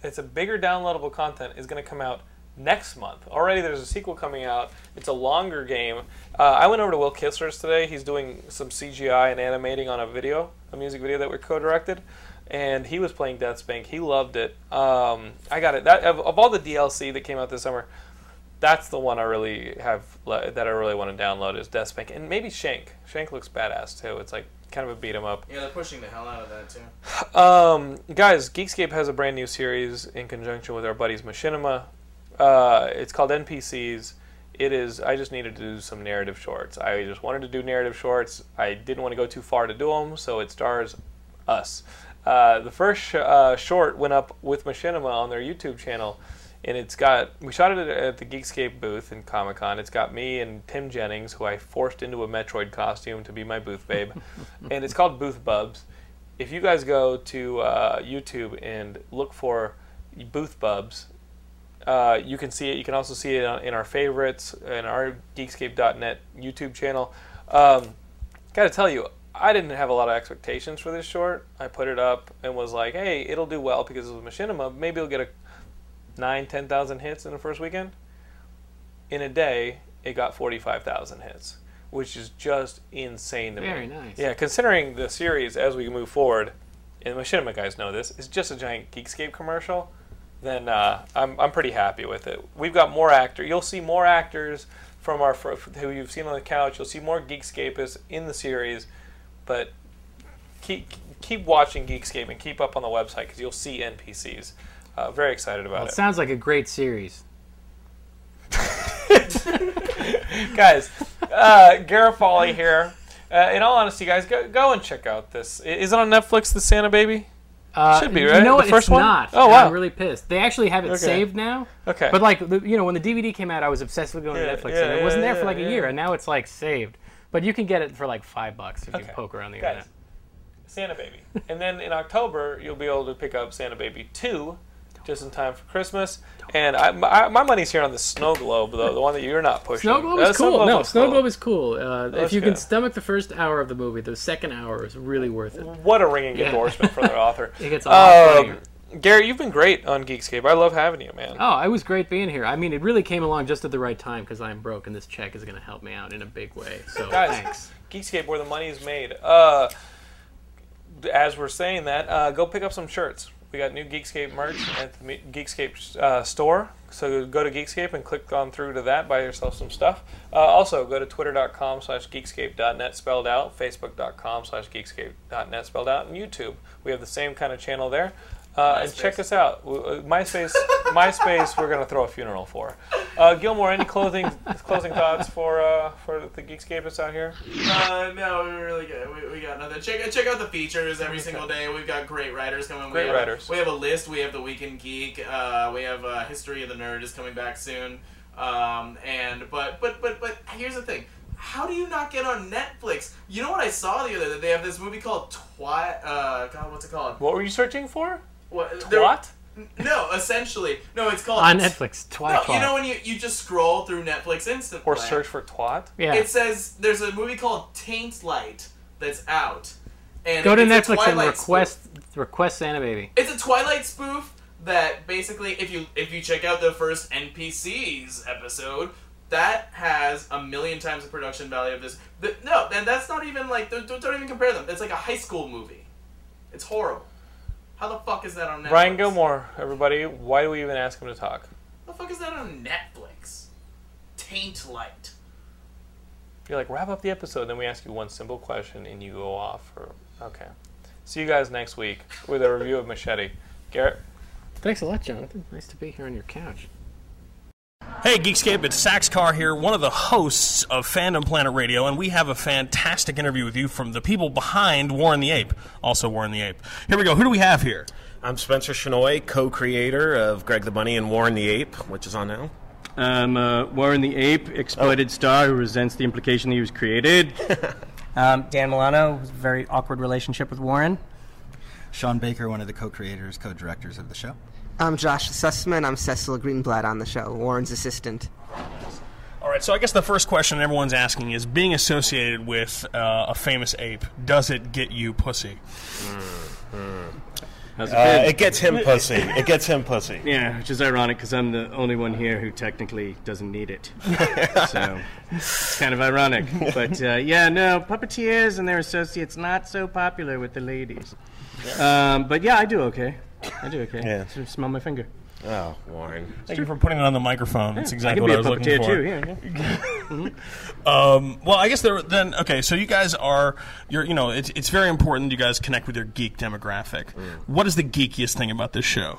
Speaker 3: it's a bigger downloadable content, is going to come out next month. Already there's a sequel coming out. It's a longer game. Uh, I went over to Will Kissler's today. He's doing some CGI and animating on a video, a music video that we co-directed. And he was playing Death's Bank. He loved it. Um, I got it. That of, of all the DLC that came out this summer, that's the one I really have le- that I really want to download is Death Bank and maybe Shank. Shank looks badass too. It's like kind of a beat 'em up.
Speaker 5: yeah, they're pushing the hell out of that too.
Speaker 3: Um, guys, Geekscape has a brand new series in conjunction with our buddies Machinima. Uh, it's called NPCs. It is. I just needed to do some narrative shorts. I just wanted to do narrative shorts. I didn't want to go too far to do them, so it stars us. Uh, the first sh- uh, short went up with Machinima on their YouTube channel, and it's got. We shot it at- at the Geekscape booth in Comic Con. It's got me and Tim Jennings, who I forced into a Metroid costume to be my booth babe, and it's called Booth Bubs if you guys go to uh, YouTube and look for Booth Bubs, uh, you can see it. You can also see it on- in our favorites in our Geekscape.net YouTube channel. Um, gotta tell you, I didn't have a lot of expectations for this short. I put it up and was like, "Hey, it'll do well because it was Machinima. Maybe it'll get a nine, ten thousand hits in the first weekend." In a day, it got forty-five thousand hits, which is just insane to me.
Speaker 4: Very nice.
Speaker 3: Yeah, considering the series as we move forward, and Machinima guys know this, is just a giant Geekscape commercial. Then uh, I'm I'm pretty happy with it. We've got more actor. You'll see more actors from our fr- who you've seen on the couch. You'll see more Geekscapists in the series but keep keep watching Geekscape and keep up on the website because you'll see NPCs. Uh, very excited about
Speaker 4: Well, it sounds like a great series.
Speaker 3: it, guys. Uh, Garofoli here. Uh, in all honesty, guys, go, go and check out this. I- Is it on Netflix? The Santa Baby.
Speaker 4: Uh,
Speaker 3: Should be, right?
Speaker 4: You know
Speaker 3: The
Speaker 4: what?
Speaker 3: first
Speaker 4: it's
Speaker 3: one?
Speaker 4: not.
Speaker 3: Oh,
Speaker 4: And
Speaker 3: wow.
Speaker 4: I'm really pissed. They actually have it saved now.
Speaker 3: Okay.
Speaker 4: But like, the- you know, when the DVD came out, I was obsessed with going
Speaker 3: Yeah,
Speaker 4: to Netflix,
Speaker 3: yeah,
Speaker 4: and it wasn't
Speaker 3: yeah,
Speaker 4: there for like
Speaker 3: yeah,
Speaker 4: a
Speaker 3: yeah.
Speaker 4: year, and now it's like saved. But you can get it for like five bucks if
Speaker 3: Okay.
Speaker 4: you poke around the
Speaker 3: Guys.
Speaker 4: internet.
Speaker 3: Santa Baby. and then in October, you'll be able to pick up Santa Baby 2 just in time for Christmas. And I, my, my money's here on the snow globe, though, the one that you're not pushing.
Speaker 4: Snow Globe
Speaker 3: Uh,
Speaker 4: is cool. no,
Speaker 3: was
Speaker 4: Snow
Speaker 3: cool.
Speaker 4: Globe is cool. Uh, if you
Speaker 3: good.
Speaker 4: can stomach the first hour of the movie, the second hour is really worth it.
Speaker 3: What a ringing
Speaker 4: Yeah.
Speaker 3: endorsement for their author.
Speaker 4: It gets a lot
Speaker 3: Um,
Speaker 4: funnier.
Speaker 3: Gary, you've been great on Geekscape. I love having you, man.
Speaker 4: Oh, it was great being here. I mean, it really came along just at the right time because I'm broke, and this check is going to help me out in a big way. So
Speaker 3: Guys,
Speaker 4: thanks.
Speaker 3: Geekscape, where the money is made. Uh, as we're saying that, uh, go pick up some shirts. We got new Geekscape merch at the Me- Geekscape uh, store. So go to Geekscape and click on through to that. Buy yourself some stuff. Uh, also, go to twitter.com slash geekscape.net spelled out, facebook.com slash geekscape.net spelled out, and YouTube. We have the same kind of channel there. Uh, and check us out. W- uh, MySpace, MySpace, we're going to throw a funeral for. Uh, Gilmore, any closing closing thoughts for uh, for the Geekscapists out here?
Speaker 5: Uh, no, we're really good. We, we got nothing. Check check out the features every single day. We've got great writers coming.
Speaker 3: Great
Speaker 5: we have,
Speaker 3: writers.
Speaker 5: We have a list. We have the Weekend Geek. Uh, we have uh, History of the Nerd is coming back soon. Um, and but but but but here's the thing. How do you not get on Netflix? You know what I saw the other day? They have this movie called Twat. Uh, God, what's it called?
Speaker 3: What were you searching for?
Speaker 5: What? uh,
Speaker 3: What?
Speaker 5: No, essentially, no. It's called
Speaker 4: On Netflix,
Speaker 5: No,
Speaker 4: twice.
Speaker 5: you know when you, you just scroll through Netflix instantly
Speaker 3: Or search for twat?
Speaker 4: yeah.
Speaker 5: it says there's a movie called Taint Light that's out. And
Speaker 4: Go to
Speaker 5: it's a
Speaker 4: Netflix and
Speaker 5: Twilight
Speaker 4: request
Speaker 5: spoof.
Speaker 4: request Santa Baby.
Speaker 5: It's a Twilight spoof that basically, if you if you check out the first NPCs episode, that has a million times the production value of this. The, no, and that's not even like don't, don't don't even compare them. It's like a high school movie. It's horrible. How the fuck is that on Netflix?
Speaker 3: Brian Gilmore, everybody, why do we even ask him to talk?
Speaker 5: How the fuck is that on Netflix? Taint Light.
Speaker 3: You're like, wrap up the episode, then we ask you one simple question and you go off. Or, okay. See you guys next week with a review of Machete. Garrett?
Speaker 4: Thanks a lot, Jonathan. Nice to be here on your couch.
Speaker 6: Hey, Geekscape, it's Sax Carr here, one of the hosts of Fandom Planet Radio, and we have a fantastic interview with you from the people behind Warren the Ape, also Warren the Ape. Here we go. Who do we have here?
Speaker 7: I'm Spencer Chenoy, co-creator of Greg the Bunny and Warren the Ape, which is on now. Oh.
Speaker 8: I'm uh, Warren the Ape, exploited star who resents the implication he was created.
Speaker 9: Um, Dan Milano, very awkward relationship with Warren.
Speaker 10: Sean Baker, one of the co creators, co directors of the show.
Speaker 9: I'm Josh Sussman. I'm Cecil Greenblatt on the show, Warren's assistant.
Speaker 6: All right, so I guess the first question everyone's asking is being associated with uh, a famous ape, does it get you pussy?
Speaker 8: Hmm, How's it
Speaker 7: Uh,
Speaker 8: been?
Speaker 7: it gets him pussy. It gets him pussy.
Speaker 8: yeah, which is ironic because I'm the only one here who technically doesn't need it. so it's kind of ironic. But uh, yeah, no, puppeteers and their associates not so popular with the ladies. Um, but yeah, I do okay. I do okay.
Speaker 7: Yeah.
Speaker 8: Sort of smell my finger.
Speaker 7: Oh, Warren.
Speaker 6: Thank you for putting it on the microphone. That's
Speaker 8: I
Speaker 6: exactly what
Speaker 8: can be
Speaker 6: I
Speaker 8: a
Speaker 6: was looking
Speaker 8: puppeteer
Speaker 6: for.
Speaker 8: too. Yeah, yeah.
Speaker 9: Mm-hmm.
Speaker 6: Um, well, I guess there, then okay. So you guys are you're you know it's it's very important you guys connect with your geek demographic.
Speaker 7: Mm.
Speaker 6: What is the geekiest thing about this show?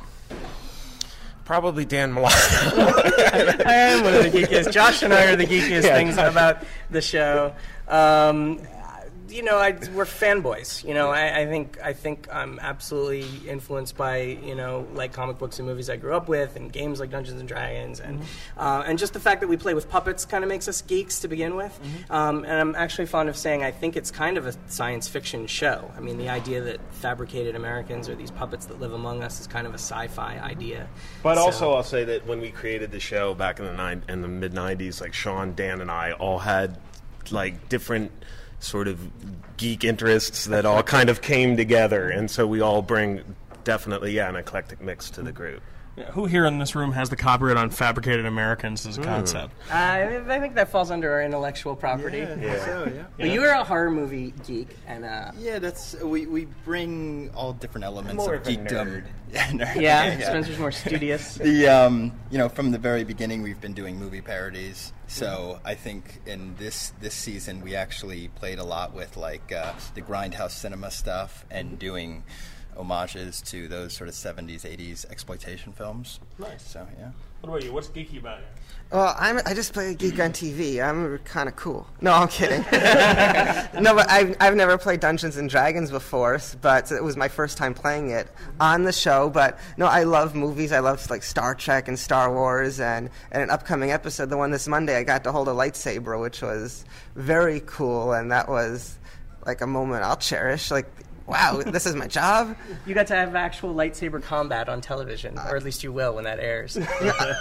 Speaker 7: Probably Dan Milano.
Speaker 9: I am one of the geekiest. Josh and I are the geekiest
Speaker 7: Yeah,
Speaker 9: things about the show.
Speaker 5: Uh,
Speaker 9: Um, you know, I, we're fanboys. You know, I, I think I think I'm absolutely influenced by you know like comic books and movies I grew up with, and games like Dungeons and Dragons, and uh, and just the fact that we play with puppets kind of makes us geeks to begin with. Um, and I'm actually fond of saying I think it's kind of a science fiction show. I mean, the idea that fabricated Americans or these puppets that live among us is kind of a sci-fi idea.
Speaker 7: But
Speaker 9: So-
Speaker 7: also, I'll say that when we created the show back in the nine in the mid '90s, like Sean, Dan, and I all had like different sort of geek interests that all kind of came together, and so we all bring definitely yeah an eclectic mix to the group.
Speaker 6: Yeah, Who here in this room has the copyright on fabricated Americans as a
Speaker 9: Ooh.
Speaker 6: concept?
Speaker 9: Uh, I, I think that falls under our intellectual property.
Speaker 10: Yeah, I think Yeah. so, yeah.
Speaker 9: But you are a horror movie geek, and uh,
Speaker 10: Yeah, that's we, we bring all different elements
Speaker 9: More
Speaker 10: of
Speaker 9: of a
Speaker 10: geekdom.
Speaker 9: nerd. Yeah, Spencer's more studious.
Speaker 10: the um, you know, from the very beginning, we've been doing movie parodies. So I think in this this season, we actually played a lot with like uh, the grindhouse cinema stuff and doing homages to those sort of 70s 80s exploitation films nice so yeah
Speaker 6: What about you? What's geeky about you?
Speaker 11: Well, I'm, I just play a geek on TV. I'm kind of cool. No, I'm kidding. no, but I've, I've never played Dungeons and Dragons before, s- but it was my first time playing it on the show. But no, I love movies. I love like Star Trek and Star Wars. And in an upcoming episode, the one this Monday, I got to hold a lightsaber, which was very cool. And that was like a moment I'll cherish. Like, wow, this is my job.
Speaker 9: you got to have actual lightsaber combat on television, or at least you will when that airs.
Speaker 11: I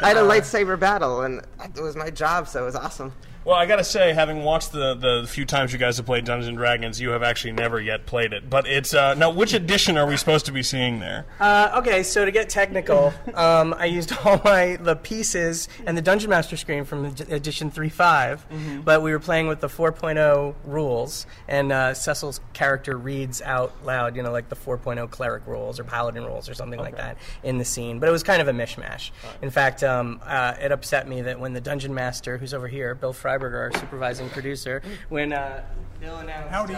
Speaker 11: had a lightsaber battle, and it was my job, so it was awesome.
Speaker 6: Well, I gotta say, having watched the, the few times you guys have played Dungeons and Dragons, you have actually never yet played it. But it's uh, now, which edition are we supposed to be seeing there?
Speaker 9: Uh, okay, so to get technical, um, I used all my the pieces and the Dungeon Master screen from ed- edition 3.5, but we were playing with the 4.0 rules, and uh, Cecil's character reads out loud, you know, like the 4.0 cleric rules or paladin rules or something like that in the scene. But it was kind of a mishmash. In fact, um, uh, it upset me that when the Dungeon Master, who's over here, Bill Freiberger, our supervising producer, when uh, Bill announced. Howdy.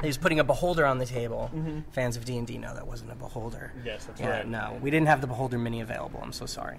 Speaker 9: he was putting a beholder on the table. Fans of D and D know that wasn't a beholder.
Speaker 6: Yes, that's
Speaker 9: Yeah,
Speaker 6: right.
Speaker 9: No, we didn't have the beholder mini available. I'm so sorry.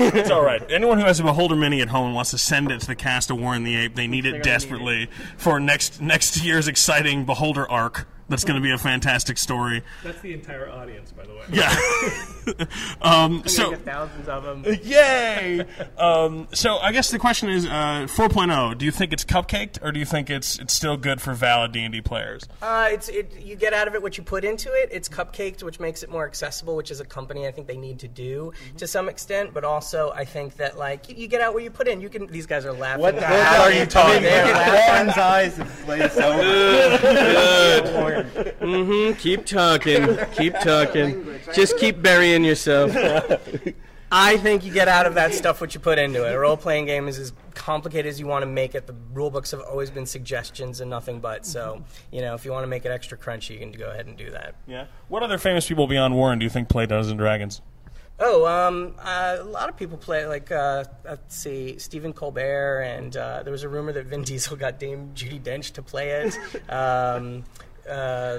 Speaker 6: it's all right. Anyone who has a Beholder Mini at home and wants to send it to the cast of Warren the Ape, they need
Speaker 9: They're
Speaker 6: it
Speaker 9: gonna need
Speaker 6: desperately for next next year's exciting Beholder arc. That's going to be a fantastic story.
Speaker 12: That's the entire audience, by the way.
Speaker 6: Yeah. um,
Speaker 12: We're
Speaker 6: so
Speaker 12: gonna get
Speaker 9: thousands of them.
Speaker 6: Yay! um, so I guess the question is, uh, 4.0. Do you think it's cupcaked, or do you think it's it's still good for valid D and D players?
Speaker 9: Uh, it's it, you get out of it what you put into it. It's cupcaked, which makes it more accessible, which is a company I think they need to do to some extent. But also, I think that like you, you get out what you put in. You can. These guys are laughing.
Speaker 10: What the hell are you talking about? Warren's eyes have glazed over.
Speaker 9: Good.
Speaker 8: Mm-hmm. Keep talking. Keep talking. Just keep burying yourself.
Speaker 9: I think you get out of that stuff what you put into it. A role playing game is as complicated as you want to make it. The rule books have always been suggestions and nothing but. So, you know, if you want to make it extra crunchy, you can go ahead and do that.
Speaker 6: Yeah. What other famous people beyond Warren do you think play Dungeons and Dragons?
Speaker 9: Oh, um, uh, a lot of people play, like, uh, let's see, Stephen Colbert, and uh, there was a rumor that Vin Diesel got Dame Judy Dench to play it. um, uh,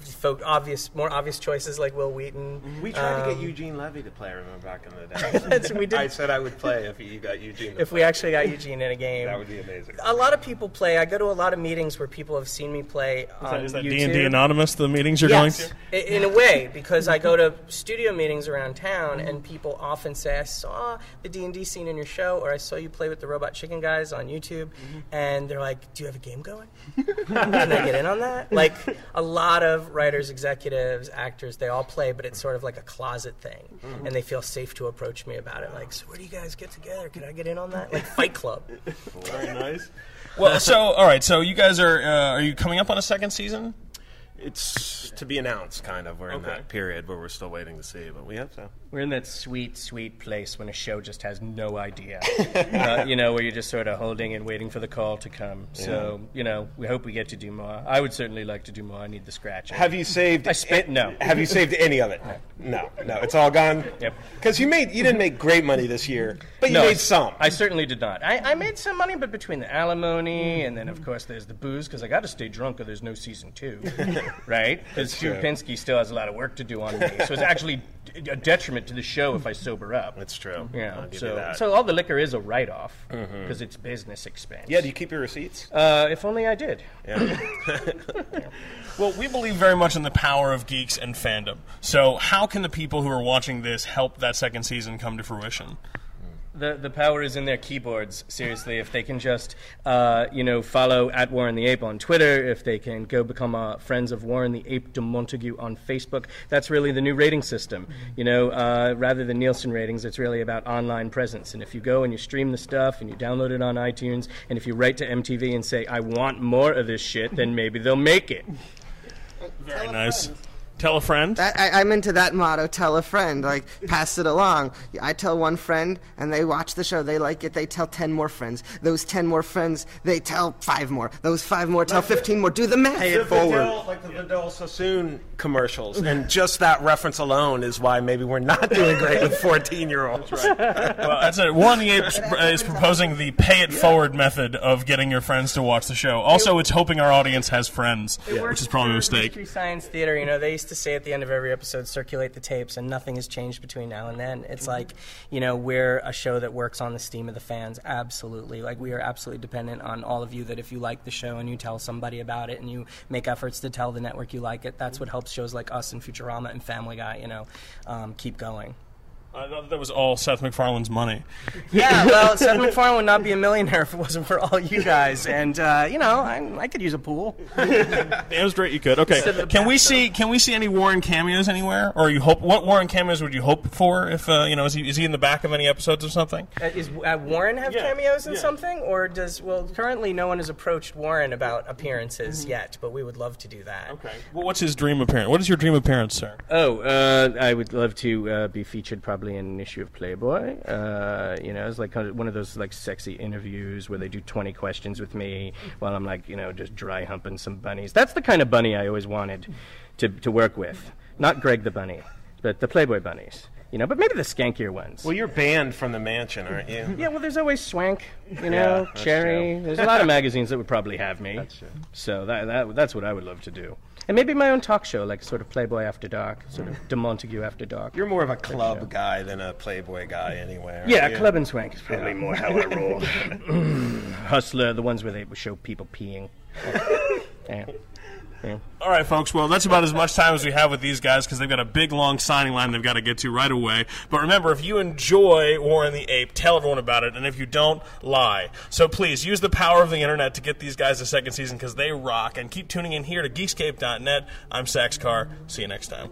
Speaker 9: folk, obvious, more obvious choices like Will Wheaton.
Speaker 7: We tried to
Speaker 9: Um,
Speaker 7: get Eugene Levy to play. I remember back in the day.
Speaker 9: That's- we did.
Speaker 7: I said I would play if you got Eugene. To
Speaker 9: If we
Speaker 7: play.
Speaker 9: actually got Eugene in a game.
Speaker 7: that would be amazing.
Speaker 9: A lot of people play. I go to a lot of meetings where people have seen me play
Speaker 6: Is
Speaker 9: on
Speaker 6: that- is that
Speaker 9: YouTube.
Speaker 6: D and D Anonymous? The meetings you're
Speaker 9: yes,
Speaker 6: going to?
Speaker 9: i- in a way, because I go to studio meetings around town, and people often say, "I saw the D and D scene in your show," or "I saw you play with the Robot Chicken guys on YouTube,"
Speaker 6: Mm-hmm.
Speaker 9: and they're like, "Do you have a game going? Can I get in on that?" Like a lot of writers, executives, actors, they all play, but it's sort of like a closet thing,
Speaker 11: Mhm.
Speaker 9: and they feel safe to approach me about it. Like, so where do you guys get together? Can I get in on that? Like Fight Club.
Speaker 7: Very nice.
Speaker 6: Well, so all right. So you guys are uh, are you coming up on a second season?
Speaker 7: It's to be announced, kind of. We're in
Speaker 6: Okay.
Speaker 7: that period where we're still waiting to see, but we hope so.
Speaker 9: We're in that sweet, sweet place when a show just has no idea. uh, you know, where you're just sort of holding and waiting for the call to come. So, you know, we hope we get to do more. I would certainly like to do more. I need the scratch.
Speaker 7: Have you saved?
Speaker 9: I spent no.
Speaker 7: Have you saved any of it? No, no, it's all gone. Yep. Because you made, you didn't make great money this year, but you
Speaker 9: No,
Speaker 7: made some.
Speaker 9: I certainly did not. I, I made some money, but between the alimony and then, of course, there's the booze because I got to stay drunk or there's no season two, right? Because
Speaker 8: That's
Speaker 9: Stu
Speaker 8: true.
Speaker 9: Pinsky still has a lot of work to do on me, so it's actually d- a detriment to the show if I sober up.
Speaker 7: That's true.
Speaker 9: Yeah.
Speaker 7: I'll give you
Speaker 9: So,
Speaker 7: that.
Speaker 9: so all the liquor is a write-off because
Speaker 7: Mhm.
Speaker 9: it's business expense.
Speaker 7: Yeah. Do you keep your receipts?
Speaker 9: Uh, if only I did.
Speaker 6: Well, we believe very much in the power of geeks and fandom. So how can the people who are watching this help that second season come to fruition?
Speaker 8: The, the power is in their keyboards. Seriously, if they can just, uh, you know, follow at Warren the Ape on Twitter, if they can go become uh, friends of Warren the Ape de Montague on Facebook, that's really the new rating system. You know, uh, rather than Nielsen ratings, it's really about online presence. And if you go and you stream the stuff and you download it on iTunes, and if you write to MTV and say, I want more of this shit, then maybe they'll make it.
Speaker 6: Very nice. Tell a friend.
Speaker 11: That, I, I'm into that motto, tell a friend, like pass it along. I tell one friend and they watch the show, they like it, they tell 10 more friends. Those 10 more friends, they tell 5 more. Those 5 more tell 15 more. Do the math.
Speaker 7: Pay it forward. Like the Vidal Sassoon commercials. And just that reference alone is why maybe we're not doing great with 14 year olds.
Speaker 6: well, that's it. Warren the Ape uh, is proposing the pay it forward method of getting your friends to watch the show. Also, it's hoping our audience has friends, which is probably a mistake.
Speaker 9: Mystery Science Theater, you know, they used to say at the end of every episode, circulate the tapes, and nothing has changed between now and then. It's like, you know, we're a show that works on the steam of the fans, absolutely. Like, we are absolutely dependent on all of you that if you like the show and you tell somebody about it and you make efforts to tell the network you like it, that's what helps shows like us and Futurama and Family Guy, you know, um, keep going.
Speaker 6: I thought that was all Seth MacFarlane's money.
Speaker 9: Yeah, well, Seth MacFarlane would not be a millionaire if it wasn't for all you guys. And, uh, you know, I, I could use a pool.
Speaker 6: Damn straight you could. Okay.
Speaker 9: Instead of the
Speaker 6: Can we see Can we see any Warren cameos anywhere? Or you hope what Warren cameos would you hope for? If uh, you know, is he is he in the back of any episodes or something?
Speaker 9: Uh, is uh, Warren have cameos in something, or does well? Currently, no one has approached Warren about appearances yet, but we would love to do that. Okay.
Speaker 6: Mm-hmm. Well, what's his dream appearance? What is your dream appearance, sir?
Speaker 8: Oh, uh, I would love to uh, be featured probably in an issue of Playboy. Uh, you know, it's like kind of one of those like sexy interviews where they do 20 questions with me while I'm like, you know, just dry humping some bunnies. That's the kind of bunny I always wanted to, to work with. Not Greg the bunny, but the Playboy bunnies. You know, but maybe the skankier ones.
Speaker 7: Well, you're banned from the mansion, aren't you?
Speaker 8: Yeah, well, there's always Swank, you
Speaker 7: Yeah,
Speaker 8: know,
Speaker 7: that's
Speaker 8: Cherry.
Speaker 7: true.
Speaker 8: There's a lot of magazines that would probably have me. That's true. So that, that, that's what I would love to do. And maybe my own talk show, like sort of Playboy After Dark, sort of De Montague After Dark.
Speaker 7: You're more of a club guy than a Playboy guy, anyway. aren't
Speaker 8: Yeah,
Speaker 7: you?
Speaker 8: Club and Swank is probably
Speaker 7: Yeah.
Speaker 8: more how I roll. Hustler, the ones where they show people peeing. yeah. Yeah.
Speaker 6: All right, folks. Well, that's about as much time as we have with these guys because they've got a big, long signing line they've got to get to right away. But remember, if you enjoy Warren the Ape, tell everyone about it. And if you don't, lie. So please use the power of the internet to get these guys a second season because they rock. And keep tuning in here to Geekscape.net. I'm Sax Carr. See you next time.